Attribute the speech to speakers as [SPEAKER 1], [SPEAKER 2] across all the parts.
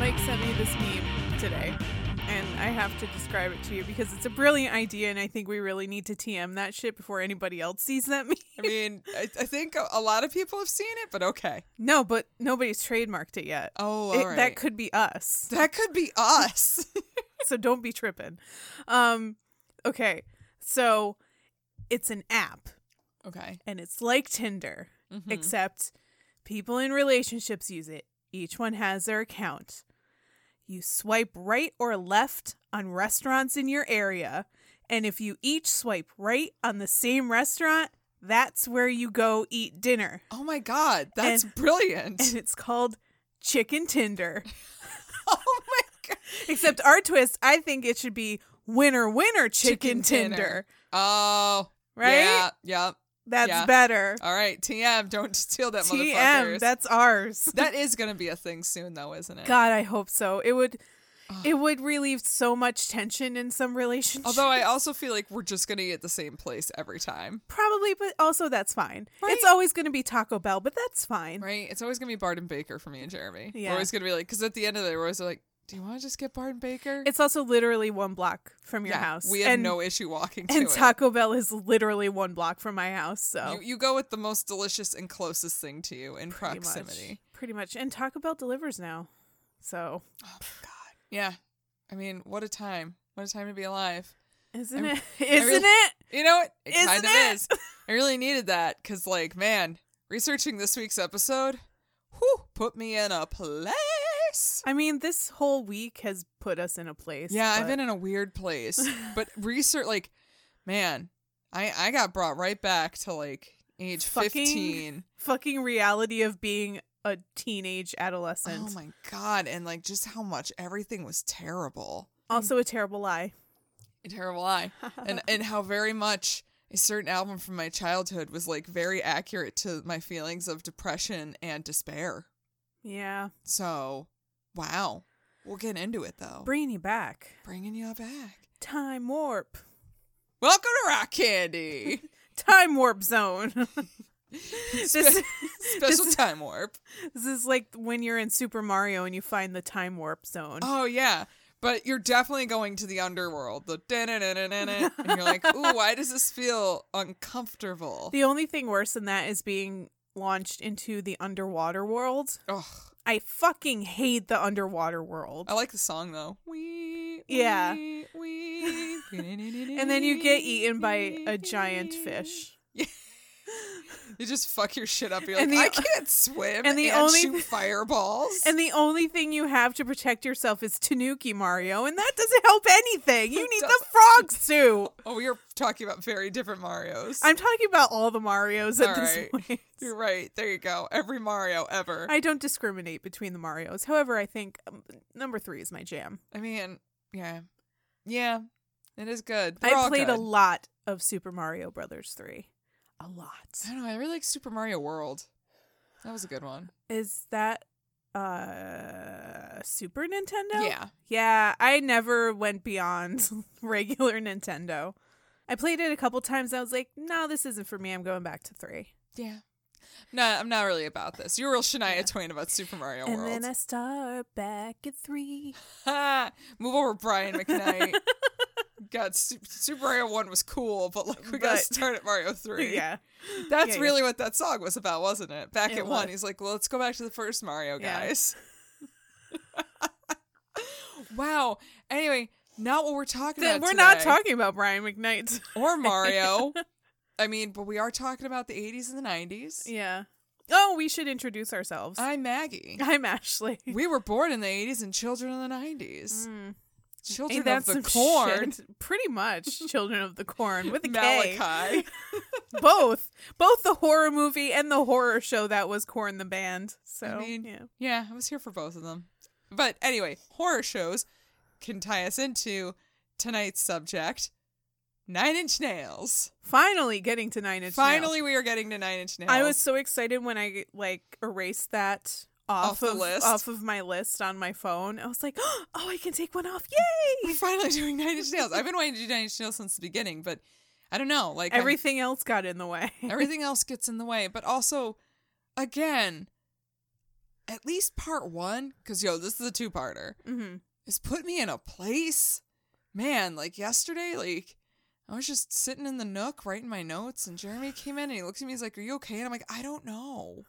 [SPEAKER 1] this meme today, and I have to describe it to you because it's a brilliant idea, and I think we really need to TM that shit before anybody else sees that meme.
[SPEAKER 2] I mean, I, I think a, a lot of people have seen it, but okay.
[SPEAKER 1] No, but nobody's trademarked it yet.
[SPEAKER 2] Oh,
[SPEAKER 1] It-
[SPEAKER 2] all right.
[SPEAKER 1] That could be us.
[SPEAKER 2] that could be us.
[SPEAKER 1] so don't be tripping. Um, okay, so it's an app,
[SPEAKER 2] okay. Mm-hmm.
[SPEAKER 1] and it's like Tinder, except people in relationships use it. Each one has their account. You swipe right or left on restaurants in your area, and if you each swipe right on the same restaurant, that's where you go eat dinner.
[SPEAKER 2] Oh my God, that's
[SPEAKER 1] And-
[SPEAKER 2] brilliant.
[SPEAKER 1] And it's called Chicken Tinder.
[SPEAKER 2] oh my God.
[SPEAKER 1] Except our twist, I think it should be winner winner chicken, tinder.
[SPEAKER 2] Oh.
[SPEAKER 1] Right?
[SPEAKER 2] Yeah. yeah.
[SPEAKER 1] That's
[SPEAKER 2] Yeah.
[SPEAKER 1] better.
[SPEAKER 2] All right. TM, don't steal that
[SPEAKER 1] TM,
[SPEAKER 2] motherfuckers.
[SPEAKER 1] that's ours.
[SPEAKER 2] that is going to be a thing soon, though, isn't it?
[SPEAKER 1] God, I hope so. It would it would relieve so much tension in some relationships.
[SPEAKER 2] Although I also feel like we're just going to eat at the same place every time,
[SPEAKER 1] probably but also that's fine.
[SPEAKER 2] Right.
[SPEAKER 1] It's always going to be Taco Bell, but that's fine.
[SPEAKER 2] right? It's always going to be Bard and Baker for me and Jeremy. We're
[SPEAKER 1] Yeah.
[SPEAKER 2] always going to be like, because at the end of the day, we're always like, do you want to just get Bard and Baker?
[SPEAKER 1] It's also literally one block from your
[SPEAKER 2] Yeah,
[SPEAKER 1] house.
[SPEAKER 2] We have
[SPEAKER 1] and,
[SPEAKER 2] no issue walking to
[SPEAKER 1] and
[SPEAKER 2] it.
[SPEAKER 1] Taco Bell is literally one block from my house, so
[SPEAKER 2] you, you go with the most delicious and closest thing to you in
[SPEAKER 1] pretty much-
[SPEAKER 2] proximity.
[SPEAKER 1] Pretty much. And Taco Bell delivers now. So,
[SPEAKER 2] Yeah. I mean, what a time. What a time to be alive.
[SPEAKER 1] isn't
[SPEAKER 2] I-
[SPEAKER 1] it? Isn't
[SPEAKER 2] really-
[SPEAKER 1] it?
[SPEAKER 2] You know what? It
[SPEAKER 1] Isn't
[SPEAKER 2] kind of
[SPEAKER 1] it?
[SPEAKER 2] is. I really needed that because, like, man, researching this week's episode, whew, put me in a place.
[SPEAKER 1] I mean, this whole week has put us in a place.
[SPEAKER 2] Yeah, I've
[SPEAKER 1] but-
[SPEAKER 2] been in a weird place, but research, like, man, I I got brought right back to like age
[SPEAKER 1] Fucking
[SPEAKER 2] fifteen.
[SPEAKER 1] fucking reality of being a teenage adolescent.
[SPEAKER 2] Oh my god! And like, just how much everything was terrible.
[SPEAKER 1] also, a terrible lie.
[SPEAKER 2] a terrible eye and and how very much a certain album from my childhood was like very accurate to my feelings of depression and despair
[SPEAKER 1] Yeah,
[SPEAKER 2] so wow we'll get into it though
[SPEAKER 1] bringing you back.
[SPEAKER 2] bringing you back
[SPEAKER 1] Time warp.
[SPEAKER 2] welcome to rock candy
[SPEAKER 1] Time warp zone. this,
[SPEAKER 2] special time warp
[SPEAKER 1] this is like when you're in Super Mario and you find the time warp zone.
[SPEAKER 2] oh yeah but you're definitely going to the underworld the da-na-na-na-na-na, and you're like ooh why does this feel uncomfortable
[SPEAKER 1] The only thing worse than that is being launched into the underwater world.
[SPEAKER 2] Ugh.
[SPEAKER 1] I fucking hate the underwater world.
[SPEAKER 2] I like the song though. Wee,
[SPEAKER 1] Yeah.
[SPEAKER 2] wee, wee.
[SPEAKER 1] And
[SPEAKER 2] and
[SPEAKER 1] then you get eaten by a giant fish.
[SPEAKER 2] You just fuck your shit up. You're
[SPEAKER 1] And
[SPEAKER 2] like,
[SPEAKER 1] the-
[SPEAKER 2] I can't swim. And
[SPEAKER 1] and
[SPEAKER 2] the
[SPEAKER 1] the
[SPEAKER 2] and
[SPEAKER 1] only-
[SPEAKER 2] shoot fireballs.
[SPEAKER 1] And the only thing you have to protect yourself is Tanuki Mario, and that doesn't help anything. You need the frogs too.
[SPEAKER 2] oh, we are talking about very different Mario's.
[SPEAKER 1] I'm talking about all the Marios at
[SPEAKER 2] All
[SPEAKER 1] this
[SPEAKER 2] right.
[SPEAKER 1] point.
[SPEAKER 2] You're right. There you go. Every Mario ever. I,
[SPEAKER 1] I don't discriminate between the Marios. However, I think um, number three is my jam.
[SPEAKER 2] mean, yeah, yeah. It is good. They're
[SPEAKER 1] I
[SPEAKER 2] all
[SPEAKER 1] played
[SPEAKER 2] good.
[SPEAKER 1] a lot of Super Mario Brothers three, a lot.
[SPEAKER 2] I don't know. I really like Super Mario World. That was a good one.
[SPEAKER 1] Is that uh Super Nintendo?
[SPEAKER 2] Yeah.
[SPEAKER 1] Yeah, I never went beyond regular Nintendo. I played it a couple times. I was like, no, this isn't for me. I'm going back to three.
[SPEAKER 2] Yeah. No, I'm not really about this. You're a real Shania Twain about Super Mario
[SPEAKER 1] and
[SPEAKER 2] World.
[SPEAKER 1] then I start back at three.
[SPEAKER 2] Ha! Move over, Brian McKnight. God, Su- Super Mario One was cool, but like we gotta
[SPEAKER 1] But-
[SPEAKER 2] start at Mario Three.
[SPEAKER 1] yeah.
[SPEAKER 2] that's
[SPEAKER 1] yeah, yeah.
[SPEAKER 2] really what that song was about, wasn't it? Back
[SPEAKER 1] It
[SPEAKER 2] at one,
[SPEAKER 1] was.
[SPEAKER 2] he's like, "Well, let's go back to the first Mario,
[SPEAKER 1] Yeah.
[SPEAKER 2] guys." wow. Anyway, not what we're talking
[SPEAKER 1] Then
[SPEAKER 2] about.
[SPEAKER 1] we're not
[SPEAKER 2] today.
[SPEAKER 1] talking about Brian McKnight.
[SPEAKER 2] or Mario. I mean, but we are talking about the '80s and the '90s.
[SPEAKER 1] yeah. Oh, we should introduce ourselves.
[SPEAKER 2] I'm Maggie.
[SPEAKER 1] I'm Ashley.
[SPEAKER 2] we were born in the '80s and children of the '90s. Children
[SPEAKER 1] Mm. Ain't that
[SPEAKER 2] of the
[SPEAKER 1] some
[SPEAKER 2] corn.
[SPEAKER 1] shit? Pretty much, Children of the Corn with a K.
[SPEAKER 2] Malachi.
[SPEAKER 1] Both, both the horror movie and the horror show that was Corn the band. So
[SPEAKER 2] I mean,
[SPEAKER 1] yeah.
[SPEAKER 2] yeah, I was here for both of them. But anyway, horror shows can tie us into tonight's subject Nine Inch Nails.
[SPEAKER 1] finally getting to Nine Inch
[SPEAKER 2] Finally, we are getting to Nine Inch Nails.
[SPEAKER 1] Nails. I was so excited when I like erased that off,
[SPEAKER 2] Off the
[SPEAKER 1] of
[SPEAKER 2] list.
[SPEAKER 1] off of my list on my phone. I was like, oh, I can take one off! Yay!
[SPEAKER 2] We're finally doing Nine Inch Nails. I've been wanting to do Nine Inch Nails since the beginning, but I don't know. Like I'm-
[SPEAKER 1] Everything else got in the way.
[SPEAKER 2] everything else gets in the way. But also, again, at least part one, because yo, this is a two parter,
[SPEAKER 1] Mm-hmm.
[SPEAKER 2] has put me in a place. Man, like yesterday, like I was just sitting in the nook writing my notes, and Jeremy came in and he looked at me, he's like, Are you okay? And I'm like, I don't know.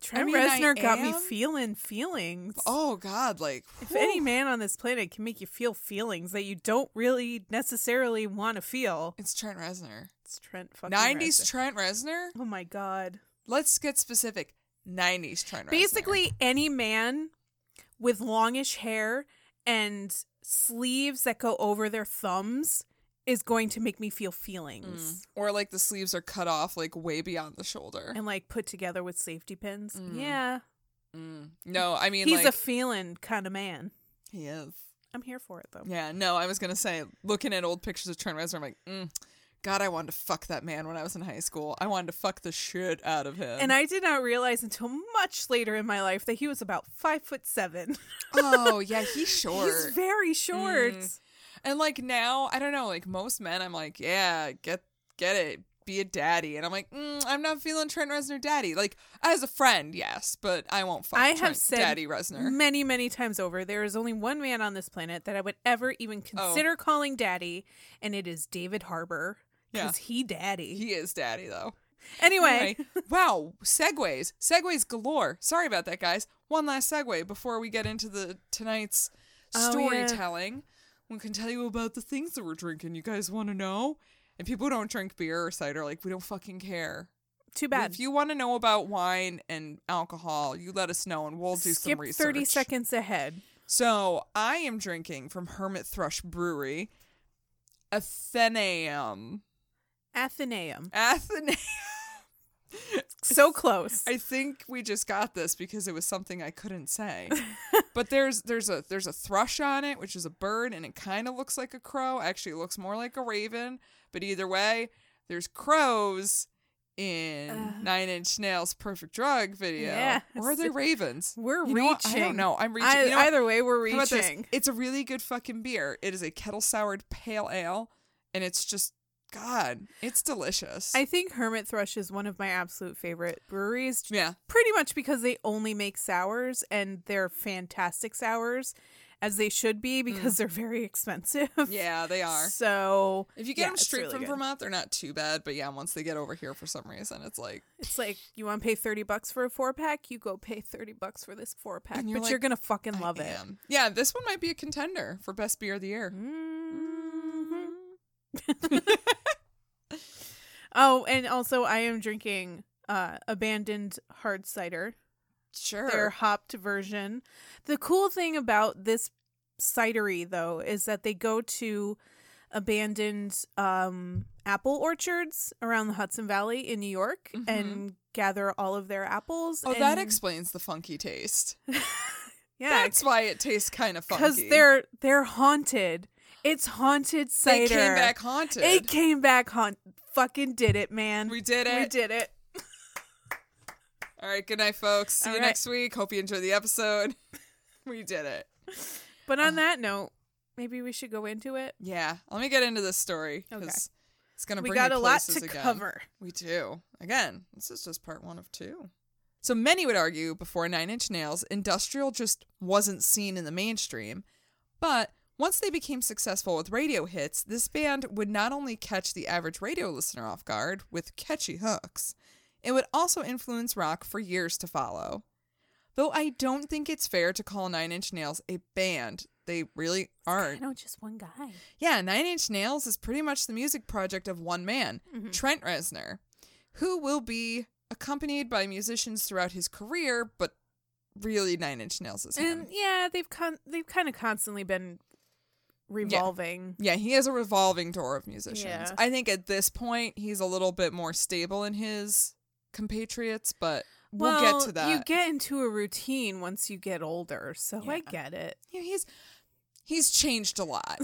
[SPEAKER 1] Trent
[SPEAKER 2] mean, I
[SPEAKER 1] Reznor got me
[SPEAKER 2] am-
[SPEAKER 1] feeling feelings.
[SPEAKER 2] Oh God, like
[SPEAKER 1] If
[SPEAKER 2] whew.
[SPEAKER 1] any man on this planet can make you feel feelings that you don't really necessarily want to feel,
[SPEAKER 2] it's Trent Reznor.
[SPEAKER 1] it's Trent fucking
[SPEAKER 2] Nineties
[SPEAKER 1] Reznor.
[SPEAKER 2] Trent Reznor?
[SPEAKER 1] oh my god.
[SPEAKER 2] Let's get specific. Nineties Trent Reznor.
[SPEAKER 1] Basically, any man with longish hair and sleeves that go over their thumbs is going to make me feel feelings.
[SPEAKER 2] Or like the sleeves are cut off like way beyond the shoulder.
[SPEAKER 1] And like put together with safety pins.
[SPEAKER 2] Mm.
[SPEAKER 1] Yeah.
[SPEAKER 2] Mm. No, I mean
[SPEAKER 1] He's
[SPEAKER 2] like
[SPEAKER 1] a feeling kind of man.
[SPEAKER 2] he is.
[SPEAKER 1] I'm here for it though.
[SPEAKER 2] Yeah, no, I was gonna say looking at old pictures of Trent Reznor, I'm like, mm, God, I wanted to fuck that man when I was in high school. I wanted to fuck the shit out of him.
[SPEAKER 1] And I did not realize until much later in my life that he was about five foot seven.
[SPEAKER 2] oh yeah, he's short.
[SPEAKER 1] He's very short.
[SPEAKER 2] Mm. and like now, I don't know, like most men, I'm like, yeah, get get it, be a daddy, and I'm like, mm, I'm not feeling Trent Reznor daddy. Like as a friend, yes, but I won't fuck.
[SPEAKER 1] I have
[SPEAKER 2] Trent
[SPEAKER 1] said
[SPEAKER 2] daddy Reznor.
[SPEAKER 1] Many, many times over, there is only one man on this planet that I would ever
[SPEAKER 2] Oh.
[SPEAKER 1] even consider calling daddy, and it is David Harbour.
[SPEAKER 2] Yeah.
[SPEAKER 1] Because he daddy.
[SPEAKER 2] He is daddy though.
[SPEAKER 1] anyway,
[SPEAKER 2] Anyway, wow, segues, segues galore. Sorry about that, guys. One last segue before we get into the tonight's
[SPEAKER 1] Oh, yeah.
[SPEAKER 2] storytelling. We can tell you about the things that we're drinking. You guys want to know? And people who don't drink beer or cider, like we don't fucking care.
[SPEAKER 1] too bad.
[SPEAKER 2] If you want to know about wine and alcohol, you let us know, and we'll do
[SPEAKER 1] Skip
[SPEAKER 2] some research.
[SPEAKER 1] 30 seconds ahead.
[SPEAKER 2] So I am drinking from Hermit Thrush Brewery, Athenaeum.
[SPEAKER 1] Athenaeum.
[SPEAKER 2] Athenaeum.
[SPEAKER 1] So close.
[SPEAKER 2] I think we just got this because it was something I couldn't say. but there's there's a there's a thrush on it, which is a bird, and it kind of looks like a crow. Actually, it looks more like a raven. But either way, there's crows in
[SPEAKER 1] Ugh.
[SPEAKER 2] Nine Inch Nails' "Perfect Drug" video.
[SPEAKER 1] Yes.
[SPEAKER 2] Or are they ravens?
[SPEAKER 1] we're
[SPEAKER 2] You know what?
[SPEAKER 1] reaching.
[SPEAKER 2] I don't know. I'm reaching.
[SPEAKER 1] I-
[SPEAKER 2] you know what?
[SPEAKER 1] either way, we're
[SPEAKER 2] How about this?
[SPEAKER 1] reaching.
[SPEAKER 2] It's a really good fucking beer. It is a kettle soured pale ale, and it's just God, it's delicious.
[SPEAKER 1] I think Hermit Thrush is one of my absolute favorite breweries
[SPEAKER 2] yeah,
[SPEAKER 1] pretty much because they only make sours and they're fantastic sours as they should
[SPEAKER 2] Mm.
[SPEAKER 1] be because they're very expensive.
[SPEAKER 2] yeah, they are.
[SPEAKER 1] So
[SPEAKER 2] If you get
[SPEAKER 1] yeah,
[SPEAKER 2] them
[SPEAKER 1] it's
[SPEAKER 2] straight
[SPEAKER 1] really
[SPEAKER 2] from
[SPEAKER 1] good.
[SPEAKER 2] Vermont, they're not too bad. But yeah, once they get over here for some reason, it's like
[SPEAKER 1] it's like you want to pay 30 bucks for a four pack, you go pay 30 bucks for this four pack,
[SPEAKER 2] And you're
[SPEAKER 1] but you're
[SPEAKER 2] like,
[SPEAKER 1] going to fucking love it.
[SPEAKER 2] damn. Yeah, this one might be a contender for best beer of the year.
[SPEAKER 1] Mhm. Mm-hmm. oh, and also I am drinking uh abandoned hard cider.
[SPEAKER 2] Sure.
[SPEAKER 1] their hopped version. The cool thing about this cidery though is that they go to abandoned um apple orchards around the Hudson Valley in New York
[SPEAKER 2] Mhm.
[SPEAKER 1] and gather all of their apples.
[SPEAKER 2] oh, that
[SPEAKER 1] and-
[SPEAKER 2] explains the funky taste.
[SPEAKER 1] yeah,
[SPEAKER 2] That's why it tastes kind of funky.
[SPEAKER 1] because they're they're haunted. It's haunted cider.
[SPEAKER 2] they came back haunted.
[SPEAKER 1] It came back haunt. Fucking did it, man.
[SPEAKER 2] we did it.
[SPEAKER 1] We did it.
[SPEAKER 2] All right. Good night, folks. See
[SPEAKER 1] All
[SPEAKER 2] you
[SPEAKER 1] right.
[SPEAKER 2] next week. Hope you enjoyed the episode. we did it.
[SPEAKER 1] But on that note, maybe we should go into it.
[SPEAKER 2] Yeah. Let me get into this story because
[SPEAKER 1] Okay.
[SPEAKER 2] it's gonna
[SPEAKER 1] We
[SPEAKER 2] bring
[SPEAKER 1] got
[SPEAKER 2] you
[SPEAKER 1] a lot
[SPEAKER 2] places
[SPEAKER 1] to
[SPEAKER 2] again.
[SPEAKER 1] cover.
[SPEAKER 2] We do. Again, this is just part one of two. So many would argue before Nine Inch Nails, industrial just wasn't seen in the mainstream. But once they became successful with radio hits, this band would not only catch the average radio listener off guard with catchy hooks, it would also influence rock for years to follow. Though I don't think it's fair to call Nine Inch Nails a band, they really aren't.
[SPEAKER 1] I know just one guy.
[SPEAKER 2] Yeah, Nine Inch Nails is pretty much the music project of one man,
[SPEAKER 1] Mm-hmm.
[SPEAKER 2] Trent Reznor, who will be accompanied by musicians throughout his career, but really Nine Inch Nails is him.
[SPEAKER 1] And yeah, they've con- they've kind of constantly been revolving.
[SPEAKER 2] yeah, he has a revolving door of musicians.
[SPEAKER 1] Yeah.
[SPEAKER 2] I think at this point he's a little bit more stable in his compatriots, but we'll, get to that.
[SPEAKER 1] You get into a routine once you get older, so I
[SPEAKER 2] Yeah.
[SPEAKER 1] get it.
[SPEAKER 2] Yeah, he's he's changed a lot.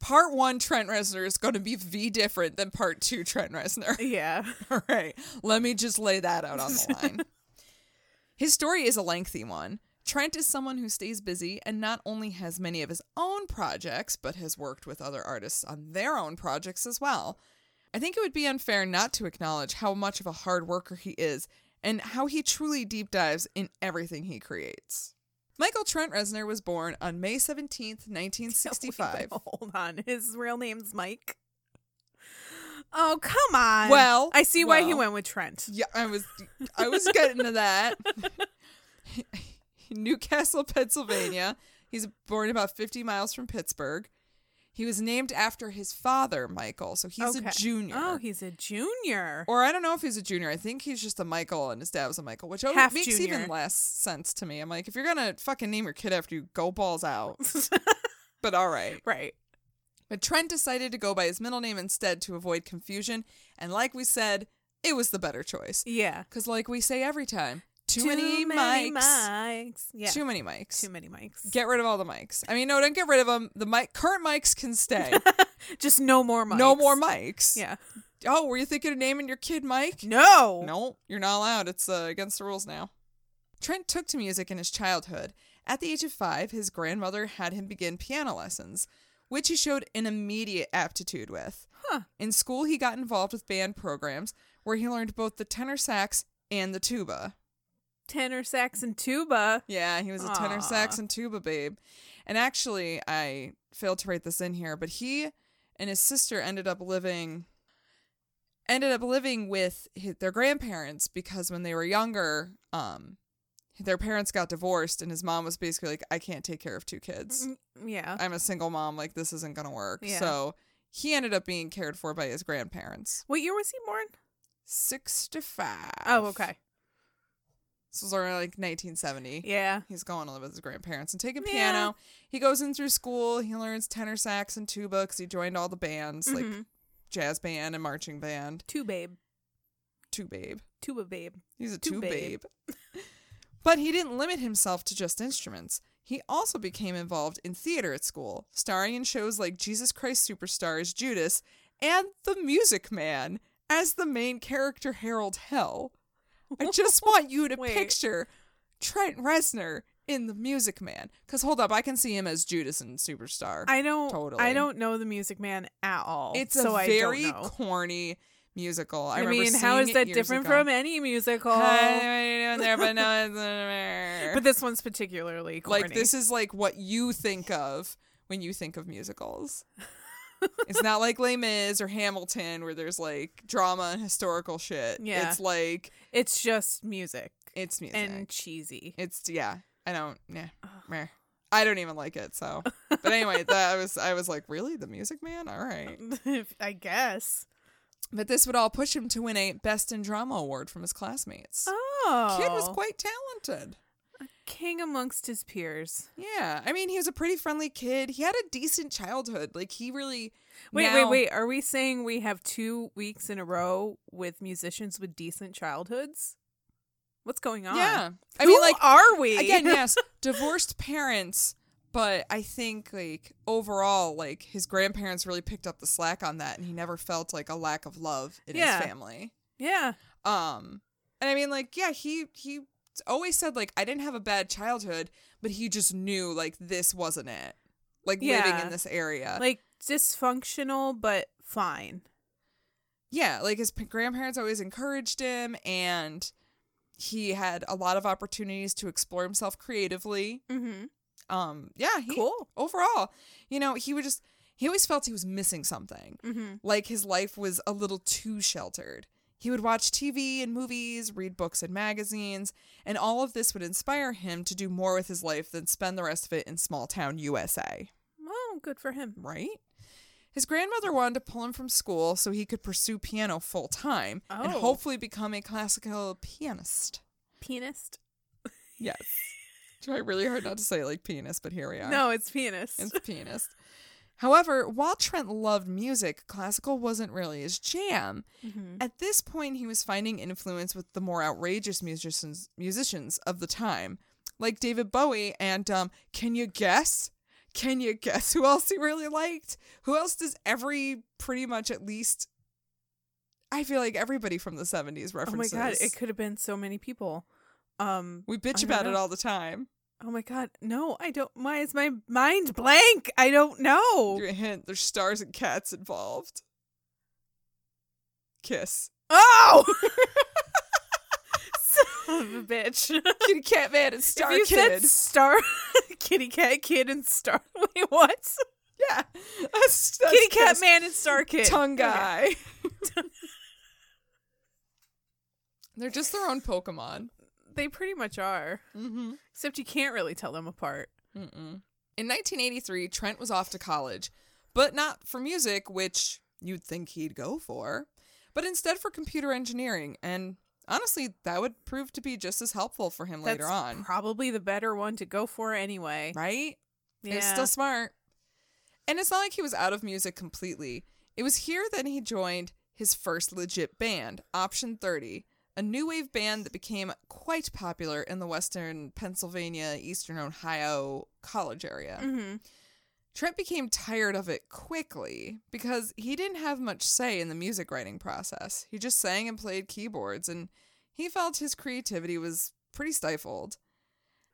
[SPEAKER 2] part one Trent Reznor is going to be v different than part two Trent Reznor.
[SPEAKER 1] Yeah.
[SPEAKER 2] All right. Let me just lay that out on the line. His story is a lengthy one. Trent is someone who stays busy and not only has many of his own projects, but has worked with other artists on their own projects as well. I think it would be unfair not to acknowledge how much of a hard worker he is and how he truly deep dives in everything he creates. Michael Trent Reznor was born on May 17th, 1965.
[SPEAKER 1] Hold on. His real name's Mike. Oh, come on.
[SPEAKER 2] Well,
[SPEAKER 1] I see why he
[SPEAKER 2] well.
[SPEAKER 1] went with Trent.
[SPEAKER 2] Yeah, I was I was getting to that. Newcastle, Pennsylvania. He's born about 50 miles from Pittsburgh. He was named after his father, Michael. So he's
[SPEAKER 1] Okay.
[SPEAKER 2] a junior.
[SPEAKER 1] Oh, he's a junior.
[SPEAKER 2] or I don't know if he's a junior. I think he's just a Michael and his dad was a Michael, which always
[SPEAKER 1] Half
[SPEAKER 2] makes
[SPEAKER 1] junior.
[SPEAKER 2] even less sense to me. I'm like, if you're going to fucking name your kid after you, go balls out. but all right.
[SPEAKER 1] right.
[SPEAKER 2] But Trent decided to go by his middle name instead to avoid confusion. And like we said, it was the better choice.
[SPEAKER 1] Yeah.
[SPEAKER 2] Because, like we say every time, too, many, mics.
[SPEAKER 1] mics. Yeah.
[SPEAKER 2] Too many mics.
[SPEAKER 1] Too many mics.
[SPEAKER 2] Get rid of all the mics. I mean, no, don't get rid of them. The mic, current mics can stay.
[SPEAKER 1] Just no more mics.
[SPEAKER 2] No more mics.
[SPEAKER 1] Yeah.
[SPEAKER 2] Oh, were you thinking of naming your kid Mike?
[SPEAKER 1] No.
[SPEAKER 2] No, you're not allowed. It's uh, against the rules now. Trent took to music in his childhood. At the age of five, his grandmother had him begin piano lessons, which he showed an immediate aptitude with.
[SPEAKER 1] Huh.
[SPEAKER 2] In school, he got involved with band programs where he learned both the tenor sax and the tuba.
[SPEAKER 1] Tenor sax and tuba.
[SPEAKER 2] Yeah, he was a tenor
[SPEAKER 1] Aw.
[SPEAKER 2] sax and tuba babe. And actually, I failed to write this in here, but he and his sister ended up living ended up living with hi their grandparents because when they were younger, um their parents got divorced and his mom was basically like I can't take care of two kids.
[SPEAKER 1] Mm, Yeah.
[SPEAKER 2] I'm a single mom, like this isn't going to work.
[SPEAKER 1] Yeah.
[SPEAKER 2] So, he ended up being cared for by his grandparents.
[SPEAKER 1] What year was he born?
[SPEAKER 2] 65.
[SPEAKER 1] Oh, okay.
[SPEAKER 2] This was around like 1970.
[SPEAKER 1] Yeah.
[SPEAKER 2] He's going to live with his grandparents and taking
[SPEAKER 1] Yeah.
[SPEAKER 2] piano. He goes in through school. He learns tenor sax and tuba because he joined all the bands like
[SPEAKER 1] Mhm.
[SPEAKER 2] jazz band and marching band.
[SPEAKER 1] Two babe.
[SPEAKER 2] Two babe.
[SPEAKER 1] Tuba babe.
[SPEAKER 2] He's a two
[SPEAKER 1] Two
[SPEAKER 2] babe.
[SPEAKER 1] babe.
[SPEAKER 2] but he didn't limit himself to just instruments. He also became involved in theater at school, starring in shows like Jesus Christ Superstars, Judas, and The Music Man as the main character Harold Hell. I just want you to
[SPEAKER 1] Wait.
[SPEAKER 2] picture Trent Reznor in The Music Man. Because hold up, I can see him as Judas and Superstar.
[SPEAKER 1] I don't
[SPEAKER 2] Totally.
[SPEAKER 1] I don't know the music man at all.
[SPEAKER 2] it's
[SPEAKER 1] so
[SPEAKER 2] a
[SPEAKER 1] I
[SPEAKER 2] very
[SPEAKER 1] don't know.
[SPEAKER 2] corny musical. I,
[SPEAKER 1] I,
[SPEAKER 2] remember
[SPEAKER 1] mean, how
[SPEAKER 2] seeing
[SPEAKER 1] is
[SPEAKER 2] it
[SPEAKER 1] that
[SPEAKER 2] years
[SPEAKER 1] different
[SPEAKER 2] ago.
[SPEAKER 1] from any musical?
[SPEAKER 2] Hi, what are you doing there? But no, it's-
[SPEAKER 1] But this one's particularly corny.
[SPEAKER 2] like this is like what you think of when you think of musicals. it's not like Les Mis or Hamilton where there's like drama and historical shit.
[SPEAKER 1] Yeah.
[SPEAKER 2] it's like
[SPEAKER 1] it's just music
[SPEAKER 2] it's music.
[SPEAKER 1] and cheesy.
[SPEAKER 2] it's yeah. I don't. Yeah. meh. I don't even like it. So, but anyway, that I was I was like, really, the Music Man? All right.
[SPEAKER 1] I guess.
[SPEAKER 2] But this would all push him to win a Best in Drama award from his classmates.
[SPEAKER 1] Oh,
[SPEAKER 2] Kid was quite talented.
[SPEAKER 1] king amongst his peers.
[SPEAKER 2] Yeah, I mean, he was a pretty friendly kid. He had a decent childhood. Like he really.
[SPEAKER 1] Wait,
[SPEAKER 2] now-
[SPEAKER 1] wait, wait. Are we saying we have two weeks in a row with musicians with decent childhoods? What's going on?
[SPEAKER 2] Yeah, I
[SPEAKER 1] I
[SPEAKER 2] mean, like
[SPEAKER 1] are we
[SPEAKER 2] again, yes, divorced parents. But I think like overall, like his grandparents really picked up the slack on that, and he never felt like a lack of love in
[SPEAKER 1] Yeah.
[SPEAKER 2] his family.
[SPEAKER 1] yeah,
[SPEAKER 2] Um, and I mean, like, yeah, he he always said like I didn't have a bad childhood, but he just knew like this wasn't it. Like living
[SPEAKER 1] Yeah.
[SPEAKER 2] in this area,
[SPEAKER 1] like dysfunctional but fine.
[SPEAKER 2] yeah, like his p- grandparents always encouraged him, and he had a lot of opportunities to explore himself creatively.
[SPEAKER 1] Mm-hmm.
[SPEAKER 2] Um, yeah, he,
[SPEAKER 1] Cool.
[SPEAKER 2] overall. You know, he would just he always felt he was missing something,
[SPEAKER 1] Mm-hmm.
[SPEAKER 2] like his life was a little too sheltered. He would watch TV and movies, read books and magazines, and all of this would inspire him to do more with his life than spend the rest of it in small town USA
[SPEAKER 1] Oh, good for him.
[SPEAKER 2] right? His grandmother wanted to pull him from school so he could pursue piano full time and
[SPEAKER 1] Oh.
[SPEAKER 2] hopefully become a classical pianist.
[SPEAKER 1] Pianist.
[SPEAKER 2] Yes. Try really hard not to say like pianist, but here we are.
[SPEAKER 1] No, it's pianist.
[SPEAKER 2] It's pianist. However, while Trent loved music, classical wasn't really his jam.
[SPEAKER 1] Mhm.
[SPEAKER 2] At this point, he was finding influence with the more outrageous musicians musicians of the time, like David Bowie and um, can you guess? Can you guess who else he really liked? Who else does every pretty much at least I feel like everybody from the 70s
[SPEAKER 1] oh my
[SPEAKER 2] references.
[SPEAKER 1] god, it could have been so many people. Um.
[SPEAKER 2] we bitch
[SPEAKER 1] I don't
[SPEAKER 2] about it
[SPEAKER 1] know.
[SPEAKER 2] all the time.
[SPEAKER 1] Oh my god, no, I don't. Why is my mind blank? I don't know.
[SPEAKER 2] Give you a hint, there's stars and cats involved. Kiss.
[SPEAKER 1] Oh! so of a bitch.
[SPEAKER 2] Kitty Cat Man and Star
[SPEAKER 1] if you
[SPEAKER 2] Kid.
[SPEAKER 1] said Star Kitty Cat Kid and Star Wait, what?
[SPEAKER 2] yeah. That's, that's
[SPEAKER 1] Kitty Cat
[SPEAKER 2] that's
[SPEAKER 1] Man and Star Kid.
[SPEAKER 2] Tongue
[SPEAKER 1] Okay.
[SPEAKER 2] guy. They're just their own Pokemon.
[SPEAKER 1] They pretty much are.
[SPEAKER 2] Mm-hmm.
[SPEAKER 1] Except you can't really tell them apart.
[SPEAKER 2] Mm-mm. In 1983, Trent was off to college, but not for music, which you'd think he'd go for, but instead for computer engineering. And honestly, that would prove to be just as helpful for him later
[SPEAKER 1] That's
[SPEAKER 2] on.
[SPEAKER 1] Probably the better one to go for anyway.
[SPEAKER 2] right?
[SPEAKER 1] Yeah.
[SPEAKER 2] It's still smart. And it's not like he was out of music completely. It was here that he joined his first legit band, Option 30, a new wave band that became quite popular in the western Pennsylvania, eastern Ohio college area.
[SPEAKER 1] hmm
[SPEAKER 2] Trent became tired of it quickly because he didn't have much say in the music writing process. He just sang and played keyboards, and he felt his creativity was pretty stifled.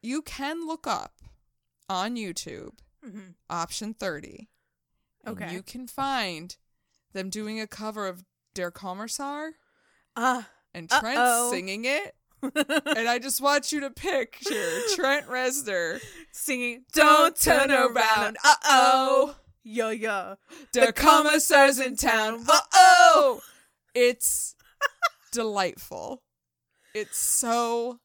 [SPEAKER 2] You can look up on YouTube
[SPEAKER 1] hmm
[SPEAKER 2] option 30. and
[SPEAKER 1] Okay.
[SPEAKER 2] you can find them doing a cover of Der Kommissar
[SPEAKER 1] Uh,
[SPEAKER 2] and Trent
[SPEAKER 1] Uh-oh.
[SPEAKER 2] singing it. and I just want you to picture Trent Reznor.
[SPEAKER 1] singing, Don't Turn Around. Uh oh. Yo, yo.
[SPEAKER 2] The commissar's in town. Uh oh! It's delightful. It's so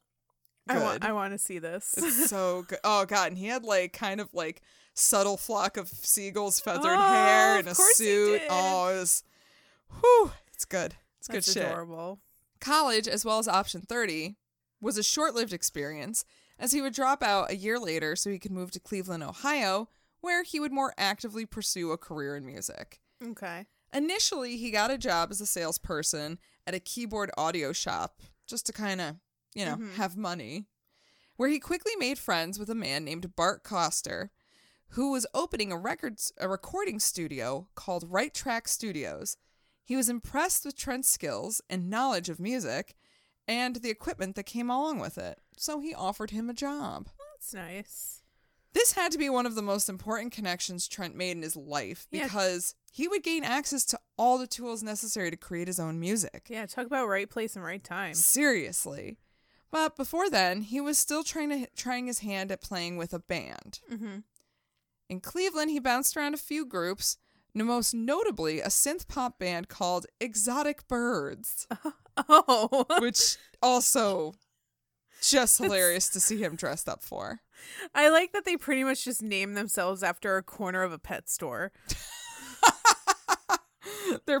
[SPEAKER 2] good.
[SPEAKER 1] I want, I want to see this.
[SPEAKER 2] it's so good. Oh god, and he had like kind of like subtle flock of seagulls feathered
[SPEAKER 1] Oh,
[SPEAKER 2] hair
[SPEAKER 1] of
[SPEAKER 2] and a
[SPEAKER 1] course he
[SPEAKER 2] suit.
[SPEAKER 1] did.
[SPEAKER 2] Oh, it was whew, it's good. It's good
[SPEAKER 1] That's
[SPEAKER 2] shit.
[SPEAKER 1] adorable.
[SPEAKER 2] College, as well as option 30, was a short lived experience as he would drop out a year later so he could move to Cleveland, Ohio, where he would more actively pursue a career in music.
[SPEAKER 1] Okay.
[SPEAKER 2] Initially, he got a job as a salesperson at a keyboard audio shop just to kind of, you know,
[SPEAKER 1] Mhm.
[SPEAKER 2] have money, where he quickly made friends with a man named Bart Coster, who was opening a records a recording studio called Right Track Studios. He was impressed with Trent's skills and knowledge of music and the equipment that came along with it. So he offered him a job.
[SPEAKER 1] That's nice.
[SPEAKER 2] This had to be one of the most important connections Trent made in his life
[SPEAKER 1] Yeah.
[SPEAKER 2] because he would gain access to all the tools necessary to create his own music.
[SPEAKER 1] Yeah, talk about right place and right time.
[SPEAKER 2] Seriously. But before then, he was still trying to trying his hand at playing with a band.
[SPEAKER 1] Mm-hmm.
[SPEAKER 2] In Cleveland, he bounced around a few groups, n- most notably a synth pop band called Exotic Birds,
[SPEAKER 1] Oh,
[SPEAKER 2] which also just hilarious to see him dressed up for.
[SPEAKER 1] I like that they pretty much just name themselves after a corner of a pet store.
[SPEAKER 2] They're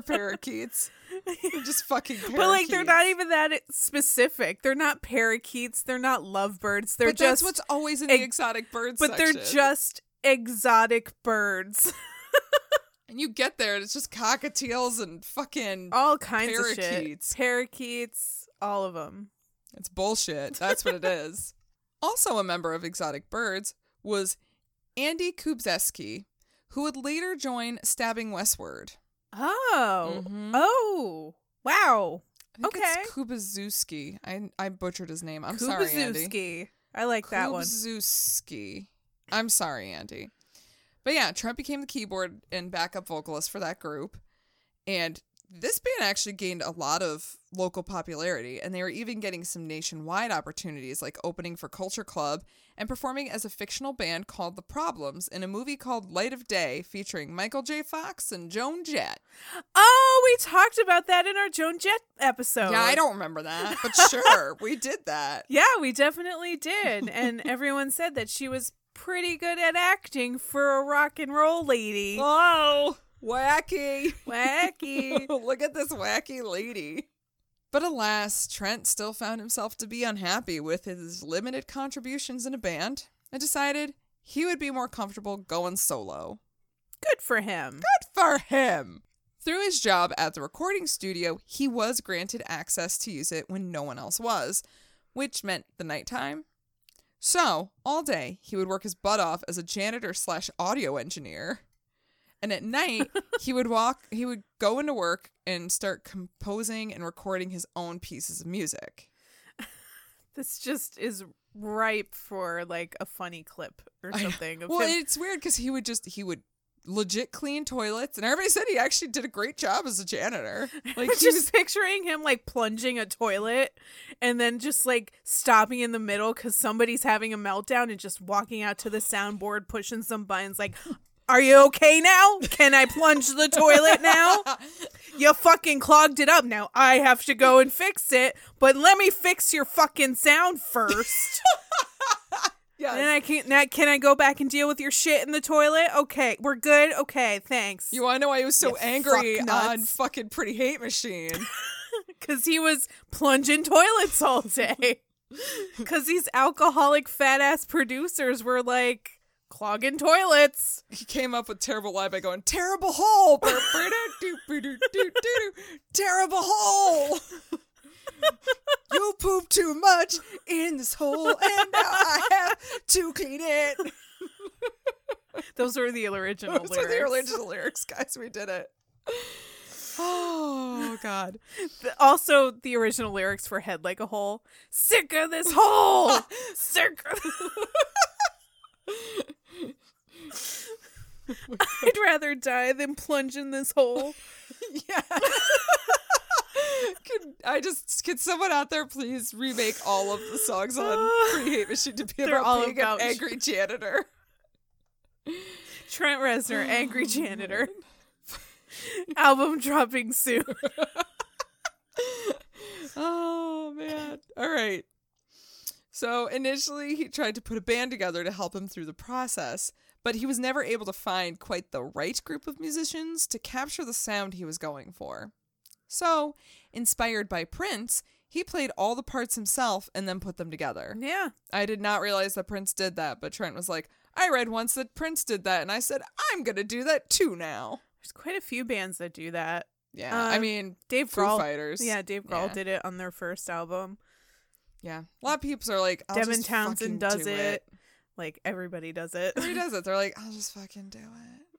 [SPEAKER 2] parakeets. They're just fucking parakeets.
[SPEAKER 1] But like, they're not even that e, specific. They're not parakeets. They're not lovebirds. They're
[SPEAKER 2] but
[SPEAKER 1] just.
[SPEAKER 2] that's what's always in the
[SPEAKER 1] ex-
[SPEAKER 2] exotic birds.
[SPEAKER 1] but they're
[SPEAKER 2] section.
[SPEAKER 1] just exotic birds.
[SPEAKER 2] And you get there, and it's just cockatiels and fucking.
[SPEAKER 1] All kinds of shit.
[SPEAKER 2] Parakeets.
[SPEAKER 1] Parakeets. All of them.
[SPEAKER 2] It's bullshit. That's what it is. Also, a member of Exotic Birds was Andy Kubzeski, who would later join Stabbing Westward. Mm-hmm.
[SPEAKER 1] Oh.
[SPEAKER 2] Mhm.
[SPEAKER 1] Oh. Wow.
[SPEAKER 2] I think
[SPEAKER 1] Okay.
[SPEAKER 2] It's Kubazewski. I I butchered his name. I'm sorry, Andy.
[SPEAKER 1] Kubzewski. I like that one.
[SPEAKER 2] Kubzewski. I'm sorry, Andy. But yeah, Trent became the keyboard and backup vocalist for that group. And this band actually gained a lot of local popularity, and they were even getting some nationwide opportunities like opening for Culture Club and performing as a fictional band called The Problems in a movie called Light of Day featuring Michael J. Fox and Joan Jett.
[SPEAKER 1] Oh, we talked about that in our Joan Jett episode.
[SPEAKER 2] Yeah, I don't remember that, but sure, we did that.
[SPEAKER 1] Yeah, we definitely did. And everyone said that she was pretty good at acting for a rock and roll lady.
[SPEAKER 2] Oh, wacky.
[SPEAKER 1] Wacky.
[SPEAKER 2] Look at this wacky lady. But alas, Trent still found himself to be unhappy with his limited contributions in a band and decided he would be more comfortable going solo.
[SPEAKER 1] Good for him.
[SPEAKER 2] Good for him. Through his job at the recording studio, he was granted access to use it when no one else was, which meant the nighttime. So, all day, he would work his butt off as a janitor slash audio engineer. And at night, he would walk, he would go into work and start composing and recording his own pieces of music.
[SPEAKER 1] This just is ripe for like a funny clip or
[SPEAKER 2] I know.
[SPEAKER 1] something of
[SPEAKER 2] Well,
[SPEAKER 1] him.
[SPEAKER 2] it's weird because he would just, he would legit clean toilets, and everybody said he actually did a great job as a janitor. Like he
[SPEAKER 1] just
[SPEAKER 2] was
[SPEAKER 1] picturing him like plunging a toilet and then just like stopping in the middle because somebody's having a meltdown and just walking out to the soundboard, pushing some buttons, like, Are you okay now? Can I plunge the toilet now? You fucking clogged it up. Now I have to go and fix it, but let me fix your fucking sound first.
[SPEAKER 2] yes.
[SPEAKER 1] And then I can now, can I go back and deal with your shit in the toilet? Okay, we're good. Okay, thanks.
[SPEAKER 2] You want to know why he was so
[SPEAKER 1] You
[SPEAKER 2] angry
[SPEAKER 1] fuck nuts.
[SPEAKER 2] on fucking Pretty Hate Machine?
[SPEAKER 1] Because he was plunging toilets all day. Because these alcoholic fat ass producers were like clogging toilets.
[SPEAKER 2] he came up with Terrible Lie by going, Terrible Hole! Bur-bur-da-doo-boo-doo-doo-doo-doo. Terrible Hole! you poop too much in this hole, and now I have to clean it.
[SPEAKER 1] Those were the original
[SPEAKER 2] Those
[SPEAKER 1] lyrics.
[SPEAKER 2] are the original lyrics, guys. We did it. Oh, God.
[SPEAKER 1] The- also, the original lyrics for Head Like a Hole. Sick of this hole! Sick of I'd rather die than plunge in this hole.
[SPEAKER 2] Yeah. could I just could someone out there please remake all of the songs on Free Hate Machine to be
[SPEAKER 1] They're
[SPEAKER 2] about
[SPEAKER 1] all
[SPEAKER 2] being
[SPEAKER 1] about-
[SPEAKER 2] an angry janitor?
[SPEAKER 1] Trent Reznor, Angry Janitor. Album dropping soon.
[SPEAKER 2] Oh man. All right. So initially he tried to put a band together to help him through the process, but he was never able to find quite the right group of musicians to capture the sound he was going for. So, inspired by Prince, he played all the parts himself and then put them together.
[SPEAKER 1] Yeah.
[SPEAKER 2] I did not realize that Prince did that, but Trent was like, I read once that Prince did that, and I said, I'm gonna do that too now.
[SPEAKER 1] There's quite a few bands that do that.
[SPEAKER 2] Yeah, I
[SPEAKER 1] Um,
[SPEAKER 2] mean,
[SPEAKER 1] Dave
[SPEAKER 2] Foo
[SPEAKER 1] Grohl.
[SPEAKER 2] Fighters.
[SPEAKER 1] Yeah, Dave Grohl
[SPEAKER 2] Yeah.
[SPEAKER 1] did it on their first album.
[SPEAKER 2] yeah. A lot of peeps are like, I'll
[SPEAKER 1] Devin
[SPEAKER 2] just
[SPEAKER 1] Townsend
[SPEAKER 2] fucking
[SPEAKER 1] does
[SPEAKER 2] do
[SPEAKER 1] it. Like everybody does it.
[SPEAKER 2] Everybody does it. They're like, I'll just fucking do it.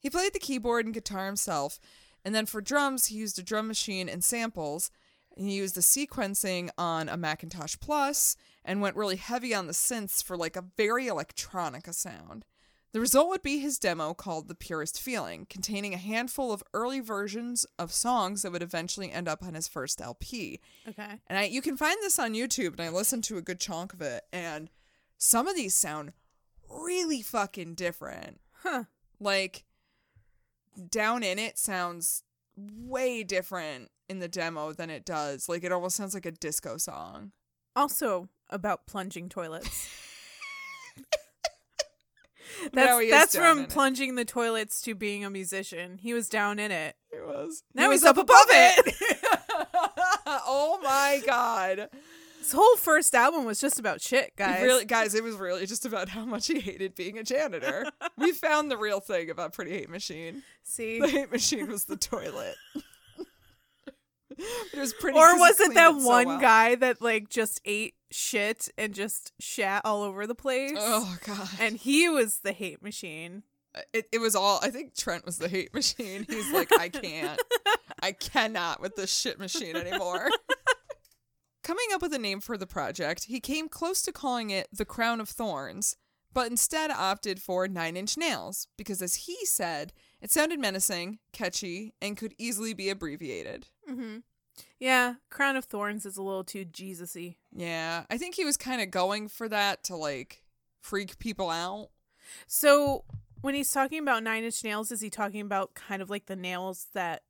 [SPEAKER 2] He played the keyboard and guitar himself, and then for drums, he used a drum machine and samples. And he used the sequencing on a Macintosh Plus and went really heavy on the synths for like a very electronica sound. The result would be his demo called The Purest Feeling, containing a handful of early versions of songs that would eventually end up on his first LP.
[SPEAKER 1] Okay.
[SPEAKER 2] And I you can find this on YouTube and I listened to a good chunk of it and some of these sound really fucking different.
[SPEAKER 1] Huh.
[SPEAKER 2] Like down in it sounds way different in the demo than it does. Like it almost sounds like a disco song.
[SPEAKER 1] Also about plunging toilets.
[SPEAKER 2] Now
[SPEAKER 1] That's,
[SPEAKER 2] he is
[SPEAKER 1] that's
[SPEAKER 2] down in
[SPEAKER 1] from
[SPEAKER 2] it.
[SPEAKER 1] plunging the toilets to being a musician. He was down in it.
[SPEAKER 2] It was.
[SPEAKER 1] Now he's up above it.
[SPEAKER 2] oh my god.
[SPEAKER 1] His whole first album was just about shit,
[SPEAKER 2] He
[SPEAKER 1] guys.
[SPEAKER 2] Really guys, it was really just about how much he hated being a janitor. we found the real thing about Pretty Hate Machine.
[SPEAKER 1] See?
[SPEAKER 2] The hate machine was the toilet. it was pretty.
[SPEAKER 1] Or
[SPEAKER 2] 'cause
[SPEAKER 1] was
[SPEAKER 2] cleaned
[SPEAKER 1] it that
[SPEAKER 2] so
[SPEAKER 1] one
[SPEAKER 2] well.
[SPEAKER 1] guy that like just ate shit and just shat all over the place?
[SPEAKER 2] Oh god!
[SPEAKER 1] And he was the hate machine.
[SPEAKER 2] It, it was all. I think Trent was the hate machine. He's like, I can't, I cannot with this shit machine anymore. Coming up with a name for the project, he came close to calling it the Crown of Thorns, but instead opted for Nine Inch Nails because, as he said, it sounded menacing, catchy, and could easily be abbreviated.
[SPEAKER 1] Mm-hmm. Yeah, Crown of Thorns is a little too Jesus-y.
[SPEAKER 2] Yeah, I think he was kind of going for that to like freak people out.
[SPEAKER 1] So when he's talking about nine inch nails, is he talking about kind of like the nails that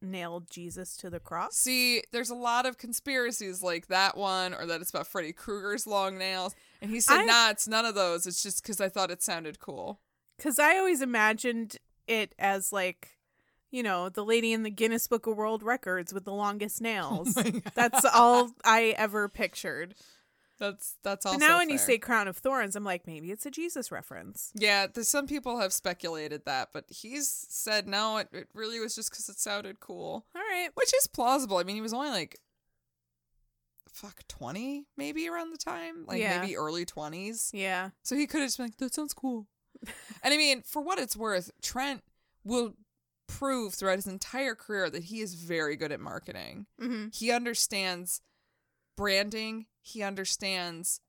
[SPEAKER 1] nailed Jesus to the cross?
[SPEAKER 2] See, there's a lot of conspiracies like that one, or that it's about Freddy Krueger's long nails. And he said,
[SPEAKER 1] I-
[SPEAKER 2] nah, it's none of those. It's just because I thought it sounded cool.
[SPEAKER 1] Because I always imagined it as like, you know, the lady in the Guinness Book of World Records with the longest nails. That's all I ever pictured.
[SPEAKER 2] That's that's also.
[SPEAKER 1] But now when you
[SPEAKER 2] fair.
[SPEAKER 1] say crown of thorns, I'm like, maybe it's a Jesus reference.
[SPEAKER 2] yeah, the, some people have speculated that, but he's said no. It, it really was just because it sounded cool,
[SPEAKER 1] All right.
[SPEAKER 2] which is plausible. I mean, he was only like, fuck, twenty maybe around the time, like
[SPEAKER 1] Yeah.
[SPEAKER 2] maybe early twenties.
[SPEAKER 1] Yeah.
[SPEAKER 2] So he could have just been like, that sounds cool. and I mean, for what it's worth, Trent will prove throughout his entire career that he is very good at marketing.
[SPEAKER 1] Mm-hmm.
[SPEAKER 2] He understands branding, he understands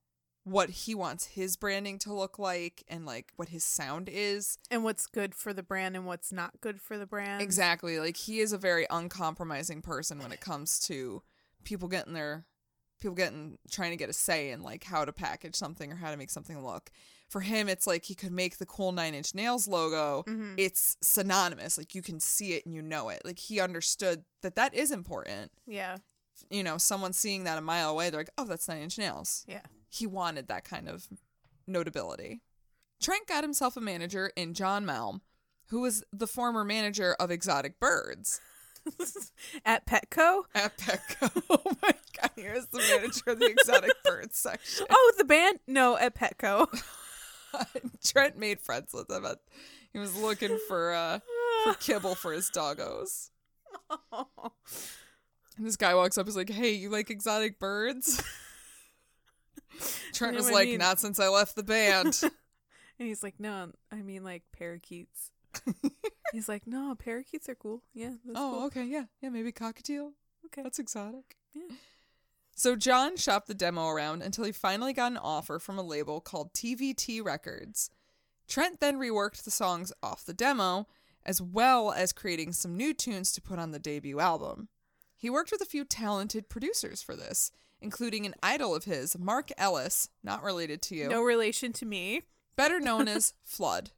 [SPEAKER 2] what he wants his branding to look like and like what his sound is.
[SPEAKER 1] And what's good for the brand and what's not good for the brand.
[SPEAKER 2] Exactly. Like he is a very uncompromising person when it comes to people getting their people getting trying to get a say in like how to package something or how to make something look. For him, it's like he could make the cool Nine Inch Nails logo.
[SPEAKER 1] Mhm.
[SPEAKER 2] It's synonymous. Like you can see it and you know it. Like he understood that that is important.
[SPEAKER 1] Yeah.
[SPEAKER 2] You know, someone seeing that a mile away, they're like, "Oh, that's Nine Inch Nails."
[SPEAKER 1] Yeah.
[SPEAKER 2] He wanted that kind of notability. Trent got himself a manager in John Malm, who was the former manager of Exotic Birds.
[SPEAKER 1] At Petco?
[SPEAKER 2] at Petco. oh my god, here's the manager of the exotic birds section.
[SPEAKER 1] Oh, the band? No, at Petco.
[SPEAKER 2] Trent made friends with him. At, he was looking for uh for kibble for his doggos. And this guy walks up, he's like, "Hey, you like exotic birds?" Trent
[SPEAKER 1] You know
[SPEAKER 2] was
[SPEAKER 1] what I
[SPEAKER 2] like,
[SPEAKER 1] mean?
[SPEAKER 2] "Not since I left the band."
[SPEAKER 1] And he's like, no, I mean like parakeets. he's like, no, parakeets are cool. Yeah. That's
[SPEAKER 2] oh,
[SPEAKER 1] cool.
[SPEAKER 2] okay, yeah, yeah, maybe cockatiel.
[SPEAKER 1] okay.
[SPEAKER 2] That's exotic.
[SPEAKER 1] Yeah.
[SPEAKER 2] So John shopped the demo around until he finally got an offer from a label called TVT Records. Trent then reworked the songs off the demo, as well as creating some new tunes to put on the debut album. He worked with a few talented producers for this, including an idol of his, Mark Ellis, not related to you,
[SPEAKER 1] No relation to me.
[SPEAKER 2] better known as Flood.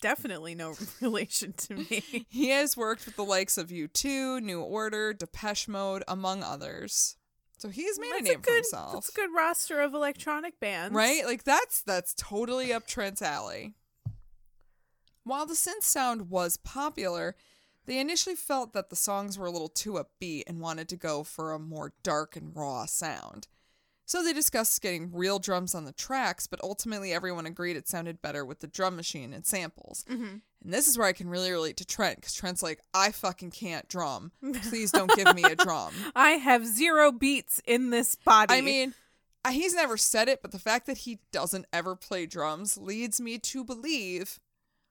[SPEAKER 1] Definitely no relation to me.
[SPEAKER 2] He has worked with the likes of U2, New Order, Depeche Mode, among others. So he's made a
[SPEAKER 1] That's
[SPEAKER 2] name
[SPEAKER 1] good,
[SPEAKER 2] for himself.
[SPEAKER 1] That's a good roster of electronic bands.
[SPEAKER 2] Right? Like that's that's totally up Trent's alley. While the synth sound was popular, they initially felt that the songs were a little too upbeat and wanted to go for a more dark and raw sound. So they discussed getting real drums on the tracks, but ultimately everyone agreed it sounded better with the drum machine and samples. And this is where I can really relate to Trent because Trent's like, I fucking can't drum. Please don't give me a drum.
[SPEAKER 1] I have zero beats in this body.
[SPEAKER 2] I mean, uh, he's never said it, but the fact that he doesn't ever play drums leads me to believe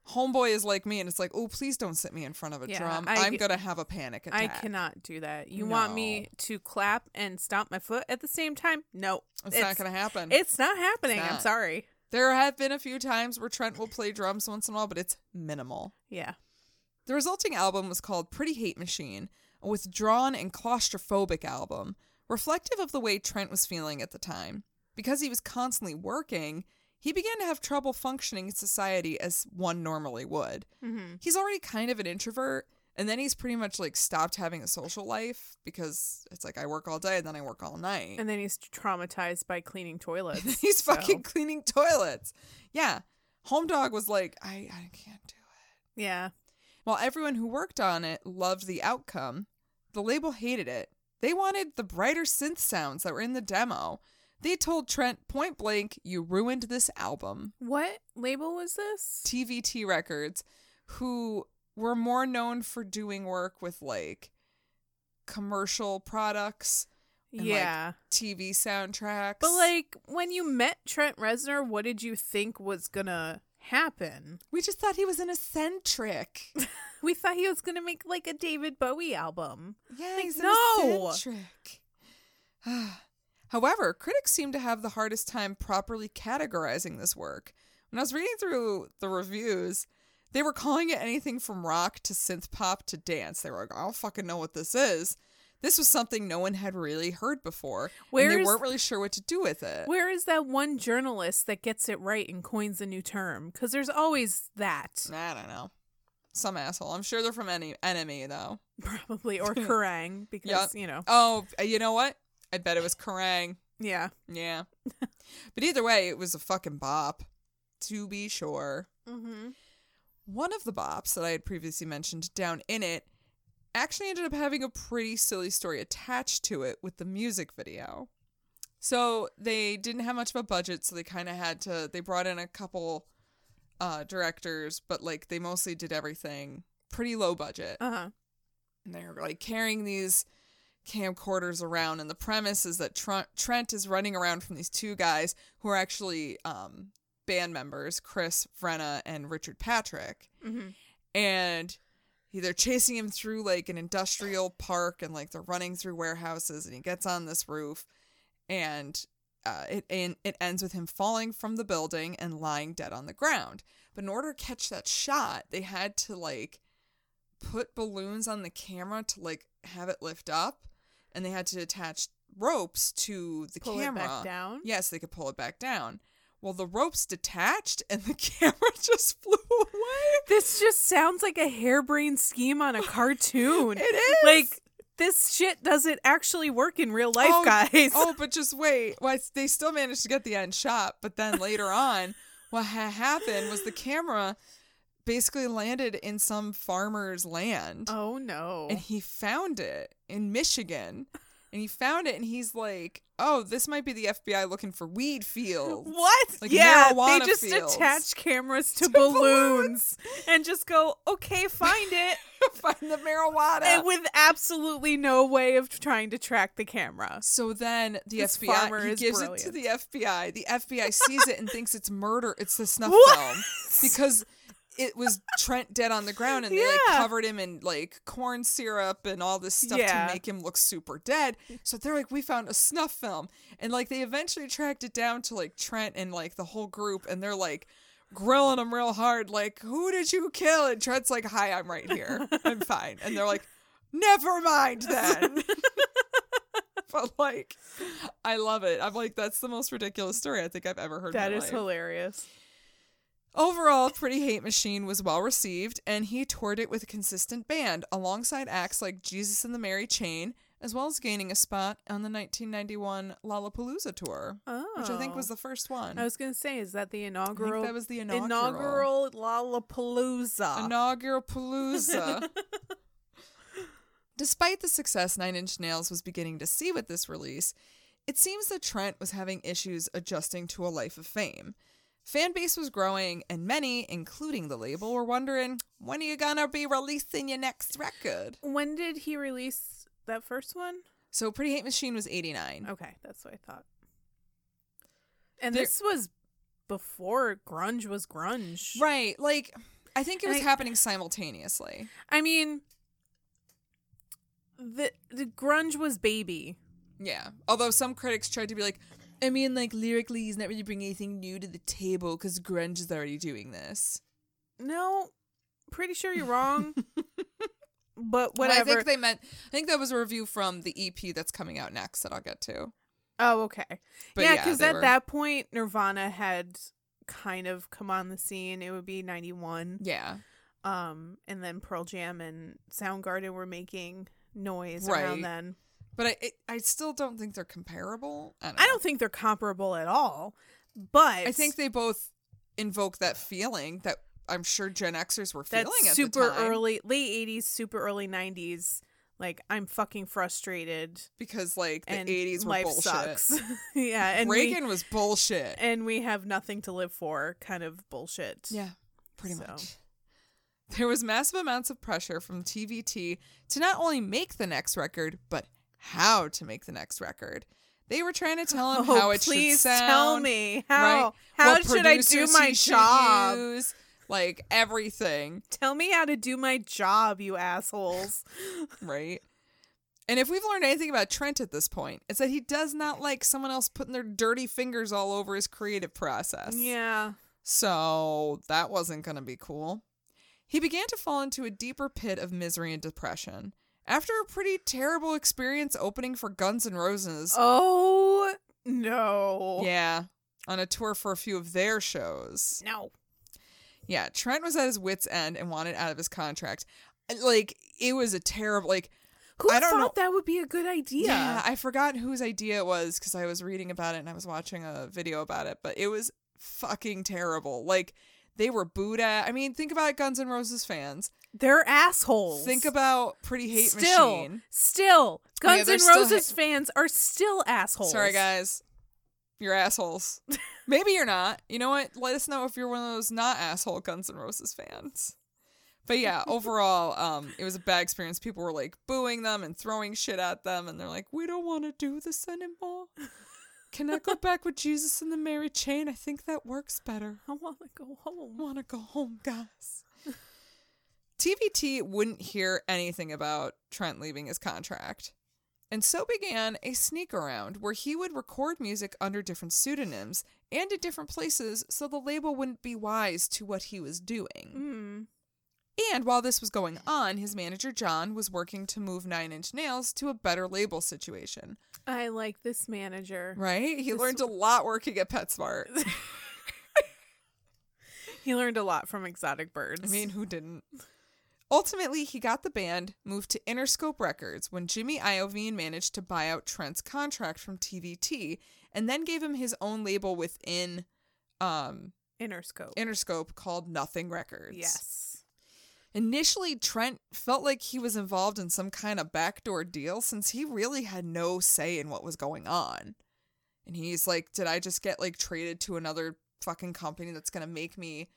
[SPEAKER 2] Homeboy is like me, and it's like, oh, please don't sit me in front of a
[SPEAKER 1] Yeah,
[SPEAKER 2] drum.
[SPEAKER 1] I
[SPEAKER 2] I'm
[SPEAKER 1] g-
[SPEAKER 2] gonna have a panic attack.
[SPEAKER 1] I cannot do that. You want me
[SPEAKER 2] No.
[SPEAKER 1] to clap and stomp my foot at the same time? No.
[SPEAKER 2] It's, not gonna happen.
[SPEAKER 1] It's not happening. I'm
[SPEAKER 2] not.
[SPEAKER 1] sorry.
[SPEAKER 2] there have been a few times where Trent will play drums once in a while, but it's minimal.
[SPEAKER 1] Yeah.
[SPEAKER 2] The resulting album was called Pretty Hate Machine, a withdrawn and claustrophobic album, reflective of the way Trent was feeling at the time. Because he was constantly working, he began to have trouble functioning in society as one normally would.
[SPEAKER 1] Mhm.
[SPEAKER 2] He's already kind of an introvert, and then he's pretty much like stopped having a social life because it's like I work all day and then I work all night.
[SPEAKER 1] And then he's traumatized by cleaning toilets.
[SPEAKER 2] He's
[SPEAKER 1] so-
[SPEAKER 2] fucking cleaning toilets. Yeah. Home Dog was like, I, I can't do it.
[SPEAKER 1] Yeah.
[SPEAKER 2] While everyone who worked on it loved the outcome, the label hated it. They wanted the brighter synth sounds that were in the demo. They told Trent point blank, You ruined this album.
[SPEAKER 1] What label was this?
[SPEAKER 2] TVT Records, who were more known for doing work with like commercial products, and, like,
[SPEAKER 1] yeah.
[SPEAKER 2] TV soundtracks.
[SPEAKER 1] but like when you met Trent Reznor, what did you think was gonna happen?
[SPEAKER 2] we just thought he was an eccentric.
[SPEAKER 1] We thought he was gonna make like a David Bowie album.
[SPEAKER 2] Yeah,
[SPEAKER 1] Like,
[SPEAKER 2] he's an
[SPEAKER 1] no.
[SPEAKER 2] eccentric. However, critics seem to have the hardest time properly categorizing this work. When I was reading through the reviews, they were calling it anything from rock to synth pop to dance. They were like, I don't fucking know what this is. This was something no one had really heard before. and they
[SPEAKER 1] Where's-
[SPEAKER 2] weren't really sure what to do with it.
[SPEAKER 1] Where is that one journalist that gets it right and coins a new term? Because there's always that,
[SPEAKER 2] I don't know. Some asshole. I'm sure they're from any enemy though.
[SPEAKER 1] probably, or Kerrang, because you know,
[SPEAKER 2] Oh, you know what? I bet it was Kerrang.
[SPEAKER 1] yeah.
[SPEAKER 2] Yeah. but either way, it was a fucking bop, to be sure.
[SPEAKER 1] Mm-hmm.
[SPEAKER 2] One of the bops that I had previously mentioned, Down In It, actually ended up having a pretty silly story attached to it with the music video. So they didn't have much of a budget, so they kind of had to, they brought in a couple uh, directors, but like they mostly did everything pretty low budget
[SPEAKER 1] Uh huh.
[SPEAKER 2] and they're like carrying these camcorders around and the premise is that Tr- trent is running around from these two guys who are actually um, band members chris Vrenna and richard patrick
[SPEAKER 1] Mm-hmm.
[SPEAKER 2] and he- they're chasing him through like an industrial park and like they're running through warehouses and he gets on this roof and uh, it and it ends with him falling from the building and lying dead on the ground. But in order to catch that shot, they had to like put balloons on the camera to like have it lift up, and they had to attach ropes to the
[SPEAKER 1] Pull
[SPEAKER 2] camera.
[SPEAKER 1] it back down.
[SPEAKER 2] Yes, they could pull it back down. Well, the ropes detached and the camera just flew away.
[SPEAKER 1] This just sounds like a harebrained scheme on a cartoon.
[SPEAKER 2] It is
[SPEAKER 1] Like this shit doesn't actually work in real life,
[SPEAKER 2] Oh,
[SPEAKER 1] guys.
[SPEAKER 2] oh, but just wait. Well, it's- they still managed to get the end shot, but then later on, what ha- happened was the camera basically landed in some farmer's land,
[SPEAKER 1] Oh, no.
[SPEAKER 2] and he found it in Michigan, and he found it, and he's like, "Oh, this might be the FBI looking for weed fields."
[SPEAKER 1] What?
[SPEAKER 2] Like
[SPEAKER 1] yeah,
[SPEAKER 2] marijuana
[SPEAKER 1] they just
[SPEAKER 2] fields.
[SPEAKER 1] attach cameras to,
[SPEAKER 2] To
[SPEAKER 1] balloons and just go, okay, find it,
[SPEAKER 2] Find the marijuana.
[SPEAKER 1] and with absolutely no way of trying to track the camera.
[SPEAKER 2] So then the
[SPEAKER 1] This farmer
[SPEAKER 2] FBI he
[SPEAKER 1] is
[SPEAKER 2] gives it to the FBI. The FBI sees it and thinks it's murder. It's the snuff
[SPEAKER 1] What?
[SPEAKER 2] film because it was Trent dead on the ground and they
[SPEAKER 1] Yeah.
[SPEAKER 2] like covered him in like corn syrup and all this stuff
[SPEAKER 1] Yeah.
[SPEAKER 2] to make him look super dead. So they're like, we found a snuff film, and like they eventually tracked it down to like Trent and like the whole group, and they're like. Grilling him real hard, like, who did you kill? And Trent's like, hi, I'm right here. I'm fine. And they're like, never mind then. but like, I love it. I'm like, that's the most ridiculous story I think I've ever heard.
[SPEAKER 1] That
[SPEAKER 2] in my
[SPEAKER 1] is
[SPEAKER 2] life.
[SPEAKER 1] hilarious.
[SPEAKER 2] Overall, Pretty Hate Machine was well received, and he toured it with a consistent band alongside acts like Jesus and the Mary Chain, as well as gaining a spot on the 1991 Lollapalooza tour,
[SPEAKER 1] Oh,
[SPEAKER 2] which I think was the first one.
[SPEAKER 1] I was gonna say, is that the
[SPEAKER 2] I think
[SPEAKER 1] inaugural?
[SPEAKER 2] that was the inaugural.
[SPEAKER 1] inaugural, Lollapalooza.
[SPEAKER 2] Inaugural Palooza. Despite the success Nine Inch Nails was beginning to see with this release, it seems that Trent was having issues adjusting to a life of fame. Fan base was growing, and many, including the label, were wondering when are you gonna be releasing your next record?
[SPEAKER 1] when did he release that first one?
[SPEAKER 2] So, Pretty Hate Machine was 89.
[SPEAKER 1] Okay, that's what I thought. And
[SPEAKER 2] There-
[SPEAKER 1] this was before grunge was grunge.
[SPEAKER 2] Right, like, I think it was
[SPEAKER 1] And I-
[SPEAKER 2] happening simultaneously.
[SPEAKER 1] I mean, the the grunge was baby.
[SPEAKER 2] Yeah. Although some critics tried to be like, I mean, like lyrically, he's not really bringing anything new to the table because grunge is already doing this.
[SPEAKER 1] No, pretty sure you're wrong. but
[SPEAKER 2] But
[SPEAKER 1] whatever.
[SPEAKER 2] I think they meant. I think that was a review from the EP that's coming out next that I'll get to.
[SPEAKER 1] oh, okay.
[SPEAKER 2] But
[SPEAKER 1] yeah, because
[SPEAKER 2] they
[SPEAKER 1] at
[SPEAKER 2] were-
[SPEAKER 1] that point, Nirvana had kind of come on the scene. It would be ninety one.
[SPEAKER 2] Yeah.
[SPEAKER 1] Um, and then Pearl Jam and Soundgarden were making noise
[SPEAKER 2] Right.
[SPEAKER 1] around then.
[SPEAKER 2] But I, it, I still don't think they're comparable. I don't.
[SPEAKER 1] I
[SPEAKER 2] know.
[SPEAKER 1] don't think they're comparable at all. But
[SPEAKER 2] Uh, I think they both invoke that feeling that I'm sure Gen Xers were feeling
[SPEAKER 1] that
[SPEAKER 2] at
[SPEAKER 1] super
[SPEAKER 2] the time
[SPEAKER 1] early late 80s super early 90s like i'm fucking frustrated
[SPEAKER 2] because like the
[SPEAKER 1] and
[SPEAKER 2] 80s were
[SPEAKER 1] life
[SPEAKER 2] bullshit.
[SPEAKER 1] sucks yeah and
[SPEAKER 2] Reagan
[SPEAKER 1] we,
[SPEAKER 2] was bullshit.
[SPEAKER 1] and we have nothing to live for kind of bullshit
[SPEAKER 2] Yeah, pretty
[SPEAKER 1] So.
[SPEAKER 2] much. There was massive amounts of pressure from TVT to not only make the next record, but how to make the next record. They were trying to tell him
[SPEAKER 1] oh,
[SPEAKER 2] how it
[SPEAKER 1] please
[SPEAKER 2] should sound.
[SPEAKER 1] tell me how
[SPEAKER 2] right?
[SPEAKER 1] how
[SPEAKER 2] What
[SPEAKER 1] should i do
[SPEAKER 2] producers
[SPEAKER 1] my
[SPEAKER 2] he should
[SPEAKER 1] job
[SPEAKER 2] use, like everything,
[SPEAKER 1] tell me how to do my job you assholes
[SPEAKER 2] right? And if we've learned anything about Trent at this point, it's that he does not like someone else putting their dirty fingers all over his creative process.
[SPEAKER 1] yeah
[SPEAKER 2] So that wasn't going to be cool. He began to fall into a deeper pit of misery and depression. After a pretty terrible experience opening for Guns N' Roses,
[SPEAKER 1] oh no
[SPEAKER 2] yeah, on a tour for a few of their shows.
[SPEAKER 1] no
[SPEAKER 2] Yeah, Trent was at his wits' end and wanted out of his contract. Like, it was a terrible, like,
[SPEAKER 1] who
[SPEAKER 2] I don't
[SPEAKER 1] thought
[SPEAKER 2] know-
[SPEAKER 1] that would be a good idea
[SPEAKER 2] yeah, I forgot whose idea it was because I was reading about it and I was watching a video about it, but it was fucking terrible. Like, they were booed at. I mean, think about Guns N' Roses fans.
[SPEAKER 1] they're assholes
[SPEAKER 2] Think about Pretty Hate
[SPEAKER 1] still,
[SPEAKER 2] Machine. Oh,
[SPEAKER 1] Still,
[SPEAKER 2] Yeah,
[SPEAKER 1] Guns
[SPEAKER 2] they're
[SPEAKER 1] N'
[SPEAKER 2] still
[SPEAKER 1] Roses fans are still assholes.
[SPEAKER 2] Sorry, guys. You're assholes. Maybe you're not. You know what? Let us know if you're one of those not asshole Guns N' Roses fans. But yeah, overall, um, it was a bad experience. People were like booing them and throwing shit at them, and they're like, "We don't want to do this anymore. Can I go back with Jesus and the Mary Chain? I think that works better."
[SPEAKER 1] I want to go home.
[SPEAKER 2] want to go home, guys. TVT wouldn't hear anything about Trent leaving his contract. And so began a sneak around where he would record music under different pseudonyms and at different places so the label wouldn't be wise to what he was doing.
[SPEAKER 1] Mm.
[SPEAKER 2] And while this was going on, his manager John was working to move Nine Inch Nails to a better label situation.
[SPEAKER 1] I like this manager.
[SPEAKER 2] Right? He
[SPEAKER 1] This-
[SPEAKER 2] learned a lot working at PetSmart.
[SPEAKER 1] He learned a lot from exotic birds.
[SPEAKER 2] I mean, who didn't? Ultimately, he got the band moved to Interscope Records when Jimmy Iovine managed to buy out Trent's contract from TVT and then gave him his own label within um,
[SPEAKER 1] Interscope.
[SPEAKER 2] Interscope called Nothing Records.
[SPEAKER 1] Yes.
[SPEAKER 2] Initially, Trent felt like he was involved in some kind of backdoor deal since he really had no say in what was going on. And he's like, Did I just get like traded to another fucking company that's going to make me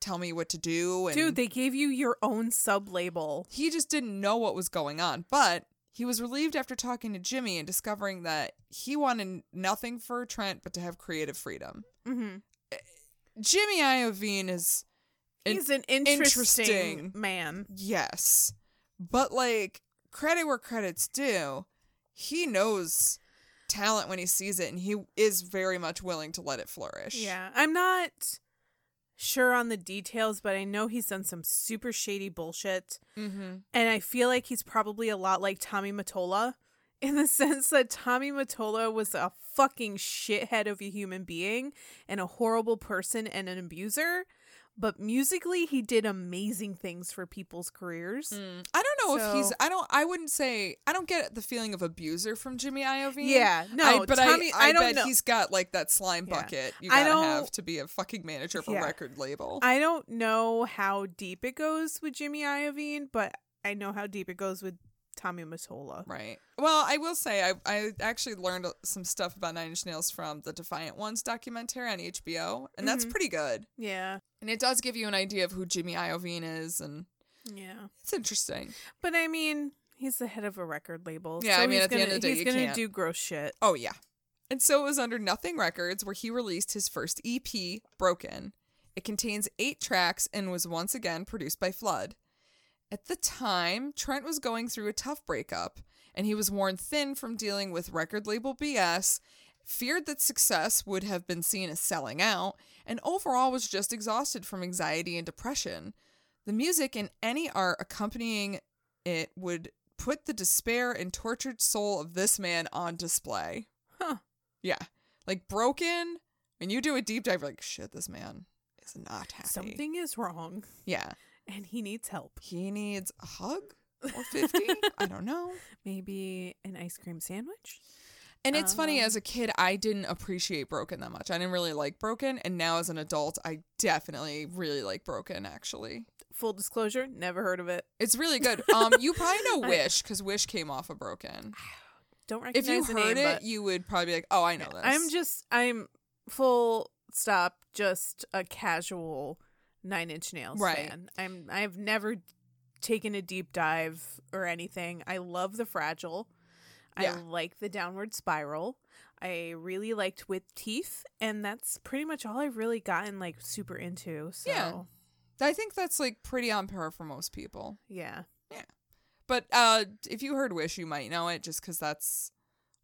[SPEAKER 2] tell me what to do? And
[SPEAKER 1] Dude, they gave you your own sub label.
[SPEAKER 2] he just didn't know what was going on, but he was relieved after talking to Jimmy and discovering that he wanted nothing for Trent but to have creative freedom.
[SPEAKER 1] Mm-hmm.
[SPEAKER 2] Jimmy Iovine is In-
[SPEAKER 1] He's an interesting,
[SPEAKER 2] interesting.
[SPEAKER 1] man.
[SPEAKER 2] yes, but like credit where credit's due, he knows talent when he sees it and he is very much willing to let it flourish.
[SPEAKER 1] Yeah. I'm not sure on the details, but I know he's done some super shady bullshit.
[SPEAKER 2] Mm-hmm.
[SPEAKER 1] And I feel like he's probably a lot like Tommy Matola in the sense that Tommy Matola was a fucking shithead of a human being and a horrible person and an abuser. But musically, he did amazing things for people's careers.
[SPEAKER 2] Mm-hmm. I don't know if he's
[SPEAKER 1] So-
[SPEAKER 2] I don't I wouldn't say I don't get the feeling of abuser from Jimmy Iovine.
[SPEAKER 1] Yeah, no,
[SPEAKER 2] I, but
[SPEAKER 1] Tommy,
[SPEAKER 2] I, I,
[SPEAKER 1] don't
[SPEAKER 2] bet
[SPEAKER 1] know.
[SPEAKER 2] he's got like that slime
[SPEAKER 1] Yeah.
[SPEAKER 2] bucket you
[SPEAKER 1] I
[SPEAKER 2] gotta
[SPEAKER 1] don't-
[SPEAKER 2] have to be a fucking manager of a
[SPEAKER 1] Yeah.
[SPEAKER 2] record label.
[SPEAKER 1] I don't know how deep it goes with Jimmy Iovine, but I know how deep it goes with Tommy Matola.
[SPEAKER 2] right. Well, I will say I I actually learned some stuff about Nine Inch Nails from the Defiant Ones documentary on HBO, and that's
[SPEAKER 1] Mhm.
[SPEAKER 2] pretty good.
[SPEAKER 1] Yeah,
[SPEAKER 2] And it does give you an idea of who Jimmy Iovine is, and
[SPEAKER 1] yeah.
[SPEAKER 2] it's interesting.
[SPEAKER 1] But I mean, he's the head of a record label.
[SPEAKER 2] Yeah,
[SPEAKER 1] so
[SPEAKER 2] I mean,
[SPEAKER 1] he's
[SPEAKER 2] at the end
[SPEAKER 1] gonna-
[SPEAKER 2] of the day,
[SPEAKER 1] he's
[SPEAKER 2] you
[SPEAKER 1] gonna
[SPEAKER 2] can't-
[SPEAKER 1] do gross shit.
[SPEAKER 2] Oh yeah. And so it was under Nothing Records where he released his first EP, Broken. It contains eight tracks and was once again produced by Flood. At the time, Trent was going through a tough breakup, and he was worn thin from dealing with record label BS, feared that success would have been seen as selling out, and overall was just exhausted from anxiety and depression. The music and any art accompanying it would put the despair and tortured soul of this man on display.
[SPEAKER 1] Huh.
[SPEAKER 2] Yeah. Like broken, when you do a deep dive, you're like, shit, this man is not happy.
[SPEAKER 1] Something is wrong,
[SPEAKER 2] Yeah.
[SPEAKER 1] and he needs help.
[SPEAKER 2] He needs a hug or 50. I don't know.
[SPEAKER 1] Maybe an ice cream sandwich.
[SPEAKER 2] And it's funny,
[SPEAKER 1] Um,
[SPEAKER 2] as a kid, I didn't appreciate Broken that much. I didn't really like Broken. And now as an adult, I definitely really like Broken, actually.
[SPEAKER 1] Full disclosure: never heard of it.
[SPEAKER 2] It's really good. Um, You probably know
[SPEAKER 1] I-
[SPEAKER 2] Wish because Wish came off of Broken.
[SPEAKER 1] Don't
[SPEAKER 2] If
[SPEAKER 1] recognize
[SPEAKER 2] you
[SPEAKER 1] the
[SPEAKER 2] heard
[SPEAKER 1] name,
[SPEAKER 2] it,
[SPEAKER 1] but-
[SPEAKER 2] you would probably be like, oh, I know this.
[SPEAKER 1] I'm just I'm full stop just a casual Nine Inch Nails
[SPEAKER 2] Right.
[SPEAKER 1] fan. I'm I've never taken a deep dive or anything. I love the fragile.
[SPEAKER 2] Yeah.
[SPEAKER 1] I like the downward spiral. I really liked with teeth, and that's pretty much all I've really gotten like super into. So yeah,
[SPEAKER 2] Yeah. I think that's like pretty on par for most people.
[SPEAKER 1] yeah.
[SPEAKER 2] But uh, if you heard Wish, you might know it just because that's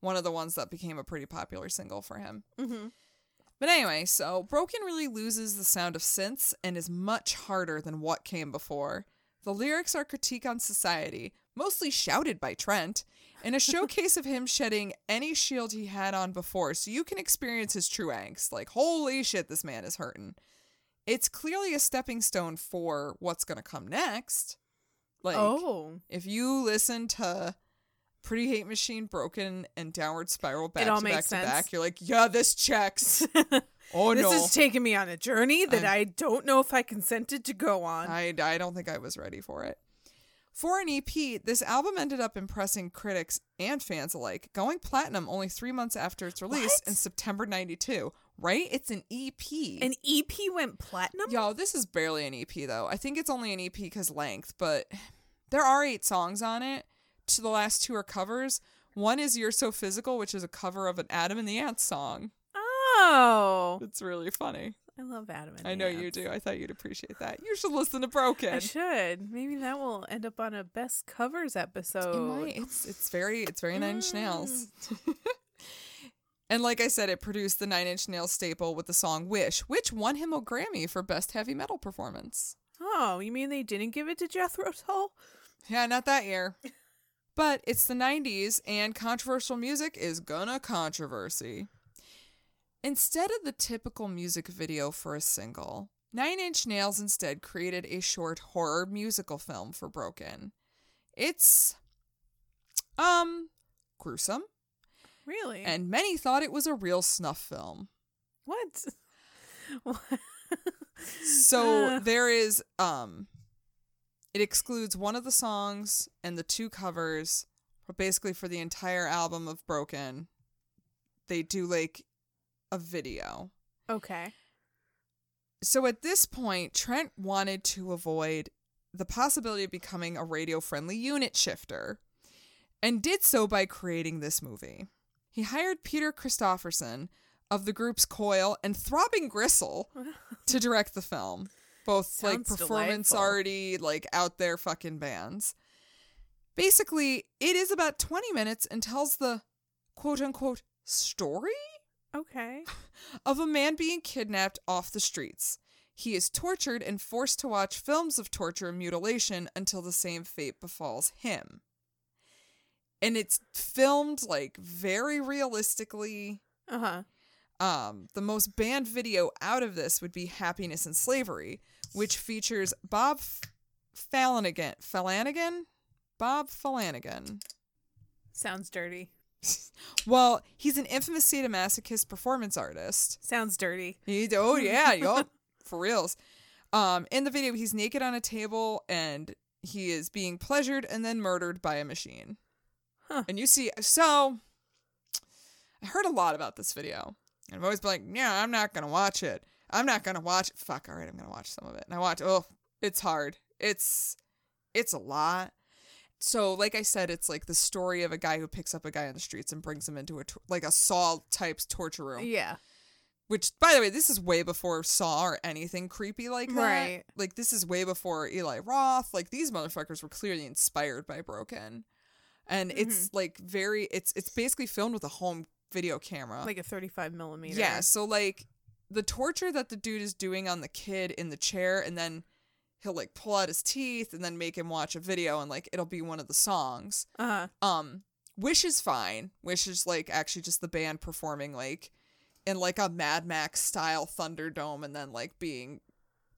[SPEAKER 2] one of the ones that became a pretty popular single for him.
[SPEAKER 1] Mm-hmm.
[SPEAKER 2] But anyway, so Broken really loses the sound of synths and is much harder than what came before. The lyrics are critique on society, mostly shouted by Trent, and a showcase of him shedding any shield he had on before, so you can experience his true angst. Like, holy shit, this man is hurting. It's clearly a stepping stone for what's going to come next. Like,
[SPEAKER 1] oh,
[SPEAKER 2] if you listen to Pretty Hate Machine, Broken, and Downward Spiral back
[SPEAKER 1] all
[SPEAKER 2] to
[SPEAKER 1] makes
[SPEAKER 2] back
[SPEAKER 1] sense.
[SPEAKER 2] to back, you're like, yeah, this checks. oh
[SPEAKER 1] this
[SPEAKER 2] no,
[SPEAKER 1] is taking me on a journey that
[SPEAKER 2] I'm-
[SPEAKER 1] I don't know if I consented to go on.
[SPEAKER 2] I I don't think I was ready for it. For an EP, this album ended up impressing critics and fans alike, going platinum only three months after its release
[SPEAKER 1] What?
[SPEAKER 2] in September '92. Right? It's an E EP.
[SPEAKER 1] An EP went platinum.
[SPEAKER 2] Yo, this is barely an EP though. I think it's only an EP because length, but there are eight songs on it. To the last two are covers. One is "You're So Physical," which is a cover of an Adam and the Ants song.
[SPEAKER 1] Oh,
[SPEAKER 2] It's really funny.
[SPEAKER 1] I love Adam and
[SPEAKER 2] I know you do. I thought you'd appreciate that. You should listen to Broken.
[SPEAKER 1] I should. Maybe that will end up on a best covers episode.
[SPEAKER 2] It might. It's it's very it's very Nine Inch Nails. and like I said, it produced the Nine Inch Nails staple with the song "Wish," which won him a Grammy for Best Heavy Metal Performance.
[SPEAKER 1] Oh, you mean they didn't give it to Jethro Tull?
[SPEAKER 2] Yeah, not that year. But it's the 90s, and controversial music is gonna controversy. Instead of the typical music video for a single, Nine Inch Nails instead created a short horror musical film for Broken. It's, um, gruesome,
[SPEAKER 1] Really?
[SPEAKER 2] and many thought it was a real snuff film.
[SPEAKER 1] what? What?
[SPEAKER 2] So
[SPEAKER 1] Uh.
[SPEAKER 2] there is, um, it excludes one of the songs and the two covers, but basically for the entire album of Broken, they do like a video.
[SPEAKER 1] okay.
[SPEAKER 2] So at this point, Trent wanted to avoid the possibility of becoming a radio friendly unit shifter and did so by creating this movie. He hired Peter Christopherson of the groups Coil and Throbbing Gristle to direct the film. Both like
[SPEAKER 1] Sounds
[SPEAKER 2] performance
[SPEAKER 1] delightful.
[SPEAKER 2] already like out there fucking bands. Basically, it is about 20 minutes and tells the quote unquote story
[SPEAKER 1] Okay.
[SPEAKER 2] of a man being kidnapped off the streets. He is tortured and forced to watch films of torture and mutilation until the same fate befalls him. And it's filmed like very realistically.
[SPEAKER 1] Uh huh.
[SPEAKER 2] Um, the most banned video out of this would be Happiness and Slavery, which features Bob F- Fallanigan. Fallanigan? Bob Fallanigan.
[SPEAKER 1] Sounds dirty.
[SPEAKER 2] Well, he's an infamous sadomasochist performance artist.
[SPEAKER 1] Sounds dirty.
[SPEAKER 2] He, oh yeah, yup, for reals. Um, in the video, he's naked on a table and he is being pleasured and then murdered by a machine.
[SPEAKER 1] Huh.
[SPEAKER 2] And you see, so I heard a lot about this video, and I've always been like, yeah, I'm not gonna watch it. I'm not gonna watch. Fuck, all right, I'm gonna watch some of it. And I watch. Oh, it's hard. It's it's a lot. So, like I said, it's like the story of a guy who picks up a guy on the streets and brings him into a tor- like a Saw type torture room
[SPEAKER 1] Yeah.
[SPEAKER 2] which by the way this is way before saw or anything creepy like that
[SPEAKER 1] Right.
[SPEAKER 2] like this is way before eli roth like these motherfuckers were clearly inspired by broken and
[SPEAKER 1] Mm-hmm.
[SPEAKER 2] it's like very it's it's basically filmed with a home video camera
[SPEAKER 1] Like a 35 millimeter.
[SPEAKER 2] yeah so like the torture that the dude is doing on the kid in the chair and then he'll like pull out his teeth and then make him watch a video and like it'll be one of the songs
[SPEAKER 1] Uh huh.
[SPEAKER 2] um wish is fine wish is like actually just the band performing like in like a mad max style thunderdome and then like being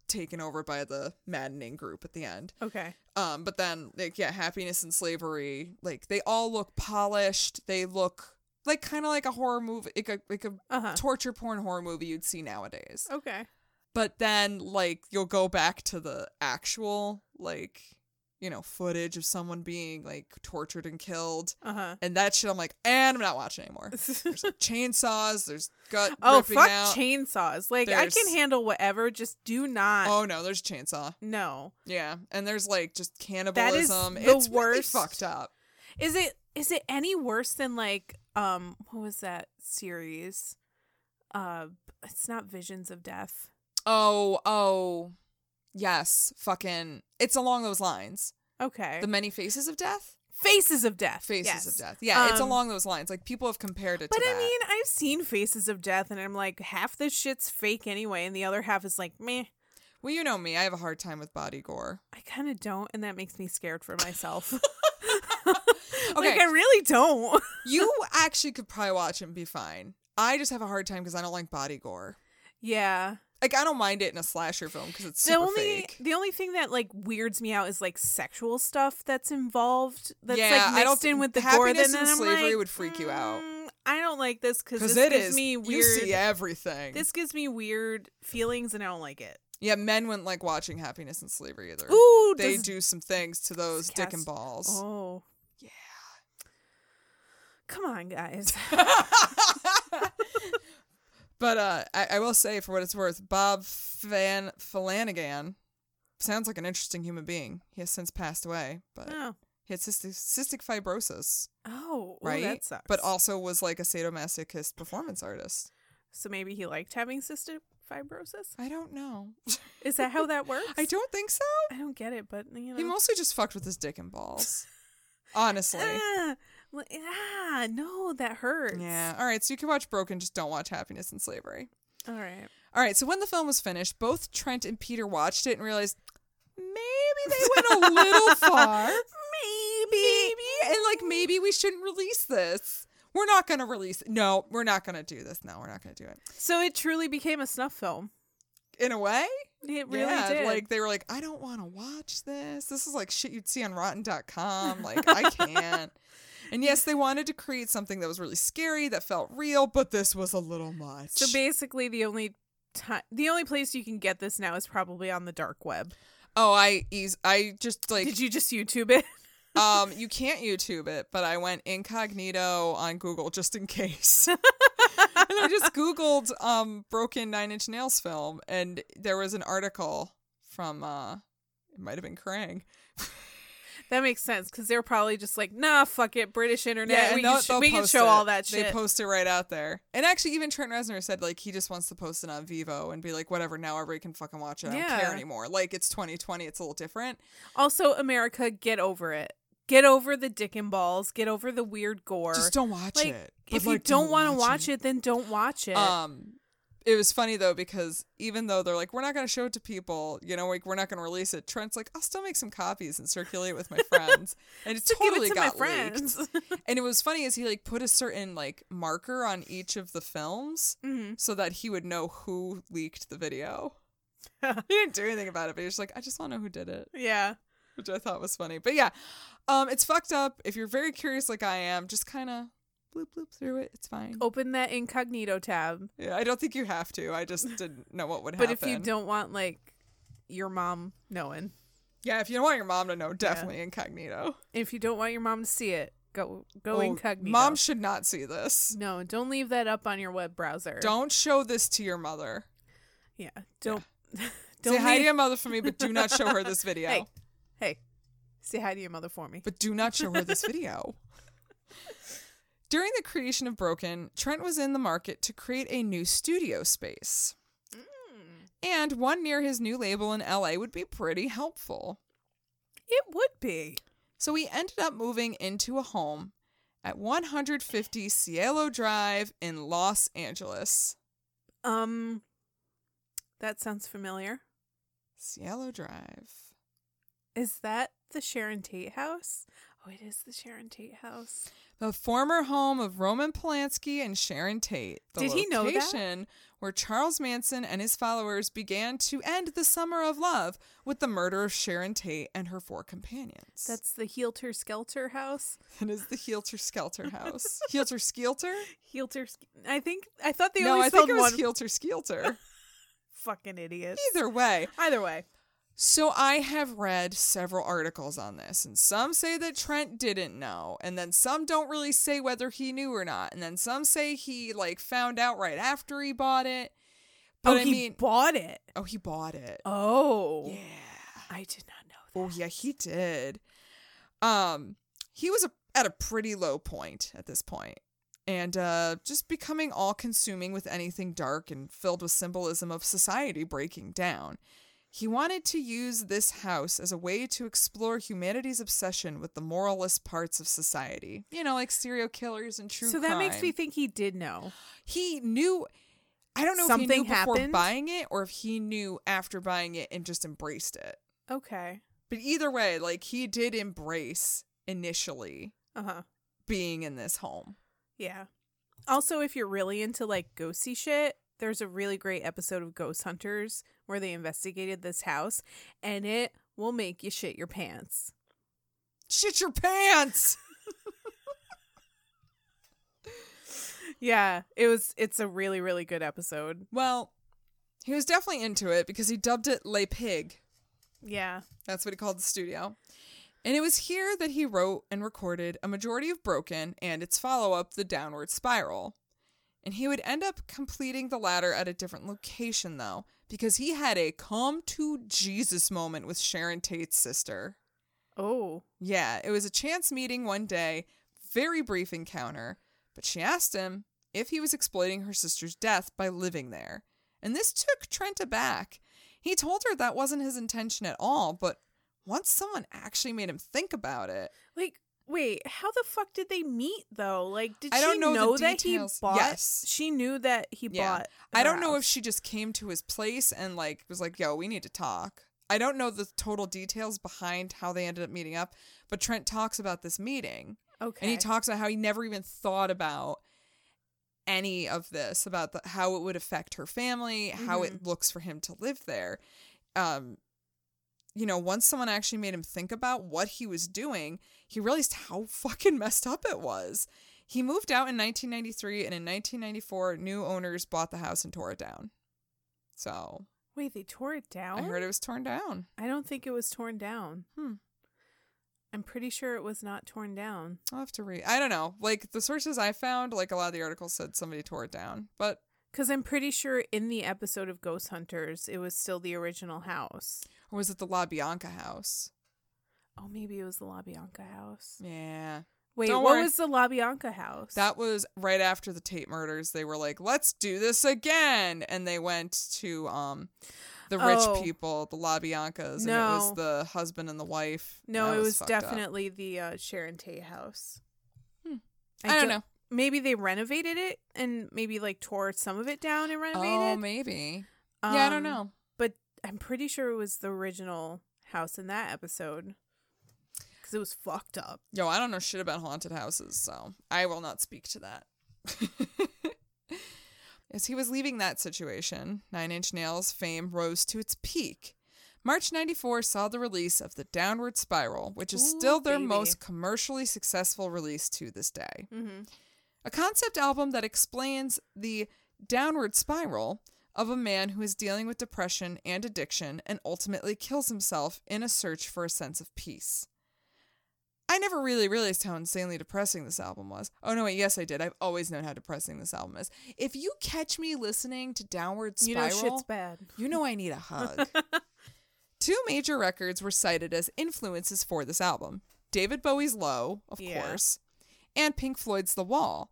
[SPEAKER 2] taken over by the maddening group at the end
[SPEAKER 1] Okay.
[SPEAKER 2] um but then like yeah happiness and slavery like they all look polished they look like kind of like a horror movie like a, like a
[SPEAKER 1] Uh huh.
[SPEAKER 2] torture porn horror movie you'd see nowadays
[SPEAKER 1] Okay.
[SPEAKER 2] but then like you'll go back to the actual like you know footage of someone being like tortured and killed
[SPEAKER 1] Uh huh.
[SPEAKER 2] and that shit, I'm like, and I'm not watching anymore. There's like chainsaws. There's gut
[SPEAKER 1] Oh
[SPEAKER 2] ripping
[SPEAKER 1] fuck
[SPEAKER 2] out.
[SPEAKER 1] chainsaws! Like I
[SPEAKER 2] There's-
[SPEAKER 1] can handle whatever, just do not.
[SPEAKER 2] oh no, there's chainsaw.
[SPEAKER 1] No,
[SPEAKER 2] Yeah, and there's like just
[SPEAKER 1] is
[SPEAKER 2] cannibalism.
[SPEAKER 1] the
[SPEAKER 2] it's really
[SPEAKER 1] worst.
[SPEAKER 2] fucked up.
[SPEAKER 1] is it is it any worse than like um what was that series? Uh, it's not Visions of Death.
[SPEAKER 2] Oh oh, yes, fucking. It's along those lines.
[SPEAKER 1] Okay,
[SPEAKER 2] The many faces of death.
[SPEAKER 1] Faces of Death.
[SPEAKER 2] Faces
[SPEAKER 1] yes.
[SPEAKER 2] of death. Yeah, it's
[SPEAKER 1] Um,
[SPEAKER 2] along those lines. Like people have compared it
[SPEAKER 1] But
[SPEAKER 2] to
[SPEAKER 1] I
[SPEAKER 2] that.
[SPEAKER 1] mean, I've seen Faces of Death, and I'm like, half this shit's fake anyway, and the other half is like, meh.
[SPEAKER 2] well, you know me. I have a hard time with body gore.
[SPEAKER 1] I kind of don't, and that makes me scared for myself.
[SPEAKER 2] Okay.
[SPEAKER 1] Like I really don't.
[SPEAKER 2] you actually could probably watch it and be fine. I just have a hard time because I don't like body gore.
[SPEAKER 1] yeah.
[SPEAKER 2] Like I don't mind it in a slasher film because it's
[SPEAKER 1] the
[SPEAKER 2] super
[SPEAKER 1] only
[SPEAKER 2] fake.
[SPEAKER 1] the only thing that like weirds me out is like sexual stuff that's involved that's
[SPEAKER 2] Yeah,
[SPEAKER 1] like
[SPEAKER 2] I don't
[SPEAKER 1] mixed in
[SPEAKER 2] think-
[SPEAKER 1] with the gore.
[SPEAKER 2] happiness
[SPEAKER 1] Then
[SPEAKER 2] and
[SPEAKER 1] I'm
[SPEAKER 2] slavery
[SPEAKER 1] like,
[SPEAKER 2] would freak you out.
[SPEAKER 1] "Mm, I don't like this because this
[SPEAKER 2] it
[SPEAKER 1] gives
[SPEAKER 2] is
[SPEAKER 1] me weird.
[SPEAKER 2] you see everything.
[SPEAKER 1] This gives me weird feelings, and I don't like it.
[SPEAKER 2] yeah, men wouldn't like watching Happiness and Slavery either.
[SPEAKER 1] Ooh,
[SPEAKER 2] they
[SPEAKER 1] does-
[SPEAKER 2] do some things to those dick and
[SPEAKER 1] cast-
[SPEAKER 2] balls.
[SPEAKER 1] Oh,
[SPEAKER 2] Yeah.
[SPEAKER 1] come on, guys.
[SPEAKER 2] Oh. but uh, I, I will say, for what it's worth, Bob Van Flanagan sounds like an interesting human being. He has since passed away, but
[SPEAKER 1] oh,
[SPEAKER 2] he had cystic, cystic fibrosis,
[SPEAKER 1] oh, ooh,
[SPEAKER 2] right?
[SPEAKER 1] that sucks.
[SPEAKER 2] But also was like a sadomasochist performance artist.
[SPEAKER 1] so maybe he liked having cystic fibrosis?
[SPEAKER 2] I don't know.
[SPEAKER 1] Is that how that works?
[SPEAKER 2] I don't think so.
[SPEAKER 1] I don't get it, but you know.
[SPEAKER 2] He mostly just fucked with his dick and balls. Honestly.
[SPEAKER 1] ah, li- ah, no, that hurts.
[SPEAKER 2] Yeah. All right. So you can watch Broken, just don't watch Happiness and Slavery.
[SPEAKER 1] All right.
[SPEAKER 2] All right. So when the film was finished, both Trent and Peter watched it and realized maybe they went a little far.
[SPEAKER 1] Maybe.
[SPEAKER 2] Maybe. And like, maybe we shouldn't release this. We're not going to release No, we're not going to do this. No, we're not going to do it.
[SPEAKER 1] So it truly became a snuff film.
[SPEAKER 2] In a way,
[SPEAKER 1] It really
[SPEAKER 2] yeah,
[SPEAKER 1] did.
[SPEAKER 2] Like they were like, I don't want to watch this. This is like shit you'd see on Rotten.com. Like I can't. and yes, they wanted to create something that was really scary, that felt real, but this was a little much.
[SPEAKER 1] so basically, the only time, the only place you can get this now is probably on the dark web.
[SPEAKER 2] oh, I eas- I just like
[SPEAKER 1] Did you just YouTube it?
[SPEAKER 2] um you can't YouTube it, but I went incognito on Google just in case. and I just googled um broken 9-inch nails film and there was an article from uh it might have been Krang.
[SPEAKER 1] That makes sense because they're probably just like, nah, fuck it, British internet.
[SPEAKER 2] and
[SPEAKER 1] we
[SPEAKER 2] they'll-
[SPEAKER 1] can, sh-
[SPEAKER 2] they'll
[SPEAKER 1] we can
[SPEAKER 2] post
[SPEAKER 1] show
[SPEAKER 2] it.
[SPEAKER 1] all that
[SPEAKER 2] They
[SPEAKER 1] shit.
[SPEAKER 2] post it right out there. And actually, even Trent Reznor said like he just wants to post it on Vivo and be like, whatever. Now everybody can fucking watch it. I don't
[SPEAKER 1] Yeah.
[SPEAKER 2] care anymore. Like it's 2020. It's a little different.
[SPEAKER 1] also, America, get over it. Get over the dick and balls. Get over the weird gore.
[SPEAKER 2] just don't watch
[SPEAKER 1] like,
[SPEAKER 2] it. But,
[SPEAKER 1] if you
[SPEAKER 2] like,
[SPEAKER 1] don't want to watch it, then don't watch it.
[SPEAKER 2] um, it was funny though because even though they're like, we're not gonna show it to people, you know, like we're not gonna release it. Trent's like, I'll still make some copies and circulate it with my friends, and it
[SPEAKER 1] Give it
[SPEAKER 2] totally
[SPEAKER 1] to
[SPEAKER 2] got
[SPEAKER 1] my
[SPEAKER 2] leaked.
[SPEAKER 1] friends.
[SPEAKER 2] And it was funny as he like put a certain like marker on each of the films
[SPEAKER 1] Mhm.
[SPEAKER 2] so that he would know who leaked the video. he didn't do anything about it, but he was like, I just want to know who did it,
[SPEAKER 1] Yeah.
[SPEAKER 2] which I thought was funny. But yeah, um, it's fucked up. If you're very curious like I am, just kind of bloop bloop through it. It's fine.
[SPEAKER 1] Open that incognito tab.
[SPEAKER 2] Yeah, I don't think you have to. I just didn't know what would
[SPEAKER 1] But if
[SPEAKER 2] happen.
[SPEAKER 1] you don't want like your mom knowing,
[SPEAKER 2] yeah, if you don't want your mom to know, definitely incognito.
[SPEAKER 1] if you don't want your mom to see it, go go
[SPEAKER 2] Oh,
[SPEAKER 1] incognito.
[SPEAKER 2] Mom should not see this.
[SPEAKER 1] no, don't leave that up on your web browser.
[SPEAKER 2] Don't show this to your mother.
[SPEAKER 1] Yeah. Don't.
[SPEAKER 2] Say
[SPEAKER 1] don't
[SPEAKER 2] hi to
[SPEAKER 1] leave-
[SPEAKER 2] your mother for me, but do not show her this video.
[SPEAKER 1] Hey, hey, say hi to your mother for me.
[SPEAKER 2] but do not show her this video. During the creation of Broken, Trent was in the market to create a new studio space.
[SPEAKER 1] Mm.
[SPEAKER 2] And one near his new label in LA would be pretty helpful.
[SPEAKER 1] It would be.
[SPEAKER 2] So he ended up moving into a home at 150 Cielo Drive in Los Angeles.
[SPEAKER 1] Um, that sounds familiar.
[SPEAKER 2] Cielo Drive.
[SPEAKER 1] Is that the Sharon Tate house? Oh, it is the Sharon Tate house.
[SPEAKER 2] The former home of Roman Polanski and Sharon Tate. The
[SPEAKER 1] Did he know that?
[SPEAKER 2] location Where Charles Manson and his followers began to end the summer of love with the murder of Sharon Tate and her four companions.
[SPEAKER 1] That's the Heelter Skelter house.
[SPEAKER 2] that is the Heelter Skelter house. Heelter Skelter?
[SPEAKER 1] Heelter. Sk- I think I thought they
[SPEAKER 2] No,
[SPEAKER 1] only
[SPEAKER 2] I
[SPEAKER 1] spelled
[SPEAKER 2] think it was
[SPEAKER 1] one.
[SPEAKER 2] Heelter Skelter.
[SPEAKER 1] Fucking idiots. Oh,
[SPEAKER 2] Either way,
[SPEAKER 1] Either way.
[SPEAKER 2] So I have read several articles on this, and some say that Trent didn't know, and then some don't really say whether he knew or not, and then some say he like found out right after he bought it. But
[SPEAKER 1] oh,
[SPEAKER 2] I
[SPEAKER 1] he
[SPEAKER 2] mean,
[SPEAKER 1] bought it.
[SPEAKER 2] oh, he bought it.
[SPEAKER 1] Oh,
[SPEAKER 2] Yeah.
[SPEAKER 1] I did not know
[SPEAKER 2] Oh yeah, he did. Um, he was a, at a pretty low point at this point, and uh, just becoming all-consuming with anything dark and filled with symbolism of society breaking down. He wanted to use this house as a way to explore humanity's obsession with the moralist parts of society. You know, like serial killers and true.
[SPEAKER 1] that. So that makes
[SPEAKER 2] crime.
[SPEAKER 1] me think he did know.
[SPEAKER 2] he knew. I don't know if he
[SPEAKER 1] Something
[SPEAKER 2] knew before
[SPEAKER 1] happened?
[SPEAKER 2] buying it or if he knew after buying it and just embraced it.
[SPEAKER 1] Okay.
[SPEAKER 2] But either way, like he did embrace initially
[SPEAKER 1] Uh huh.
[SPEAKER 2] being in this home.
[SPEAKER 1] Yeah. Also, if you're really into like ghosty shit, there's a really great episode of Ghost Hunters where they investigated this house, and it will make you shit your pants.
[SPEAKER 2] Shit your pants.
[SPEAKER 1] Yeah, it was. It's a really, really good episode.
[SPEAKER 2] well, he was definitely into it because he dubbed it Le Pig.
[SPEAKER 1] Yeah.
[SPEAKER 2] That's what he called the studio. And it was here that he wrote and recorded a majority of Broken and its follow up, The Downward Spiral. And he would end up completing the latter at a different location, though, because he had a come to Jesus moment with Sharon Tate's sister.
[SPEAKER 1] Oh.
[SPEAKER 2] Yeah, it was a chance meeting one day, very brief encounter, but she asked him if he was exploiting her sister's death by living there. and this took Trent aback. He told her that wasn't his intention at all, but once someone actually made him think about it,
[SPEAKER 1] Like, wait, how the fuck did they meet though? Like, did
[SPEAKER 2] I
[SPEAKER 1] she
[SPEAKER 2] don't know the
[SPEAKER 1] that he
[SPEAKER 2] details.
[SPEAKER 1] bought?
[SPEAKER 2] Yes.
[SPEAKER 1] She knew that he
[SPEAKER 2] Yeah.
[SPEAKER 1] bought.
[SPEAKER 2] I
[SPEAKER 1] her
[SPEAKER 2] don't know if
[SPEAKER 1] house.
[SPEAKER 2] she just came to his place and like was like, "Yo, we need to talk." I don't know the total details behind how they ended up meeting up, but Trent talks about this meeting
[SPEAKER 1] Okay.
[SPEAKER 2] and he talks about how he never even thought about any of this about the, how it would affect her family, how it looks for him to live there. Um you know, once someone actually made him think about what he was doing, he realized how fucking messed up it was. He moved out in 1993, and in 1994, new owners bought the house and tore it down. So
[SPEAKER 1] wait, they tore it down.
[SPEAKER 2] I heard it was torn down.
[SPEAKER 1] I don't think it was torn down.
[SPEAKER 2] Hmm.
[SPEAKER 1] I'm pretty sure it was not torn down.
[SPEAKER 2] I'll have to read. I don't know. Like the sources I found, like a lot of the articles said somebody tore it down, but
[SPEAKER 1] Because I'm pretty sure in the episode of Ghost Hunters, it was still the original house.
[SPEAKER 2] or was it the La Bianca house?
[SPEAKER 1] Oh, maybe it was the La Bianca house.
[SPEAKER 2] Yeah.
[SPEAKER 1] Wait,
[SPEAKER 2] Don't
[SPEAKER 1] what
[SPEAKER 2] worry.
[SPEAKER 1] was the La Bianca house?
[SPEAKER 2] That was right after the Tate murders. They were like, "Let's do this again," and they went to um, the rich
[SPEAKER 1] Oh.
[SPEAKER 2] people, the La Biancas, and it
[SPEAKER 1] No.
[SPEAKER 2] was the husband and the wife.
[SPEAKER 1] no,
[SPEAKER 2] That
[SPEAKER 1] it was
[SPEAKER 2] fucked up.
[SPEAKER 1] definitely the uh, Sharon Tate house.
[SPEAKER 2] Hmm. I don't know.
[SPEAKER 1] Maybe they renovated it and maybe like tore some of it down and
[SPEAKER 2] Oh,
[SPEAKER 1] renovated.
[SPEAKER 2] maybe. yeah, I don't
[SPEAKER 1] Um,
[SPEAKER 2] know.
[SPEAKER 1] But I'm pretty sure it was the original house in that episode because it was fucked up.
[SPEAKER 2] Yo, I don't know shit about haunted houses, so I will not speak to that. As he was leaving that situation, Nine Inch Nails fame rose to its peak. March 94 saw the release of The Downward Spiral, which is
[SPEAKER 1] Ooh,
[SPEAKER 2] still their
[SPEAKER 1] baby.
[SPEAKER 2] most commercially successful release to this day.
[SPEAKER 1] Mm-hmm.
[SPEAKER 2] A concept album that explains the downward spiral of a man who is dealing with depression and addiction and ultimately kills himself in a search for a sense of peace. I never really realized how insanely depressing this album was. Oh no, wait, yes I did. I've always known how depressing this album is. If you catch me listening to Downward
[SPEAKER 1] You
[SPEAKER 2] Spiral,
[SPEAKER 1] know, shit's bad.
[SPEAKER 2] you know I need a hug. Two major records were cited as influences for this album David Bowie's Low, of
[SPEAKER 1] Yeah.
[SPEAKER 2] course, and Pink Floyd's The Wall,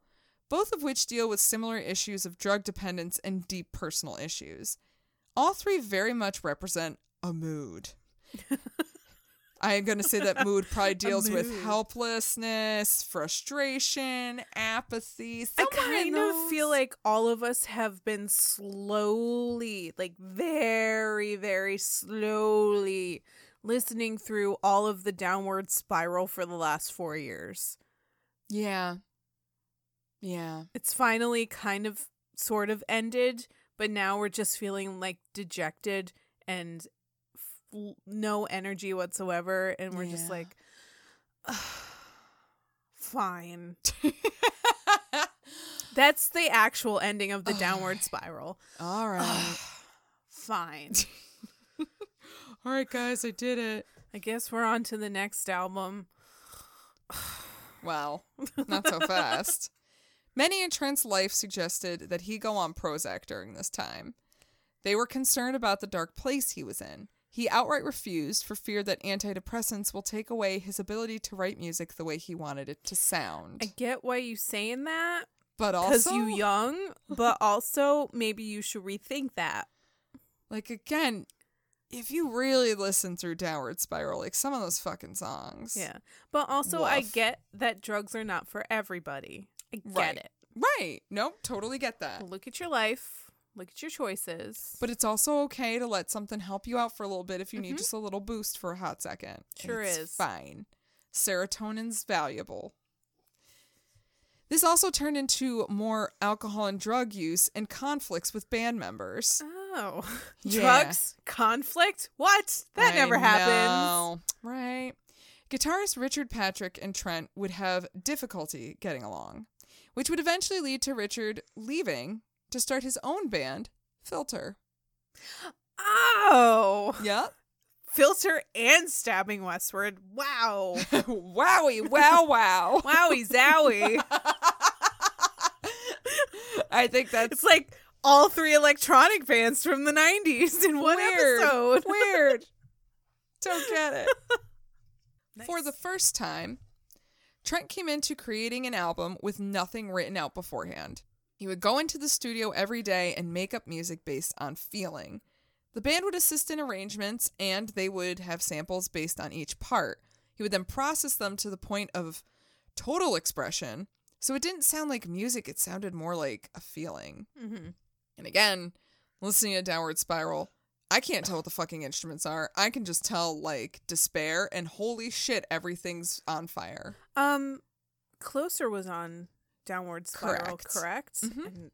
[SPEAKER 2] both of which deal with similar issues of drug dependence and deep personal issues. All three very much represent a mood. I'm going to say that mood probably deals with
[SPEAKER 1] mood.
[SPEAKER 2] helplessness, frustration, apathy.
[SPEAKER 1] I
[SPEAKER 2] somewhere in
[SPEAKER 1] kind of feel
[SPEAKER 2] those.
[SPEAKER 1] like all of us have been slowly, like very, very slowly listening through all of the downward spiral for the last four years.
[SPEAKER 2] Yeah. Yeah.
[SPEAKER 1] It's finally kind of sort of ended, but now we're just feeling like dejected and f- no energy whatsoever. And we're just
[SPEAKER 2] Yeah.
[SPEAKER 1] like, fine. That's the actual ending of the downward spiral.
[SPEAKER 2] All right.
[SPEAKER 1] Fine.
[SPEAKER 2] All right, guys, I did it.
[SPEAKER 1] I guess we're on to the next album.
[SPEAKER 2] Well, not so fast. Many in Trent's life suggested that he go on Prozac during this time. They were concerned about the dark place he was in. He outright refused for fear that antidepressants will take away his ability to write music the way he wanted it to sound.
[SPEAKER 1] I get why you saying that
[SPEAKER 2] but
[SPEAKER 1] because
[SPEAKER 2] also,
[SPEAKER 1] you young, but also maybe you should rethink that.
[SPEAKER 2] like again, if you really listen through Downward Spiral, like some of those fucking songs,
[SPEAKER 1] Yeah. But also I
[SPEAKER 2] Woof.
[SPEAKER 1] get that drugs are not for everybody. I get
[SPEAKER 2] Right.
[SPEAKER 1] it.
[SPEAKER 2] right? Nope, totally get that.
[SPEAKER 1] Look at your life, look at your choices.
[SPEAKER 2] But it's also okay to let something help you out for a little bit if you need just a little boost for a hot second. And
[SPEAKER 1] Mm-hmm. Sure
[SPEAKER 2] it's
[SPEAKER 1] is.
[SPEAKER 2] Fine. Serotonin's valuable. This also turned into more alcohol and drug use and conflicts with band members.
[SPEAKER 1] oh.
[SPEAKER 2] Yeah.
[SPEAKER 1] Drugs, conflict? What? That
[SPEAKER 2] I
[SPEAKER 1] never happens.
[SPEAKER 2] know. Right. Guitarist Richard Patrick and Trent would have difficulty getting along, which would eventually lead to Richard leaving to start his own band, Filter.
[SPEAKER 1] Oh.
[SPEAKER 2] Yep.
[SPEAKER 1] Filter and stabbing westward. Wow.
[SPEAKER 2] Wowie, wow, wow.
[SPEAKER 1] Wowie zowie.
[SPEAKER 2] I think that's
[SPEAKER 1] It's like all three electronic bands from the 90s in one
[SPEAKER 2] Weird.
[SPEAKER 1] episode.
[SPEAKER 2] weird. Don't get it. For
[SPEAKER 1] Nice.
[SPEAKER 2] the first time, Trent came into creating an album with nothing written out beforehand. He would go into the studio every day and make up music based on feeling. The band would assist in arrangements and they would have samples based on each part. He would then process them to the point of total expression. So it didn't sound like music, it sounded more like a feeling.
[SPEAKER 1] Mm-hmm.
[SPEAKER 2] And again, listening to Downward Spiral, I can't tell what the fucking instruments are. I can just tell like despair and holy shit, everything's on fire.
[SPEAKER 1] Um, Closer was on Downward Spiral,
[SPEAKER 2] Correct.
[SPEAKER 1] correct?
[SPEAKER 2] Mhm.
[SPEAKER 1] And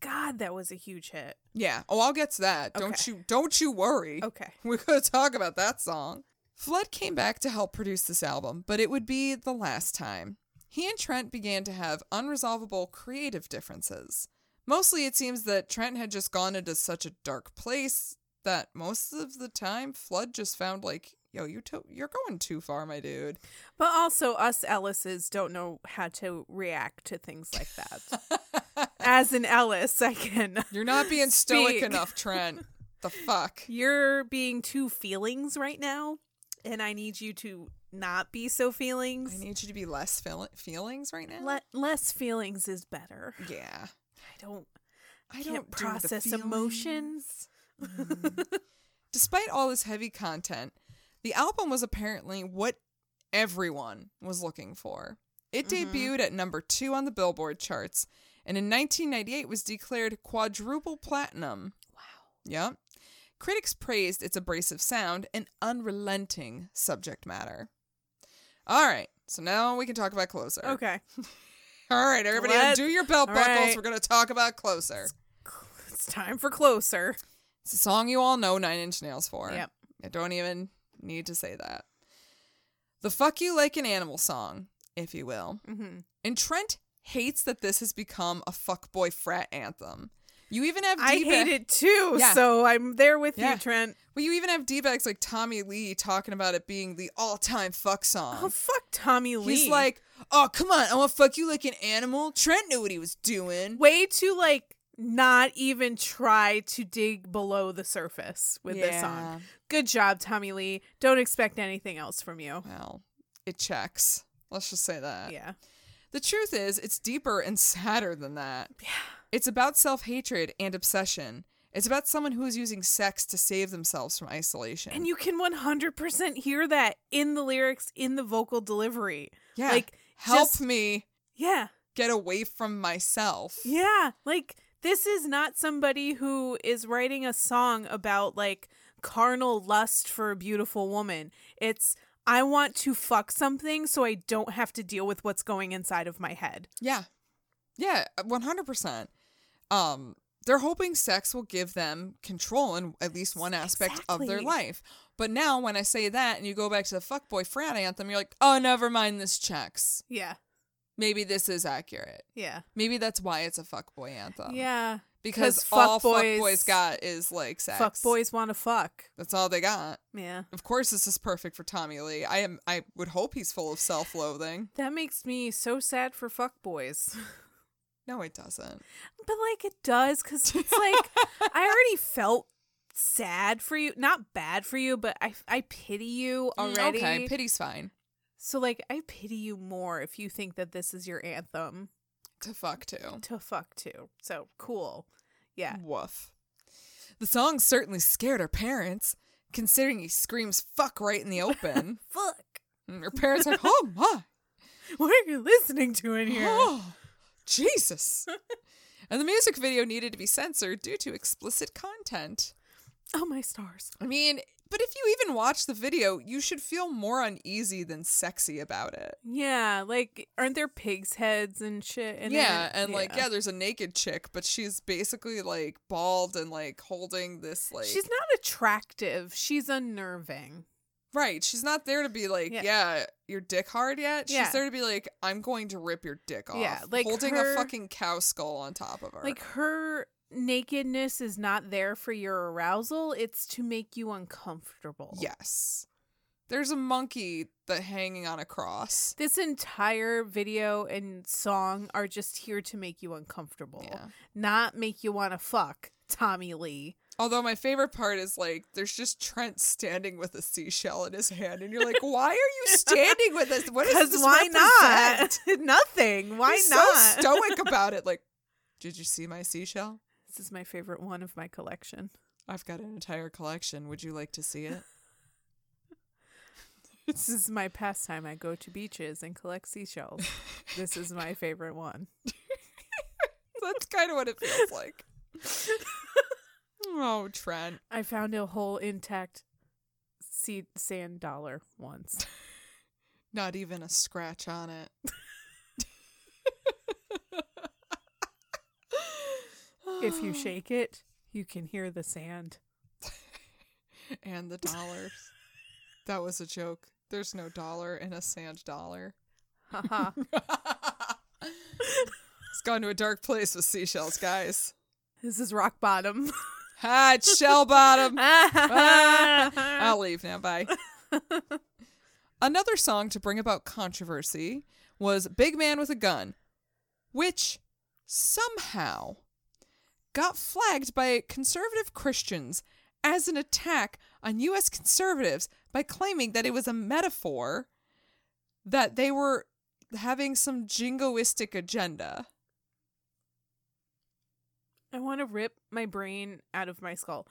[SPEAKER 1] God, that was a huge hit.
[SPEAKER 2] Yeah. Oh, I'll get to that. Don't
[SPEAKER 1] Okay.
[SPEAKER 2] you don't you worry.
[SPEAKER 1] Okay.
[SPEAKER 2] We're going to talk about that song. Flood came back to help produce this album, but it would be the last time. He and Trent began to have unresolvable creative differences. Mostly, it seems that Trent had just gone into such a dark place that most of the time, Flood just found like, "Yo, you to- you're going too far, my dude."
[SPEAKER 1] But also, us Ellises don't know how to react to things like that. As an Ellis, I can.
[SPEAKER 2] You're not being stoic
[SPEAKER 1] Speak.
[SPEAKER 2] enough, Trent. The fuck.
[SPEAKER 1] You're being two feelings right now, and I need you to not be so feelings.
[SPEAKER 2] I need you to be less feel- feelings right now.
[SPEAKER 1] Le- less feelings is better.
[SPEAKER 2] yeah.
[SPEAKER 1] I don't.
[SPEAKER 2] I
[SPEAKER 1] can't
[SPEAKER 2] don't do the
[SPEAKER 1] process
[SPEAKER 2] feelings.
[SPEAKER 1] emotions.
[SPEAKER 2] Despite all this heavy content, the album was apparently what everyone was looking for. It
[SPEAKER 1] Mm-hmm.
[SPEAKER 2] debuted at number two on the Billboard charts, and in 1998 was declared quadruple platinum. Wow. Yep. Critics praised its abrasive sound and unrelenting subject matter. All right, so now we can talk about Closer.
[SPEAKER 1] Okay.
[SPEAKER 2] All right, everybody,
[SPEAKER 1] Let-
[SPEAKER 2] undo your belt
[SPEAKER 1] All
[SPEAKER 2] buckles.
[SPEAKER 1] right.
[SPEAKER 2] We're going to talk about Closer.
[SPEAKER 1] It's time for closer.
[SPEAKER 2] It's a song you all know Nine Inch Nails for.
[SPEAKER 1] Yep.
[SPEAKER 2] I don't even need to say that. The fuck you like an animal song, if you will.
[SPEAKER 1] Mm-hmm.
[SPEAKER 2] And Trent hates that this has become a fuckboy frat anthem. You even have
[SPEAKER 1] I
[SPEAKER 2] D-ba-
[SPEAKER 1] hate it too,
[SPEAKER 2] Yeah.
[SPEAKER 1] so I'm there with
[SPEAKER 2] Yeah.
[SPEAKER 1] you, Trent.
[SPEAKER 2] Well, you even have D-backs like Tommy Lee talking about it being the all-time fuck song.
[SPEAKER 1] Oh fuck, Tommy Lee.
[SPEAKER 2] He's like, oh come on, I want to fuck you like an animal. Trent knew what he was doing.
[SPEAKER 1] way to like not even try to dig below the surface with this song. Good job, Tommy Lee. Don't expect anything else from you.
[SPEAKER 2] Well, it checks. Let's just say that.
[SPEAKER 1] Yeah.
[SPEAKER 2] The truth is, it's deeper and sadder than that. Yeah. It's about self hatred and obsession. It's about someone who is using sex to save themselves from isolation.
[SPEAKER 1] And you can 100% hear that in the lyrics, in the vocal delivery.
[SPEAKER 2] yeah,
[SPEAKER 1] like,
[SPEAKER 2] help
[SPEAKER 1] just-
[SPEAKER 2] me
[SPEAKER 1] Yeah.
[SPEAKER 2] get away from myself.
[SPEAKER 1] Yeah. Like, this is not somebody who is writing a song about like carnal lust for a beautiful woman. It's, I want to fuck something so I don't have to deal with what's going inside of my head.
[SPEAKER 2] Yeah. Yeah, uh, 100%. Um they're hoping sex will give them control in at least one aspect of their
[SPEAKER 1] Exactly.
[SPEAKER 2] life. But now when I say that and you go back to the fuckboy frat anthem, you're like, "Oh, never mind this checks.
[SPEAKER 1] Yeah.
[SPEAKER 2] Maybe this is accurate.
[SPEAKER 1] Yeah.
[SPEAKER 2] Maybe that's why it's a fuckboy anthem."
[SPEAKER 1] yeah.
[SPEAKER 2] Because
[SPEAKER 1] 'Cause
[SPEAKER 2] all
[SPEAKER 1] fuckboys-
[SPEAKER 2] fuckboys got is like sex.
[SPEAKER 1] Fuck boys want to fuck.
[SPEAKER 2] That's all they got.
[SPEAKER 1] Yeah.
[SPEAKER 2] Of course, this is perfect for Tommy Lee. I am. I would hope he's full of self-loathing.
[SPEAKER 1] That makes me so sad for fuck boys.
[SPEAKER 2] No, it doesn't.
[SPEAKER 1] But like it does cuz it's like I already felt sad for you, not bad for you, but I I pity you already.
[SPEAKER 2] Okay, pity's fine.
[SPEAKER 1] so like I pity you more if you think that this is your anthem
[SPEAKER 2] To fuck too.
[SPEAKER 1] to fuck to. So cool. Yeah.
[SPEAKER 2] Woof. The song certainly scared her parents, considering he screams "fuck" right in the open.
[SPEAKER 1] Fuck.
[SPEAKER 2] and her parents are like, "Oh my,
[SPEAKER 1] What are you listening to in here?
[SPEAKER 2] oh, Jesus!" and the music video needed to be censored due to explicit content.
[SPEAKER 1] oh my stars.
[SPEAKER 2] I mean, but if you even watch the video, you should feel more uneasy than sexy about it.
[SPEAKER 1] Yeah, like aren't there pigs heads and shit in
[SPEAKER 2] yeah,
[SPEAKER 1] it?
[SPEAKER 2] and like, yeah, there's a naked chick, but she's basically like bald and like holding this like
[SPEAKER 1] She's not attractive. She's unnerving.
[SPEAKER 2] right. She's not there to be like, yeah,
[SPEAKER 1] Yeah.
[SPEAKER 2] your dick hard yet. She's
[SPEAKER 1] Yeah.
[SPEAKER 2] there to be like, I'm going to rip your dick off.
[SPEAKER 1] Yeah, like
[SPEAKER 2] holding a
[SPEAKER 1] her-
[SPEAKER 2] fucking cow skull on top of her.
[SPEAKER 1] Like her nakedness is not there for your arousal, it's to make you uncomfortable.
[SPEAKER 2] yes, there's a monkey that hanging on a cross.
[SPEAKER 1] This entire video and song are just here to make you uncomfortable,
[SPEAKER 2] Yeah.
[SPEAKER 1] not make you want to fuck Tommy Lee.
[SPEAKER 2] Although my favorite part is like there's just Trent standing with a seashell in his hand, and you're like, why are you standing with us? What does
[SPEAKER 1] Because
[SPEAKER 2] this
[SPEAKER 1] why
[SPEAKER 2] represent?
[SPEAKER 1] not? Nothing. Why
[SPEAKER 2] He's
[SPEAKER 1] not?
[SPEAKER 2] So stoic about it, like Did you see my seashell?
[SPEAKER 1] This is my favorite one of my collection.
[SPEAKER 2] I've got an entire collection. Would you like to see it?
[SPEAKER 1] This is my pastime. I go to beaches and collect seashells. this is my favorite one.
[SPEAKER 2] That's kind of what it feels like. oh, Trent.
[SPEAKER 1] I found a whole intact sea sand dollar once.
[SPEAKER 2] Not even a scratch on it.
[SPEAKER 1] if you shake it, you can hear the sand.
[SPEAKER 2] And the dollars. that was a joke. There's no dollar in a sand dollar.
[SPEAKER 1] Haha.
[SPEAKER 2] It's gone to a dark place with seashells, guys.
[SPEAKER 1] this is rock bottom.
[SPEAKER 2] Ah, it's shell bottom. I'll
[SPEAKER 1] Ah.
[SPEAKER 2] leave now. Bye. Another song to bring about controversy was Big Man with a Gun, which somehow got flagged by conservative Christians as an attack on U.S. conservatives by claiming that it was a metaphor that they were having some jingoistic agenda.
[SPEAKER 1] I want to rip my brain out of my skull.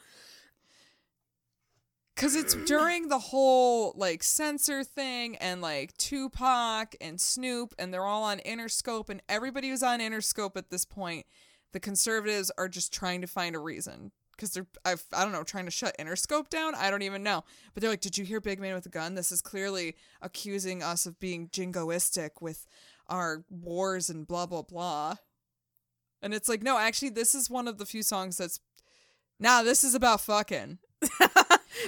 [SPEAKER 2] Cause it's during the whole like censor thing and like Tupac and Snoop and they're all on Interscope and everybody who's on Interscope at this point, the conservatives are just trying to find a reason because they're I've, I don't know trying to shut Interscope down. I don't even know, but they're like, did you hear Big Man with a gun? This is clearly accusing us of being jingoistic with our wars and blah blah blah. And it's like, no, actually, this is one of the few songs that's nah. This is about fucking.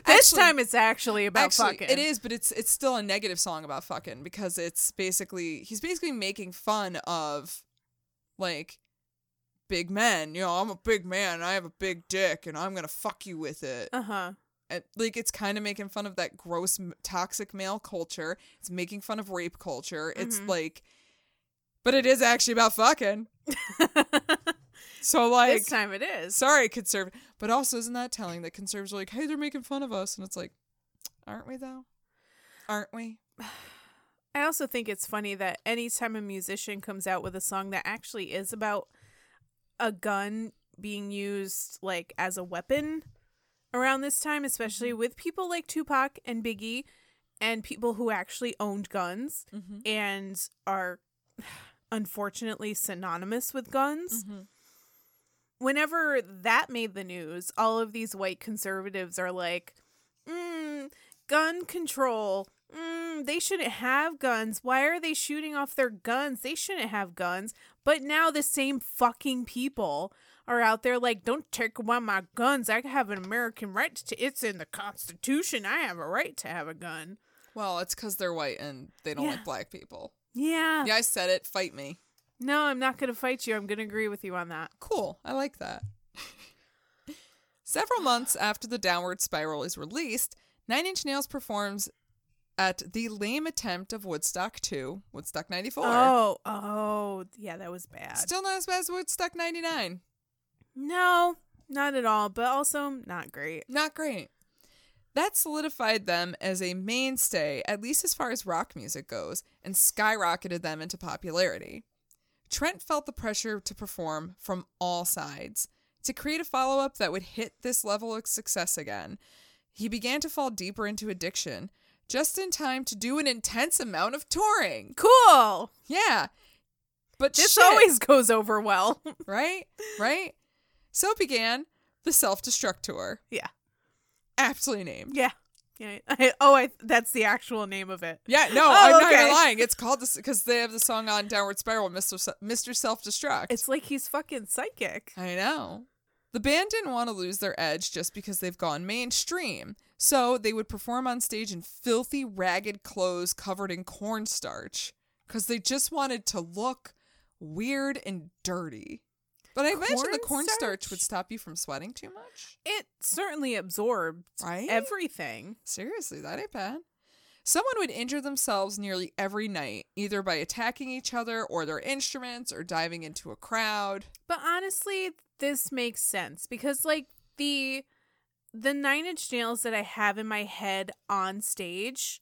[SPEAKER 1] This
[SPEAKER 2] Actually-
[SPEAKER 1] time it's actually about
[SPEAKER 2] Actually,
[SPEAKER 1] fucking.
[SPEAKER 2] It is, but it's it's still a negative song about fucking because it's basically he's basically making fun of like big men. You know, I'm a big man, I have a big dick, and I'm gonna fuck you with it.
[SPEAKER 1] Uh huh.
[SPEAKER 2] And, like it's kind of making fun of that gross m- toxic male culture. It's making fun of rape culture. It's
[SPEAKER 1] Mhm.
[SPEAKER 2] like, but it is actually about fucking. So like,
[SPEAKER 1] this time it is.
[SPEAKER 2] sorry, conservative. But also, isn't that telling that conservatives are like, hey, they're making fun of us? And it's like, aren't we though? Aren't we?
[SPEAKER 1] I also think it's funny that anytime a musician comes out with a song that actually is about a gun being used like as a weapon around this time, especially with people like Tupac and Biggie and people who actually owned guns
[SPEAKER 2] Mm-hmm.
[SPEAKER 1] and are unfortunately synonymous with guns. Whenever that made the news, all of these white conservatives are like, mm, gun control. Mm, they shouldn't have guns. Why are they shooting off their guns? They shouldn't have guns. But now the same fucking people are out there like, don't take away my guns. I have an American right to. It's in the Constitution. I have a right to have a gun.
[SPEAKER 2] Well, it's because they're white and they don't
[SPEAKER 1] Yeah.
[SPEAKER 2] like black people.
[SPEAKER 1] Yeah.
[SPEAKER 2] Yeah, I said it. Fight me.
[SPEAKER 1] No, I'm not going to fight you. I'm going to agree with you on that.
[SPEAKER 2] Cool. I like that. Several months after The Downward Spiral is released, Nine Inch Nails performs at the lame attempt of Woodstock 2, Woodstock 94.
[SPEAKER 1] Oh, oh, yeah, that was bad.
[SPEAKER 2] Still not as bad as Woodstock 99.
[SPEAKER 1] no, not at all, but also not great.
[SPEAKER 2] Not great. That solidified them as a mainstay, at least as far as rock music goes, and skyrocketed them into popularity. Trent felt the pressure to perform from all sides. To create a follow up that would hit this level of success again, he began to fall deeper into addiction, just in time to do an intense amount of touring.
[SPEAKER 1] Cool.
[SPEAKER 2] Yeah. But
[SPEAKER 1] This
[SPEAKER 2] shit
[SPEAKER 1] always goes over well.
[SPEAKER 2] right? Right? So began the self destruct tour.
[SPEAKER 1] Yeah.
[SPEAKER 2] Aptly named.
[SPEAKER 1] yeah. Yeah. I, oh, I, that's the actual name of it.
[SPEAKER 2] Yeah, no, I'm not
[SPEAKER 1] Oh, okay.
[SPEAKER 2] even lying. It's called this because they have the song on Downward Spiral, Mr. Se- Mr. Self Destruct.
[SPEAKER 1] It's like he's fucking psychic.
[SPEAKER 2] I know. The band didn't want to lose their edge just because they've gone mainstream. So they would perform on stage in filthy, ragged clothes covered in cornstarch because they just wanted to look weird and dirty. But I imagine the cornstarch
[SPEAKER 1] Cornstarch?
[SPEAKER 2] would stop you from sweating too much.
[SPEAKER 1] It certainly absorbed
[SPEAKER 2] Right?
[SPEAKER 1] everything.
[SPEAKER 2] Seriously, that ain't bad. Someone would injure themselves nearly every night, either by attacking each other or their instruments or diving into a crowd.
[SPEAKER 1] But honestly, this makes sense because like the the nine inch nails that I have in my head on stage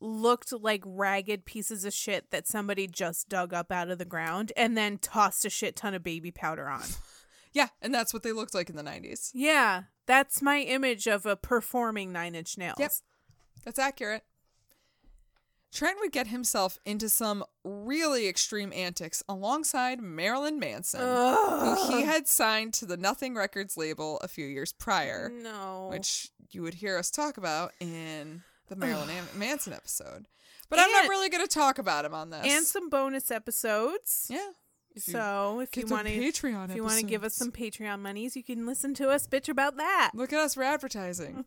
[SPEAKER 1] looked like ragged pieces of shit that somebody just dug up out of the ground and then tossed a shit ton of baby powder on.
[SPEAKER 2] Yeah, and that's what they looked like in the 90s.
[SPEAKER 1] Yeah, that's my image of a performing Nine Inch Nails.
[SPEAKER 2] Yep. That's accurate. Trent would get himself into some really extreme antics alongside Marilyn Manson,
[SPEAKER 1] Ugh.
[SPEAKER 2] who he had signed to the Nothing Records label a few years prior,
[SPEAKER 1] No.
[SPEAKER 2] which you would hear us talk about in the Marilyn Am- Manson episode. But I'm
[SPEAKER 1] And-
[SPEAKER 2] not really going to talk about him on this.
[SPEAKER 1] and some bonus episodes.
[SPEAKER 2] yeah. If you
[SPEAKER 1] So if you
[SPEAKER 2] get the
[SPEAKER 1] want to, if
[SPEAKER 2] Patreon
[SPEAKER 1] you want to give us
[SPEAKER 2] episodes.
[SPEAKER 1] some Patreon monies, you can listen to us bitch about that.
[SPEAKER 2] Look at us, we're advertising.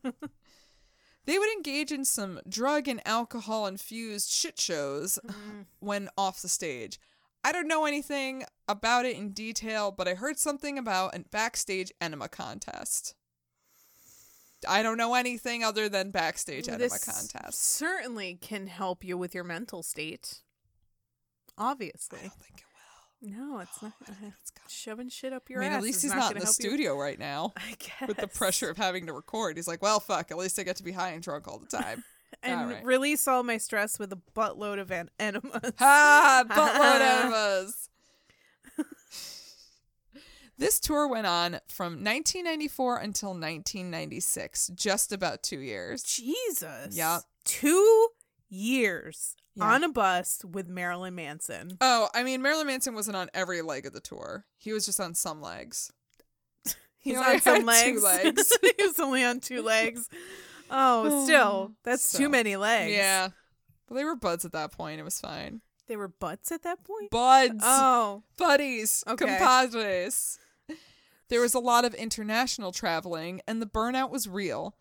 [SPEAKER 2] they would engage in some drug and alcohol infused shit shows
[SPEAKER 1] Mm.
[SPEAKER 2] when off the stage. I don't know anything about it in detail, but I heard something about a backstage enema contest. I don't know anything other than backstage enema
[SPEAKER 1] This
[SPEAKER 2] contest.
[SPEAKER 1] certainly can help you with your mental state.
[SPEAKER 2] I
[SPEAKER 1] Obviously,
[SPEAKER 2] don't think it will.
[SPEAKER 1] no, it's not uh,
[SPEAKER 2] I think it's gonna-
[SPEAKER 1] shoving shit up
[SPEAKER 2] I
[SPEAKER 1] your
[SPEAKER 2] mean,
[SPEAKER 1] ass.
[SPEAKER 2] at least
[SPEAKER 1] is
[SPEAKER 2] he's
[SPEAKER 1] not,
[SPEAKER 2] not,
[SPEAKER 1] gonna
[SPEAKER 2] in the
[SPEAKER 1] help you.
[SPEAKER 2] studio right now
[SPEAKER 1] I guess.
[SPEAKER 2] with the pressure of having to record. He's like, well, fuck, at least I get to be high and drunk all the time.
[SPEAKER 1] and
[SPEAKER 2] All right.
[SPEAKER 1] release all my stress with a buttload of en- enemas.
[SPEAKER 2] Ha! Buttload of us. This tour went on from 1994 until 1996, just about two years.
[SPEAKER 1] Jesus.
[SPEAKER 2] Yep.
[SPEAKER 1] Two years
[SPEAKER 2] Yeah.
[SPEAKER 1] on a bus with Marilyn Manson.
[SPEAKER 2] Oh, I mean, Marilyn Manson wasn't on every leg of the tour. He was just on some legs.
[SPEAKER 1] He's
[SPEAKER 2] know, I
[SPEAKER 1] on some
[SPEAKER 2] had two
[SPEAKER 1] legs.
[SPEAKER 2] legs.
[SPEAKER 1] he was only on two legs. Oh, still, that's
[SPEAKER 2] So,
[SPEAKER 1] too many legs.
[SPEAKER 2] Yeah. But they were buds at that point. It was fine.
[SPEAKER 1] They were butts at that point?
[SPEAKER 2] Buds.
[SPEAKER 1] Oh,
[SPEAKER 2] buddies,
[SPEAKER 1] Okay.
[SPEAKER 2] compadres. There was a lot of international traveling, and the burnout was real.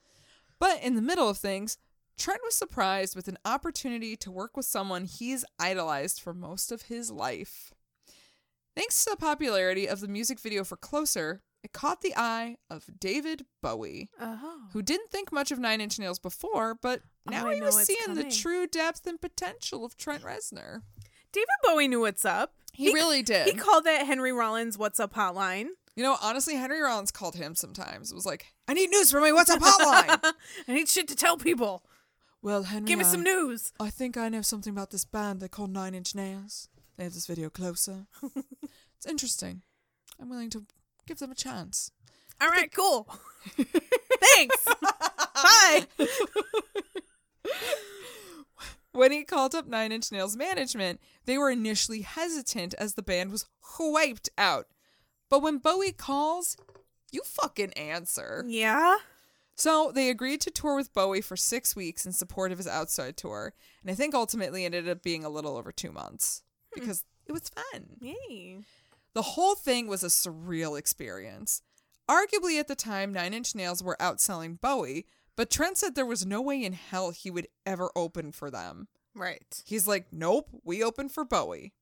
[SPEAKER 2] But in the middle of things, Trent was surprised with an opportunity to work with someone he's idolized for most of his life. Thanks to the popularity of the music video for Closer, it caught the eye of David Bowie,
[SPEAKER 1] oh.
[SPEAKER 2] who didn't think much of Nine Inch Nails before, but
[SPEAKER 1] Oh,
[SPEAKER 2] now
[SPEAKER 1] I
[SPEAKER 2] he
[SPEAKER 1] know
[SPEAKER 2] was
[SPEAKER 1] what's
[SPEAKER 2] seeing the
[SPEAKER 1] coming.
[SPEAKER 2] true depth and potential of Trent Reznor.
[SPEAKER 1] David Bowie knew what's up.
[SPEAKER 2] He, really did.
[SPEAKER 1] He called that Henry Rollins What's Up hotline.
[SPEAKER 2] You know, honestly, Henry Rollins called him sometimes. It was like, I need news from my What's Up hotline.
[SPEAKER 1] I need shit to tell people.
[SPEAKER 2] well, Henry,
[SPEAKER 1] Give me some
[SPEAKER 2] I-
[SPEAKER 1] news.
[SPEAKER 2] I think I know something about this band. They're called Nine Inch Nails. They have this video closer. it's interesting. I'm willing to give them a chance.
[SPEAKER 1] All right, cool. Thanks. Bye.
[SPEAKER 2] When he called up Nine Inch Nails management, they were initially hesitant as the band was wiped out. But when Bowie calls, you fucking answer.
[SPEAKER 1] Yeah.
[SPEAKER 2] So they agreed to tour with Bowie for six weeks in support of his outside tour, and I think ultimately ended up being a little over two months because it was fun.
[SPEAKER 1] Yay.
[SPEAKER 2] The whole thing was a surreal experience. Arguably, at the time, Nine Inch Nails were outselling Bowie, but Trent said there was no way in hell he would ever open for them.
[SPEAKER 1] Right.
[SPEAKER 2] He's like, nope, we open for Bowie.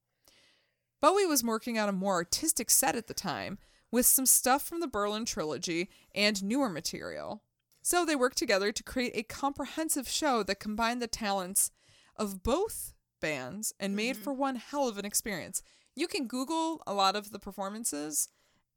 [SPEAKER 2] Bowie was working on a more artistic set at the time with some stuff from the Berlin trilogy and newer material. So they worked together to create a comprehensive show that combined the talents of both bands and made
[SPEAKER 1] Mm-hmm.
[SPEAKER 2] for one hell of an experience. You can Google a lot of the performances,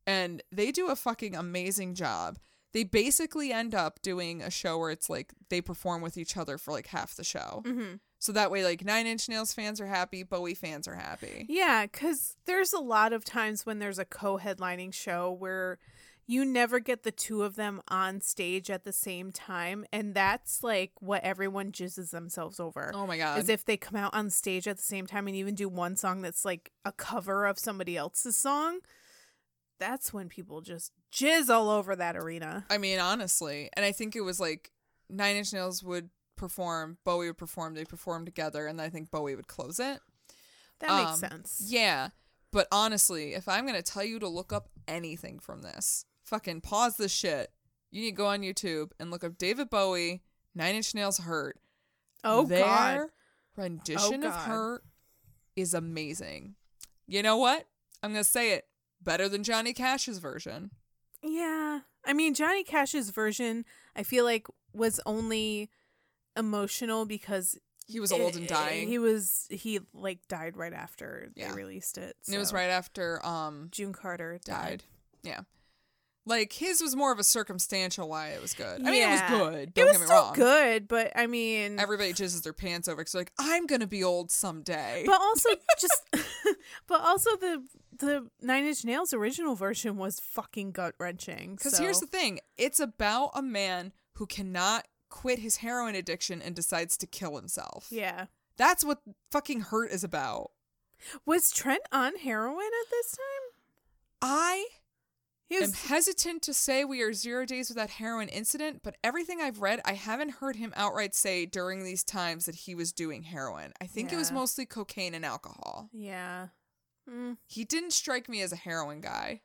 [SPEAKER 2] and they do a fucking amazing job. They basically end up doing a show where it's like they perform with each other for like half the show.
[SPEAKER 1] Mm-hmm.
[SPEAKER 2] So that way, like Nine Inch Nails fans are happy, Bowie fans are happy.
[SPEAKER 1] Yeah, because there's a lot of times when there's a co headlining show where you never get the two of them on stage at the same time. And that's like what everyone jizzes themselves over.
[SPEAKER 2] Oh my god!
[SPEAKER 1] Is if they come out on stage at the same time and even do one song that's like a cover of somebody else's song, that's when people just jizz all over that arena.
[SPEAKER 2] I mean, honestly, and I think it was like Nine Inch Nails would perform, Bowie would perform, they performed together, and I think Bowie would close it.
[SPEAKER 1] That makes
[SPEAKER 2] Um,
[SPEAKER 1] sense.
[SPEAKER 2] Yeah, but honestly, if I'm gonna tell you to look up anything from this, fucking pause this shit. You need to go on YouTube and look up David Bowie, Nine Inch Nails, Hurt.
[SPEAKER 1] Oh,
[SPEAKER 2] Their
[SPEAKER 1] God.
[SPEAKER 2] rendition
[SPEAKER 1] Oh,
[SPEAKER 2] of
[SPEAKER 1] God.
[SPEAKER 2] Hurt is amazing. You know what? I'm gonna say it better than Johnny Cash's version.
[SPEAKER 1] Yeah. I mean, Johnny Cash's version, I feel like, was only emotional because
[SPEAKER 2] He was old and
[SPEAKER 1] it-
[SPEAKER 2] dying.
[SPEAKER 1] Eh, He was he like died right after they
[SPEAKER 2] Yeah.
[SPEAKER 1] released it.
[SPEAKER 2] and it was
[SPEAKER 1] so.
[SPEAKER 2] right after um
[SPEAKER 1] June Carter died.
[SPEAKER 2] died. Yeah. Like his was more of a circumstantial why it was good. I mean, it was
[SPEAKER 1] Yeah.
[SPEAKER 2] good.
[SPEAKER 1] It
[SPEAKER 2] Don't
[SPEAKER 1] was
[SPEAKER 2] get me
[SPEAKER 1] still
[SPEAKER 2] wrong.
[SPEAKER 1] good, but I mean,
[SPEAKER 2] Everybody jizzes their pants over because like I'm gonna be old someday.
[SPEAKER 1] but also just, but also the the Nine Inch Nails original version was fucking gut wrenching.
[SPEAKER 2] Because
[SPEAKER 1] Because
[SPEAKER 2] here's the thing it's about a man who cannot quit his heroin addiction and decides to kill himself.
[SPEAKER 1] yeah,
[SPEAKER 2] That's what fucking hurt is about.
[SPEAKER 1] was Trent on heroin at this time?
[SPEAKER 2] I
[SPEAKER 1] He
[SPEAKER 2] am
[SPEAKER 1] was
[SPEAKER 2] hesitant to say we are zero days without heroin incident, but everything I've read, I haven't heard him outright say during these times that he was doing heroin. I think it was
[SPEAKER 1] Yeah.
[SPEAKER 2] mostly cocaine and alcohol.
[SPEAKER 1] yeah. Mm,
[SPEAKER 2] He didn't strike me as a heroin guy.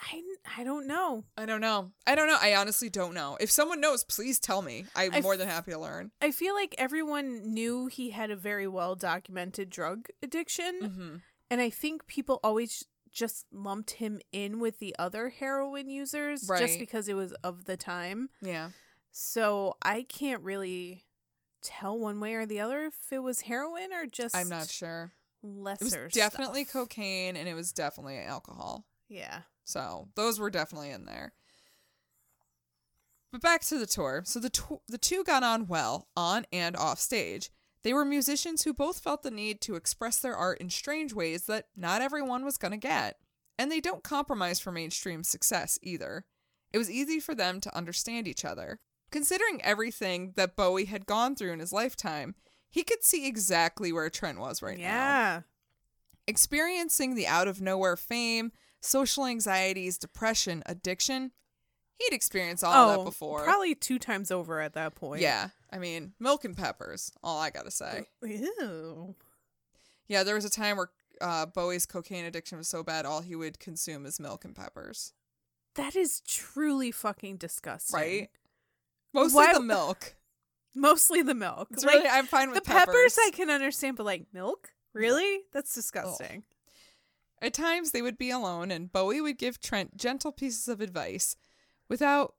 [SPEAKER 1] I I don't know.
[SPEAKER 2] I don't know. I don't know. I honestly don't know. If someone knows, please tell me. I'm
[SPEAKER 1] I
[SPEAKER 2] more than happy to learn.
[SPEAKER 1] I feel like everyone knew he had a very well documented drug addiction,
[SPEAKER 2] Mm-hmm.
[SPEAKER 1] and I think people always just lumped him in with the other heroin users
[SPEAKER 2] Right.
[SPEAKER 1] just because it was of the time.
[SPEAKER 2] Yeah.
[SPEAKER 1] So I can't really tell one way or the other if it was heroin or just
[SPEAKER 2] I'm not sure. It
[SPEAKER 1] lesser.
[SPEAKER 2] was definitely
[SPEAKER 1] stuff.
[SPEAKER 2] cocaine and it was definitely alcohol.
[SPEAKER 1] Yeah.
[SPEAKER 2] So those were definitely in there. But back to the tour. So the tw- the two got on well on and off stage. They were musicians who both felt the need to express their art in strange ways that not everyone was going to get. And they don't compromise for mainstream success either. It was easy for them to understand each other. Considering everything that Bowie had gone through in his lifetime, he could see exactly where Trent was right now
[SPEAKER 1] yeah.
[SPEAKER 2] experiencing the out of nowhere fame, social anxieties, depression, addiction. He'd experienced all
[SPEAKER 1] oh,
[SPEAKER 2] that before.
[SPEAKER 1] probably two times over at that point.
[SPEAKER 2] yeah. I mean, milk and peppers, all I got to say.
[SPEAKER 1] Ew.
[SPEAKER 2] Yeah, there was a time where uh, Bowie's cocaine addiction was so bad, all he would consume is milk and peppers.
[SPEAKER 1] That is truly fucking disgusting.
[SPEAKER 2] Right? Mostly
[SPEAKER 1] Why-
[SPEAKER 2] the milk.
[SPEAKER 1] Mostly the milk.
[SPEAKER 2] It's
[SPEAKER 1] like
[SPEAKER 2] really, I'm fine
[SPEAKER 1] the
[SPEAKER 2] with
[SPEAKER 1] peppers. I can understand, but like milk? Really? That's disgusting.
[SPEAKER 2] At times, they would be alone, and Bowie would give Trent gentle pieces of advice without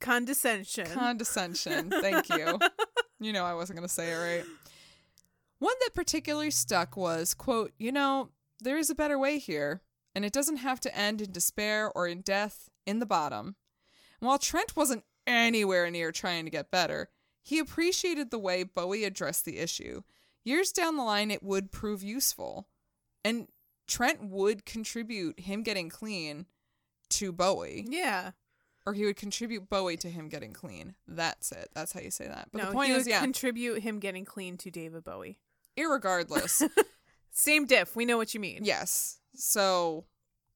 [SPEAKER 1] Condescension.
[SPEAKER 2] Condescension. Thank you. you know I wasn't going to say it right. One that particularly stuck was, quote, you know, there is a better way here, and it doesn't have to end in despair or in death in the bottom. And while Trent wasn't anywhere near trying to get better, he appreciated the way Bowie addressed the issue. Years down the line, it would prove useful. And Trent would contribute him getting clean to Bowie
[SPEAKER 1] yeah.
[SPEAKER 2] or he would contribute Bowie to him getting clean. That's it. That's how you say that. But
[SPEAKER 1] no,
[SPEAKER 2] the point
[SPEAKER 1] he
[SPEAKER 2] is,
[SPEAKER 1] would
[SPEAKER 2] yeah,
[SPEAKER 1] contribute him getting clean to David Bowie.
[SPEAKER 2] irregardless,
[SPEAKER 1] Same diff. We know what you mean.
[SPEAKER 2] yes. So,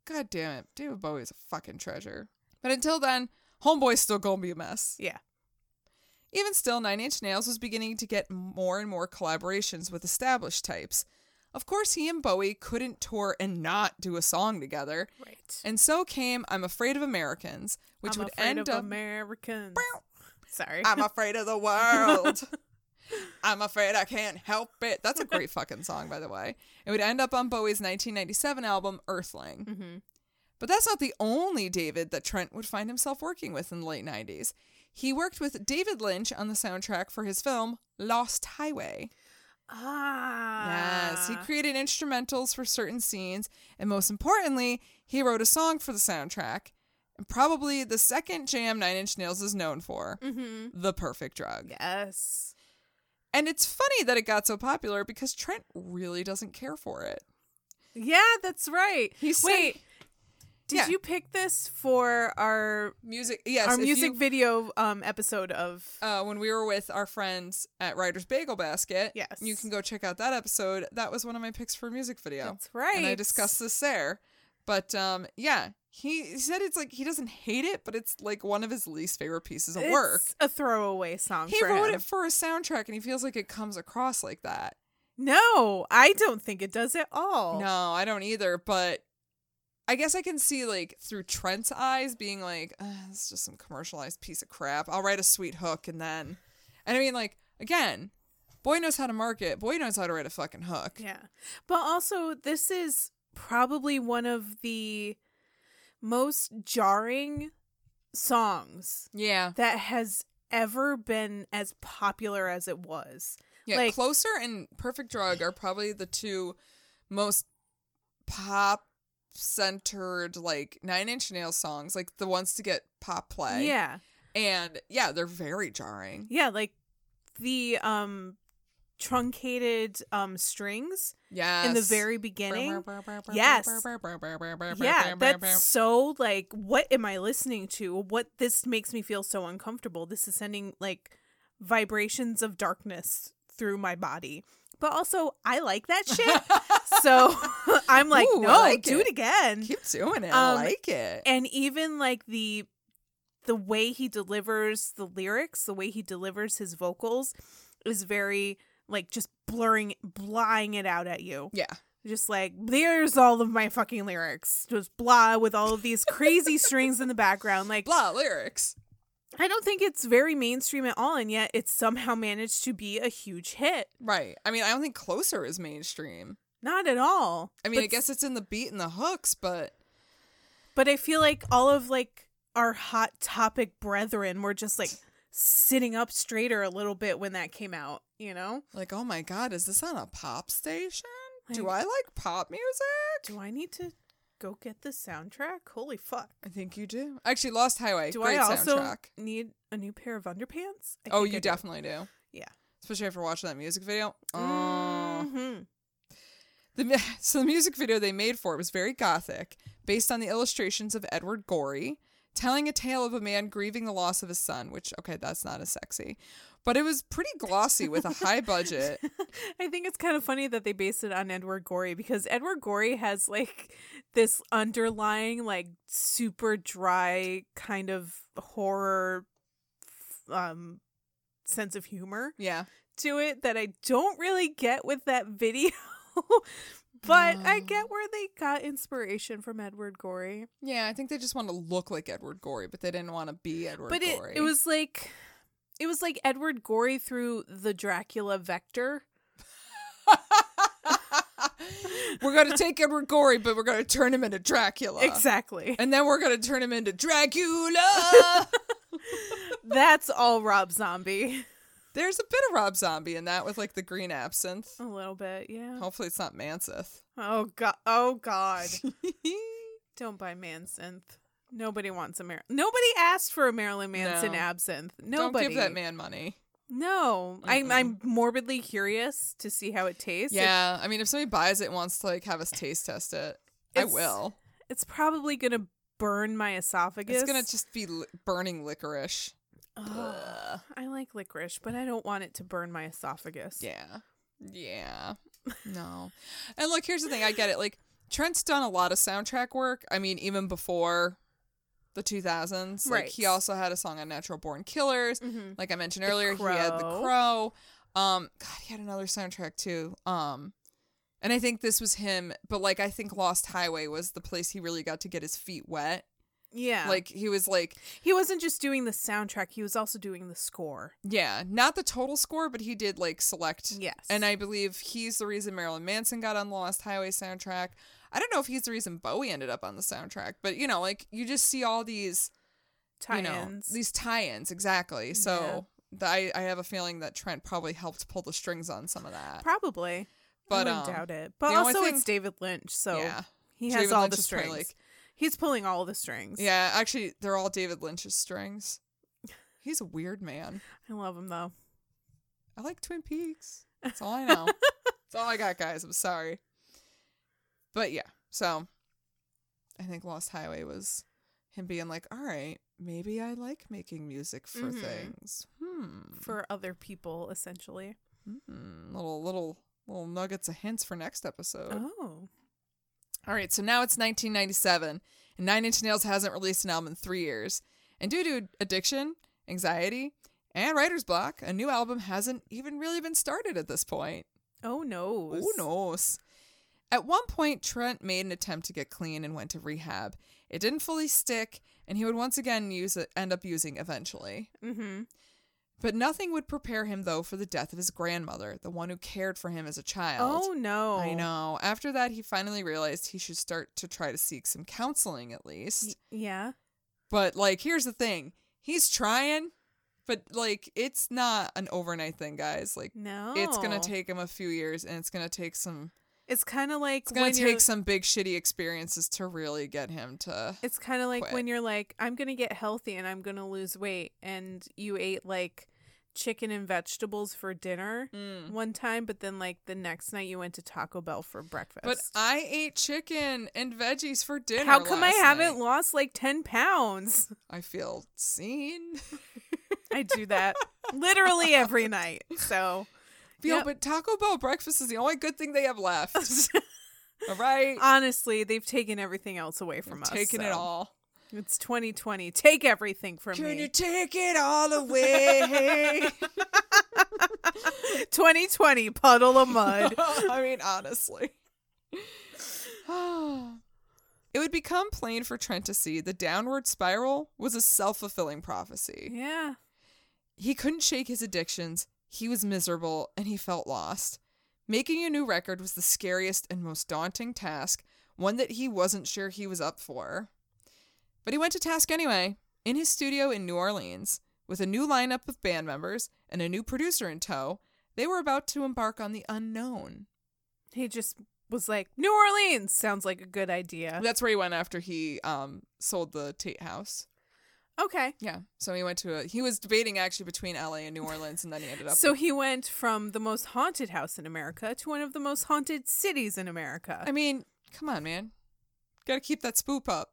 [SPEAKER 2] god damn it, David Bowie's a fucking treasure. But until then, homeboy's still gonna be a mess.
[SPEAKER 1] Yeah.
[SPEAKER 2] Even still, Nine Inch Nails was beginning to get more and more collaborations with established types. Of course, he and Bowie couldn't tour and not do a song together,
[SPEAKER 1] Right.
[SPEAKER 2] and so came "I'm Afraid of Americans," which
[SPEAKER 1] I'm
[SPEAKER 2] would
[SPEAKER 1] afraid
[SPEAKER 2] end
[SPEAKER 1] of
[SPEAKER 2] up
[SPEAKER 1] Americans. Sorry.
[SPEAKER 2] I'm afraid of the world. I'm afraid I can't help it. That's a great fucking song, by the way. It would end up on Bowie's 1997 album, Earthling.
[SPEAKER 1] Mhm.
[SPEAKER 2] But that's not the only David that Trent would find himself working with in the late 90s. He worked with David Lynch on the soundtrack for his film, Lost Highway.
[SPEAKER 1] ah.
[SPEAKER 2] Yes, he created instrumentals for certain scenes, and most importantly, he wrote a song for the soundtrack, and probably the second jam Nine Inch Nails is known for,
[SPEAKER 1] Mhm.
[SPEAKER 2] The Perfect Drug.
[SPEAKER 1] Yes.
[SPEAKER 2] And it's funny that it got so popular because Trent really doesn't care for it.
[SPEAKER 1] Yeah, that's right.
[SPEAKER 2] He's
[SPEAKER 1] Wait, did
[SPEAKER 2] Yeah.
[SPEAKER 1] you pick this for our
[SPEAKER 2] music. Yes,
[SPEAKER 1] our
[SPEAKER 2] if
[SPEAKER 1] music
[SPEAKER 2] you-
[SPEAKER 1] video um episode of
[SPEAKER 2] uh, when we were with our friends at Writer's Bagel Basket,
[SPEAKER 1] Yes.
[SPEAKER 2] you can go check out that episode. That was one of my picks for a music video,
[SPEAKER 1] That's right.
[SPEAKER 2] and I discussed this there. But um, yeah, he, he said it's like he doesn't hate it, but it's like one of his least favorite pieces of
[SPEAKER 1] it's
[SPEAKER 2] work.
[SPEAKER 1] A throwaway song.
[SPEAKER 2] He
[SPEAKER 1] for
[SPEAKER 2] wrote
[SPEAKER 1] him.
[SPEAKER 2] it for a soundtrack, and he feels like it comes across like that.
[SPEAKER 1] No, I don't think it does at all.
[SPEAKER 2] No, I don't either. But I guess I can see like through Trent's eyes, being like, "Ugh, "It's just some commercialized piece of crap." I'll write a sweet hook, and then, and I mean, like again, boy knows how to market. Boy knows how to write a fucking hook.
[SPEAKER 1] Yeah. But also, this is probably one of the most jarring songs
[SPEAKER 2] Yeah,
[SPEAKER 1] that has ever been as popular as it was.
[SPEAKER 2] yeah.
[SPEAKER 1] Like-
[SPEAKER 2] Closer and Perfect Drug are probably the two most pop centered like Nine Inch Nails songs, like the ones to get pop play.
[SPEAKER 1] Yeah.
[SPEAKER 2] And yeah, they're very jarring.
[SPEAKER 1] Yeah, like the um truncated um strings
[SPEAKER 2] Yes.
[SPEAKER 1] in the very beginning. Yes. Yeah, that's so like what am I listening to? What this makes me feel so uncomfortable. This is sending like vibrations of darkness through my body. But also I like that shit. so I'm like,
[SPEAKER 2] Ooh, I
[SPEAKER 1] no,
[SPEAKER 2] like
[SPEAKER 1] do
[SPEAKER 2] it."
[SPEAKER 1] it again.
[SPEAKER 2] Keep doing it.
[SPEAKER 1] Um,
[SPEAKER 2] I like it.
[SPEAKER 1] and even like the the way he delivers the lyrics the way he delivers his vocals is very like just blurring blying it out at you
[SPEAKER 2] Yeah.
[SPEAKER 1] just like there's all of my fucking lyrics just blah with all of these crazy strings in the background like
[SPEAKER 2] Blah lyrics.
[SPEAKER 1] i don't think it's very mainstream at all and yet it's somehow managed to be a huge hit
[SPEAKER 2] Right. I mean, I don't think closer is mainstream.
[SPEAKER 1] not at all
[SPEAKER 2] I mean,
[SPEAKER 1] But
[SPEAKER 2] I guess it's in the beat and the hooks, but
[SPEAKER 1] But I feel like all of like our hot topic brethren were just like sitting up straighter a little bit when that came out, you know?
[SPEAKER 2] like, oh my god, is this on a pop station? Do I
[SPEAKER 1] Like-
[SPEAKER 2] like pop music?
[SPEAKER 1] Do I need to go get the soundtrack? Holy fuck.
[SPEAKER 2] I think you do. Actually, Lost Highway.
[SPEAKER 1] Do
[SPEAKER 2] great
[SPEAKER 1] I also
[SPEAKER 2] soundtrack.
[SPEAKER 1] need a new pair of underpants? I
[SPEAKER 2] Oh,
[SPEAKER 1] think
[SPEAKER 2] you
[SPEAKER 1] I do.
[SPEAKER 2] definitely do.
[SPEAKER 1] Yeah.
[SPEAKER 2] Especially after watching that music video. Oh.
[SPEAKER 1] Mhm.
[SPEAKER 2] The, mu- so the music video they made for it was very gothic, based on the illustrations of Edward Gorey, telling a tale of a man grieving the loss of his son. Which, okay, that's not as sexy, but it was pretty glossy with a high budget.
[SPEAKER 1] I think it's kind of funny that they based it on Edward Gorey because Edward Gorey has like this underlying, like super dry kind of horror um sense of humor.
[SPEAKER 2] Yeah,
[SPEAKER 1] to it that I don't really get with that video. but I
[SPEAKER 2] Oh.
[SPEAKER 1] get where they got inspiration from Edward Gorey.
[SPEAKER 2] yeah, I think they just want to look like Edward Gorey, but they didn't want to be Edward.
[SPEAKER 1] but it,
[SPEAKER 2] Gorey.
[SPEAKER 1] it was like it was like Edward Gorey through the Dracula vector.
[SPEAKER 2] we're gonna take Edward Gorey, but we're gonna turn him into Dracula.
[SPEAKER 1] Exactly.
[SPEAKER 2] And then we're gonna turn him into Dracula.
[SPEAKER 1] That's all Rob Zombie.
[SPEAKER 2] There's a bit of Rob Zombie in that with like the green absinthe.
[SPEAKER 1] A little bit, yeah.
[SPEAKER 2] Hopefully it's not Manseth.
[SPEAKER 1] Oh god. Oh god. Don't buy Mansynth. Nobody wants a Mar- Nobody asked for a Marilyn Manson
[SPEAKER 2] No.
[SPEAKER 1] absinthe.
[SPEAKER 2] Don't
[SPEAKER 1] Nobody.
[SPEAKER 2] give that man money.
[SPEAKER 1] No, I'm
[SPEAKER 2] Mm-mm.
[SPEAKER 1] I'm morbidly curious to see how it tastes.
[SPEAKER 2] yeah, I mean, if somebody buys it and wants to like have us taste test it, I
[SPEAKER 1] It's-
[SPEAKER 2] will.
[SPEAKER 1] It- it's probably gonna burn my esophagus.
[SPEAKER 2] It's gonna just be li- burning licorice.
[SPEAKER 1] Ugh. I like licorice, but I don't want it to burn my esophagus.
[SPEAKER 2] Yeah, yeah, no. And look, here's the thing. I get it. Like Trent's done a lot of soundtrack work. I mean, even before the 2000s, like
[SPEAKER 1] Right.
[SPEAKER 2] he also had a song on Natural Born Killers.
[SPEAKER 1] hmm
[SPEAKER 2] Like I mentioned earlier, he had The
[SPEAKER 1] Crow.
[SPEAKER 2] Crow. Um, God, he had another soundtrack too. Um, and I think this was him, but like I think Lost Highway was the place he really got to get his feet wet.
[SPEAKER 1] Yeah,
[SPEAKER 2] Like he was like,
[SPEAKER 1] he wasn't just doing the soundtrack; he was also doing the score.
[SPEAKER 2] yeah, not the total score, but he did like select.
[SPEAKER 1] Yes,
[SPEAKER 2] And I believe he's the reason Marilyn Manson got on the Lost Highway soundtrack. I don't know if he's the reason Bowie ended up on the soundtrack, but you know, like you just see all these you know,
[SPEAKER 1] tie-ins.
[SPEAKER 2] these tie-ins exactly. So th- I I have a feeling that Trent probably helped pull the strings on some of that.
[SPEAKER 1] probably,
[SPEAKER 2] But
[SPEAKER 1] I wouldn't
[SPEAKER 2] um,
[SPEAKER 1] doubt it. But
[SPEAKER 2] the only
[SPEAKER 1] also,
[SPEAKER 2] thing-
[SPEAKER 1] it's David Lynch, so
[SPEAKER 2] yeah,
[SPEAKER 1] he has
[SPEAKER 2] David
[SPEAKER 1] all
[SPEAKER 2] Lynch
[SPEAKER 1] the
[SPEAKER 2] is probably
[SPEAKER 1] strings.
[SPEAKER 2] like-
[SPEAKER 1] He's pulling all the strings.
[SPEAKER 2] yeah. Actually, they're all David Lynch's strings. He's a weird man.
[SPEAKER 1] I love him though.
[SPEAKER 2] I like Twin Peaks. That's all I know. That's all I got, guys. I'm sorry. But yeah, so I think Lost Highway was him being like, all right, maybe I like making music for
[SPEAKER 1] Mhm.
[SPEAKER 2] things. Hmm.
[SPEAKER 1] For other people, essentially.
[SPEAKER 2] Hmm. Little, little, little nuggets of hints for next episode.
[SPEAKER 1] Oh,
[SPEAKER 2] All right, so now it's 1997, and Nine Inch Nails hasn't released an album in three years. And due to addiction, anxiety, and writer's block, a new album hasn't even really been started at this point.
[SPEAKER 1] oh no,
[SPEAKER 2] Who knows? At one point, Trent made an attempt to get clean and went to rehab. It didn't fully stick, and he would once again use it, end up using eventually.
[SPEAKER 1] Mm-hmm.
[SPEAKER 2] But nothing would prepare him, though, for the death of his grandmother, the one who cared for him as a child.
[SPEAKER 1] Oh no,
[SPEAKER 2] I know. After that, he finally realized he should start to try to seek some counseling at
[SPEAKER 1] Y-
[SPEAKER 2] least.
[SPEAKER 1] yeah.
[SPEAKER 2] But, like, here's the thing he's trying, but, like, it's not an overnight thing, guys. Like,
[SPEAKER 1] No.
[SPEAKER 2] it's going to take him a few years and it's going to take some
[SPEAKER 1] It's kind of like
[SPEAKER 2] It's
[SPEAKER 1] when
[SPEAKER 2] gonna
[SPEAKER 1] you're,
[SPEAKER 2] take some big shitty experiences to really get him to.
[SPEAKER 1] It's kind of like
[SPEAKER 2] quit.
[SPEAKER 1] when you're like, I'm going to get healthy and I'm going to lose weight. And you ate like chicken and vegetables for dinner
[SPEAKER 2] Mm-hmm.
[SPEAKER 1] one time, but then like the next night you went to Taco Bell for breakfast.
[SPEAKER 2] But I ate chicken and veggies for dinner.
[SPEAKER 1] How come I
[SPEAKER 2] last
[SPEAKER 1] haven't
[SPEAKER 2] night.
[SPEAKER 1] lost like 10 pounds?
[SPEAKER 2] I feel seen.
[SPEAKER 1] I do that literally every night. So
[SPEAKER 2] Feel,
[SPEAKER 1] Yep.
[SPEAKER 2] but Taco Bell breakfast is the only good thing they have left. all right,
[SPEAKER 1] honestly, they've taken everything else away from us.
[SPEAKER 2] taking it
[SPEAKER 1] so
[SPEAKER 2] all.
[SPEAKER 1] It's 2020. Take everything from me.
[SPEAKER 2] take it all away?
[SPEAKER 1] 2020 puddle of mud.
[SPEAKER 2] I mean, honestly. it would become plain for Trent to see the downward spiral was a self fulfilling prophecy.
[SPEAKER 1] yeah.
[SPEAKER 2] He couldn't shake his addictions, he was miserable, and he felt lost. Making a new record was the scariest and most daunting task, one that he wasn't sure he was up for. But he went to task anyway, in his studio in New Orleans, with a new lineup of band members and a new producer in tow. They were about to embark on the unknown.
[SPEAKER 1] He just was like, New Orleans sounds like a good idea.
[SPEAKER 2] That's where he went after he um, sold the Tate House.
[SPEAKER 1] Okay.
[SPEAKER 2] Yeah, so he went to a. He was debating actually between LA and New Orleans, and then he ended up.
[SPEAKER 1] So he went from the most haunted house in America to one of the most haunted cities in America.
[SPEAKER 2] I mean, come on, man. Gotta keep that spoop up.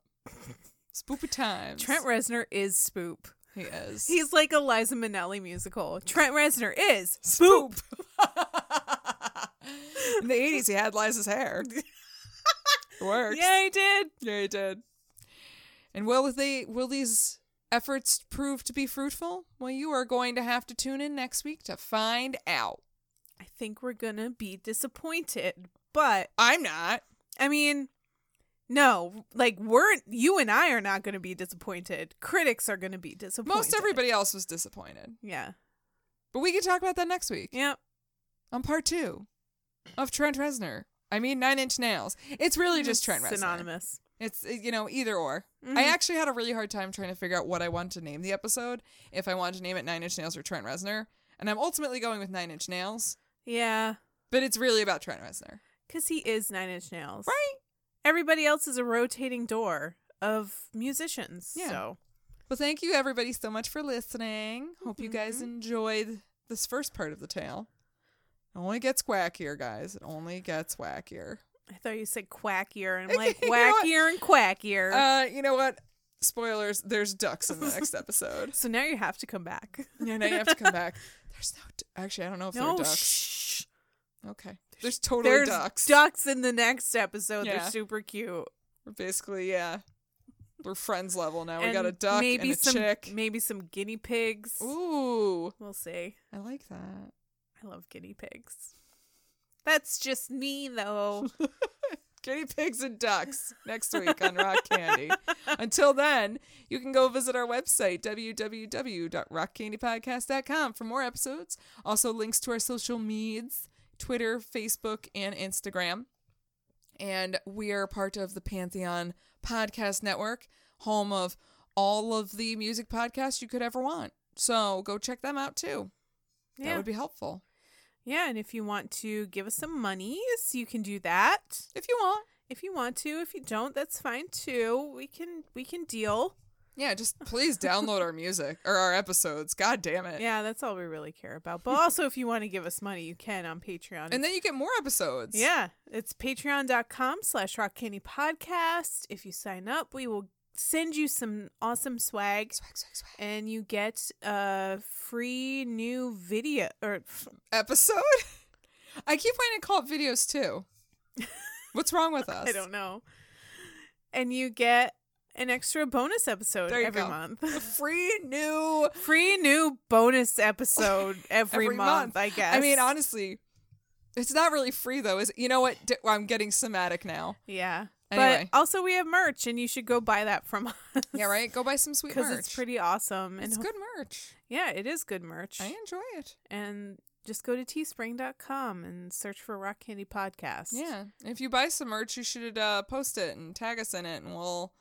[SPEAKER 2] Spoopy times.
[SPEAKER 1] Trent Reznor is spoop.
[SPEAKER 2] He is.
[SPEAKER 1] He's like Eliza Minnelli musical. Trent Reznor is spoop.
[SPEAKER 2] In the 80s, he had Liza's hair. It works.
[SPEAKER 1] Yeah, he did.
[SPEAKER 2] Yeah, he did. And will they will these efforts prove to be fruitful? Well, you are going to have to tune in next week to find out.
[SPEAKER 1] I think we're gonna be disappointed, but
[SPEAKER 2] I'm not.
[SPEAKER 1] I mean, no, like we're you and I are not gonna be disappointed. Critics are gonna be disappointed.
[SPEAKER 2] Most everybody else was disappointed.
[SPEAKER 1] Yeah.
[SPEAKER 2] But we can talk about that next week.
[SPEAKER 1] Yep.
[SPEAKER 2] on part two of Trent Reznor. I mean, Nine Inch Nails. It's really just Trent Reznor.
[SPEAKER 1] Synonymous.
[SPEAKER 2] It's uh, you know either or.
[SPEAKER 1] Mhm.
[SPEAKER 2] I actually had a really hard time trying to figure out what I wanted to name the episode. If I wanted to name it Nine Inch Nails or Trent Reznor, and I'm ultimately going with Nine Inch Nails,
[SPEAKER 1] Yeah.
[SPEAKER 2] but it's really about Trent Reznor.
[SPEAKER 1] Because he is Nine Inch Nails.
[SPEAKER 2] Right.
[SPEAKER 1] Everybody else is a rotating door of musicians.
[SPEAKER 2] Yeah.
[SPEAKER 1] So
[SPEAKER 2] Well, thank you everybody so much for listening. Hope you guys enjoyed this first part of the tale. It only gets wackier, guys. It only gets wackier.
[SPEAKER 1] I thought you said quackier. And I'm like,
[SPEAKER 2] You know what?
[SPEAKER 1] wackier and quackier.
[SPEAKER 2] Uh, you know what? Spoilers. There's ducks in the next episode.
[SPEAKER 1] so now you have to come back.
[SPEAKER 2] Yeah, now you have to come back. There's no. d- Actually, I don't know if there
[SPEAKER 1] No,
[SPEAKER 2] are ducks.
[SPEAKER 1] shh.
[SPEAKER 2] okay. There's totally
[SPEAKER 1] There's
[SPEAKER 2] ducks.
[SPEAKER 1] in the next episode.
[SPEAKER 2] Yeah.
[SPEAKER 1] They're super cute.
[SPEAKER 2] We're basically, yeah. We're friends level now. we
[SPEAKER 1] And
[SPEAKER 2] got a duck
[SPEAKER 1] maybe
[SPEAKER 2] and a
[SPEAKER 1] some,
[SPEAKER 2] chick.
[SPEAKER 1] Maybe some guinea pigs.
[SPEAKER 2] Ooh,
[SPEAKER 1] We'll see.
[SPEAKER 2] I like that.
[SPEAKER 1] I love guinea pigs. That's just me, though.
[SPEAKER 2] Guinea pigs and ducks next week on Rock Candy. Until then, you can go visit our website, www.rockcandypodcast.com, for more episodes. Also, links to our social medias Twitter, Facebook, and Instagram. And we are part of the Pantheon Podcast Network, home of all of the music podcasts you could ever want. So go check them out too. That
[SPEAKER 1] yeah.
[SPEAKER 2] would be helpful
[SPEAKER 1] yeah. And if you want to give us some monies, you can do that.
[SPEAKER 2] if you want.
[SPEAKER 1] if you want to if you don't that's fine too we can we can deal
[SPEAKER 2] Yeah, just please download our music or our episodes. God damn it.
[SPEAKER 1] yeah that's all we really care about but also if you want to give us money you can on patreon
[SPEAKER 2] And then you get more episodes.
[SPEAKER 1] yeah it's patreon.com slash rock candy podcast if you sign up we will send you some awesome swag
[SPEAKER 2] Swag, swag, swag.
[SPEAKER 1] and you get a free new video or f-
[SPEAKER 2] Episode? I keep wanting to call it videos too. What's wrong with us?
[SPEAKER 1] i don't know and you get an extra bonus episode
[SPEAKER 2] There you
[SPEAKER 1] every
[SPEAKER 2] go.
[SPEAKER 1] month
[SPEAKER 2] A free new
[SPEAKER 1] free new bonus episode every,
[SPEAKER 2] every
[SPEAKER 1] month, i guess
[SPEAKER 2] I mean, honestly, it's not really free though. Is you know what? D- I'm getting somatic now.
[SPEAKER 1] Yeah.
[SPEAKER 2] Anyway.
[SPEAKER 1] But also we have merch and you should go buy that from us.
[SPEAKER 2] Yeah, right. Go buy some sweet merch.
[SPEAKER 1] Because it's pretty awesome. And
[SPEAKER 2] It's
[SPEAKER 1] ho-
[SPEAKER 2] good merch.
[SPEAKER 1] yeah, it is good merch.
[SPEAKER 2] I enjoy it.
[SPEAKER 1] And just go to teespring.com and search for Rock Candy Podcast.
[SPEAKER 2] Yeah. If you buy some merch, you should uh, post it and tag us in it, and we'll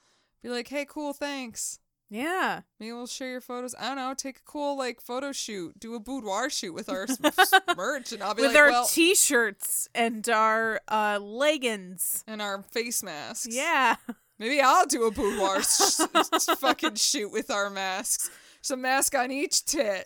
[SPEAKER 2] be like, "Hey, cool, thanks."
[SPEAKER 1] Yeah.
[SPEAKER 2] Maybe we'll share your photos. I don't know. Take a cool like photo shoot. Do a boudoir shoot with our s- merch, and I'll be
[SPEAKER 1] With
[SPEAKER 2] like,
[SPEAKER 1] our
[SPEAKER 2] well,
[SPEAKER 1] t-shirts and our uh leggings.
[SPEAKER 2] and our face masks.
[SPEAKER 1] Yeah.
[SPEAKER 2] Maybe I'll do a boudoir s- s- fucking shoot with our masks. Just a mask on each tit.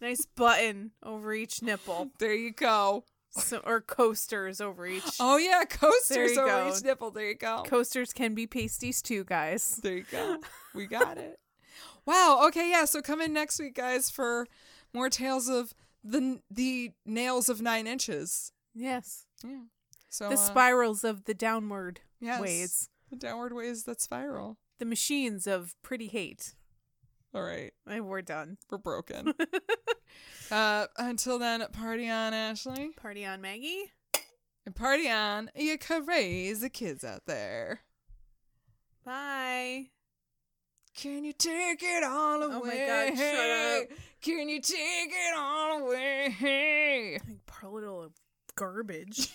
[SPEAKER 1] Nice button over each nipple.
[SPEAKER 2] There you go.
[SPEAKER 1] So, or coasters over each.
[SPEAKER 2] Oh yeah, coasters
[SPEAKER 1] you
[SPEAKER 2] over
[SPEAKER 1] go.
[SPEAKER 2] each nipple. There you go.
[SPEAKER 1] Coasters can be pasties too, guys.
[SPEAKER 2] There you go. We got it. Wow. Okay. Yeah. So come in next week, guys, for more tales of the the nails of nine inches.
[SPEAKER 1] Yes.
[SPEAKER 2] Yeah. So
[SPEAKER 1] The
[SPEAKER 2] uh,
[SPEAKER 1] spirals of the downward
[SPEAKER 2] yes,
[SPEAKER 1] ways.
[SPEAKER 2] The downward ways that spiral.
[SPEAKER 1] The machines of pretty hate.
[SPEAKER 2] All right.
[SPEAKER 1] And we're done.
[SPEAKER 2] We're broken. uh, until then, party on, Ashley.
[SPEAKER 1] Party on, Maggie.
[SPEAKER 2] And party on, you crazy kids out there.
[SPEAKER 1] Bye.
[SPEAKER 2] Can you take it all away?
[SPEAKER 1] Oh my God, shut
[SPEAKER 2] up. Can you take it all away?
[SPEAKER 1] Like, parlor of garbage.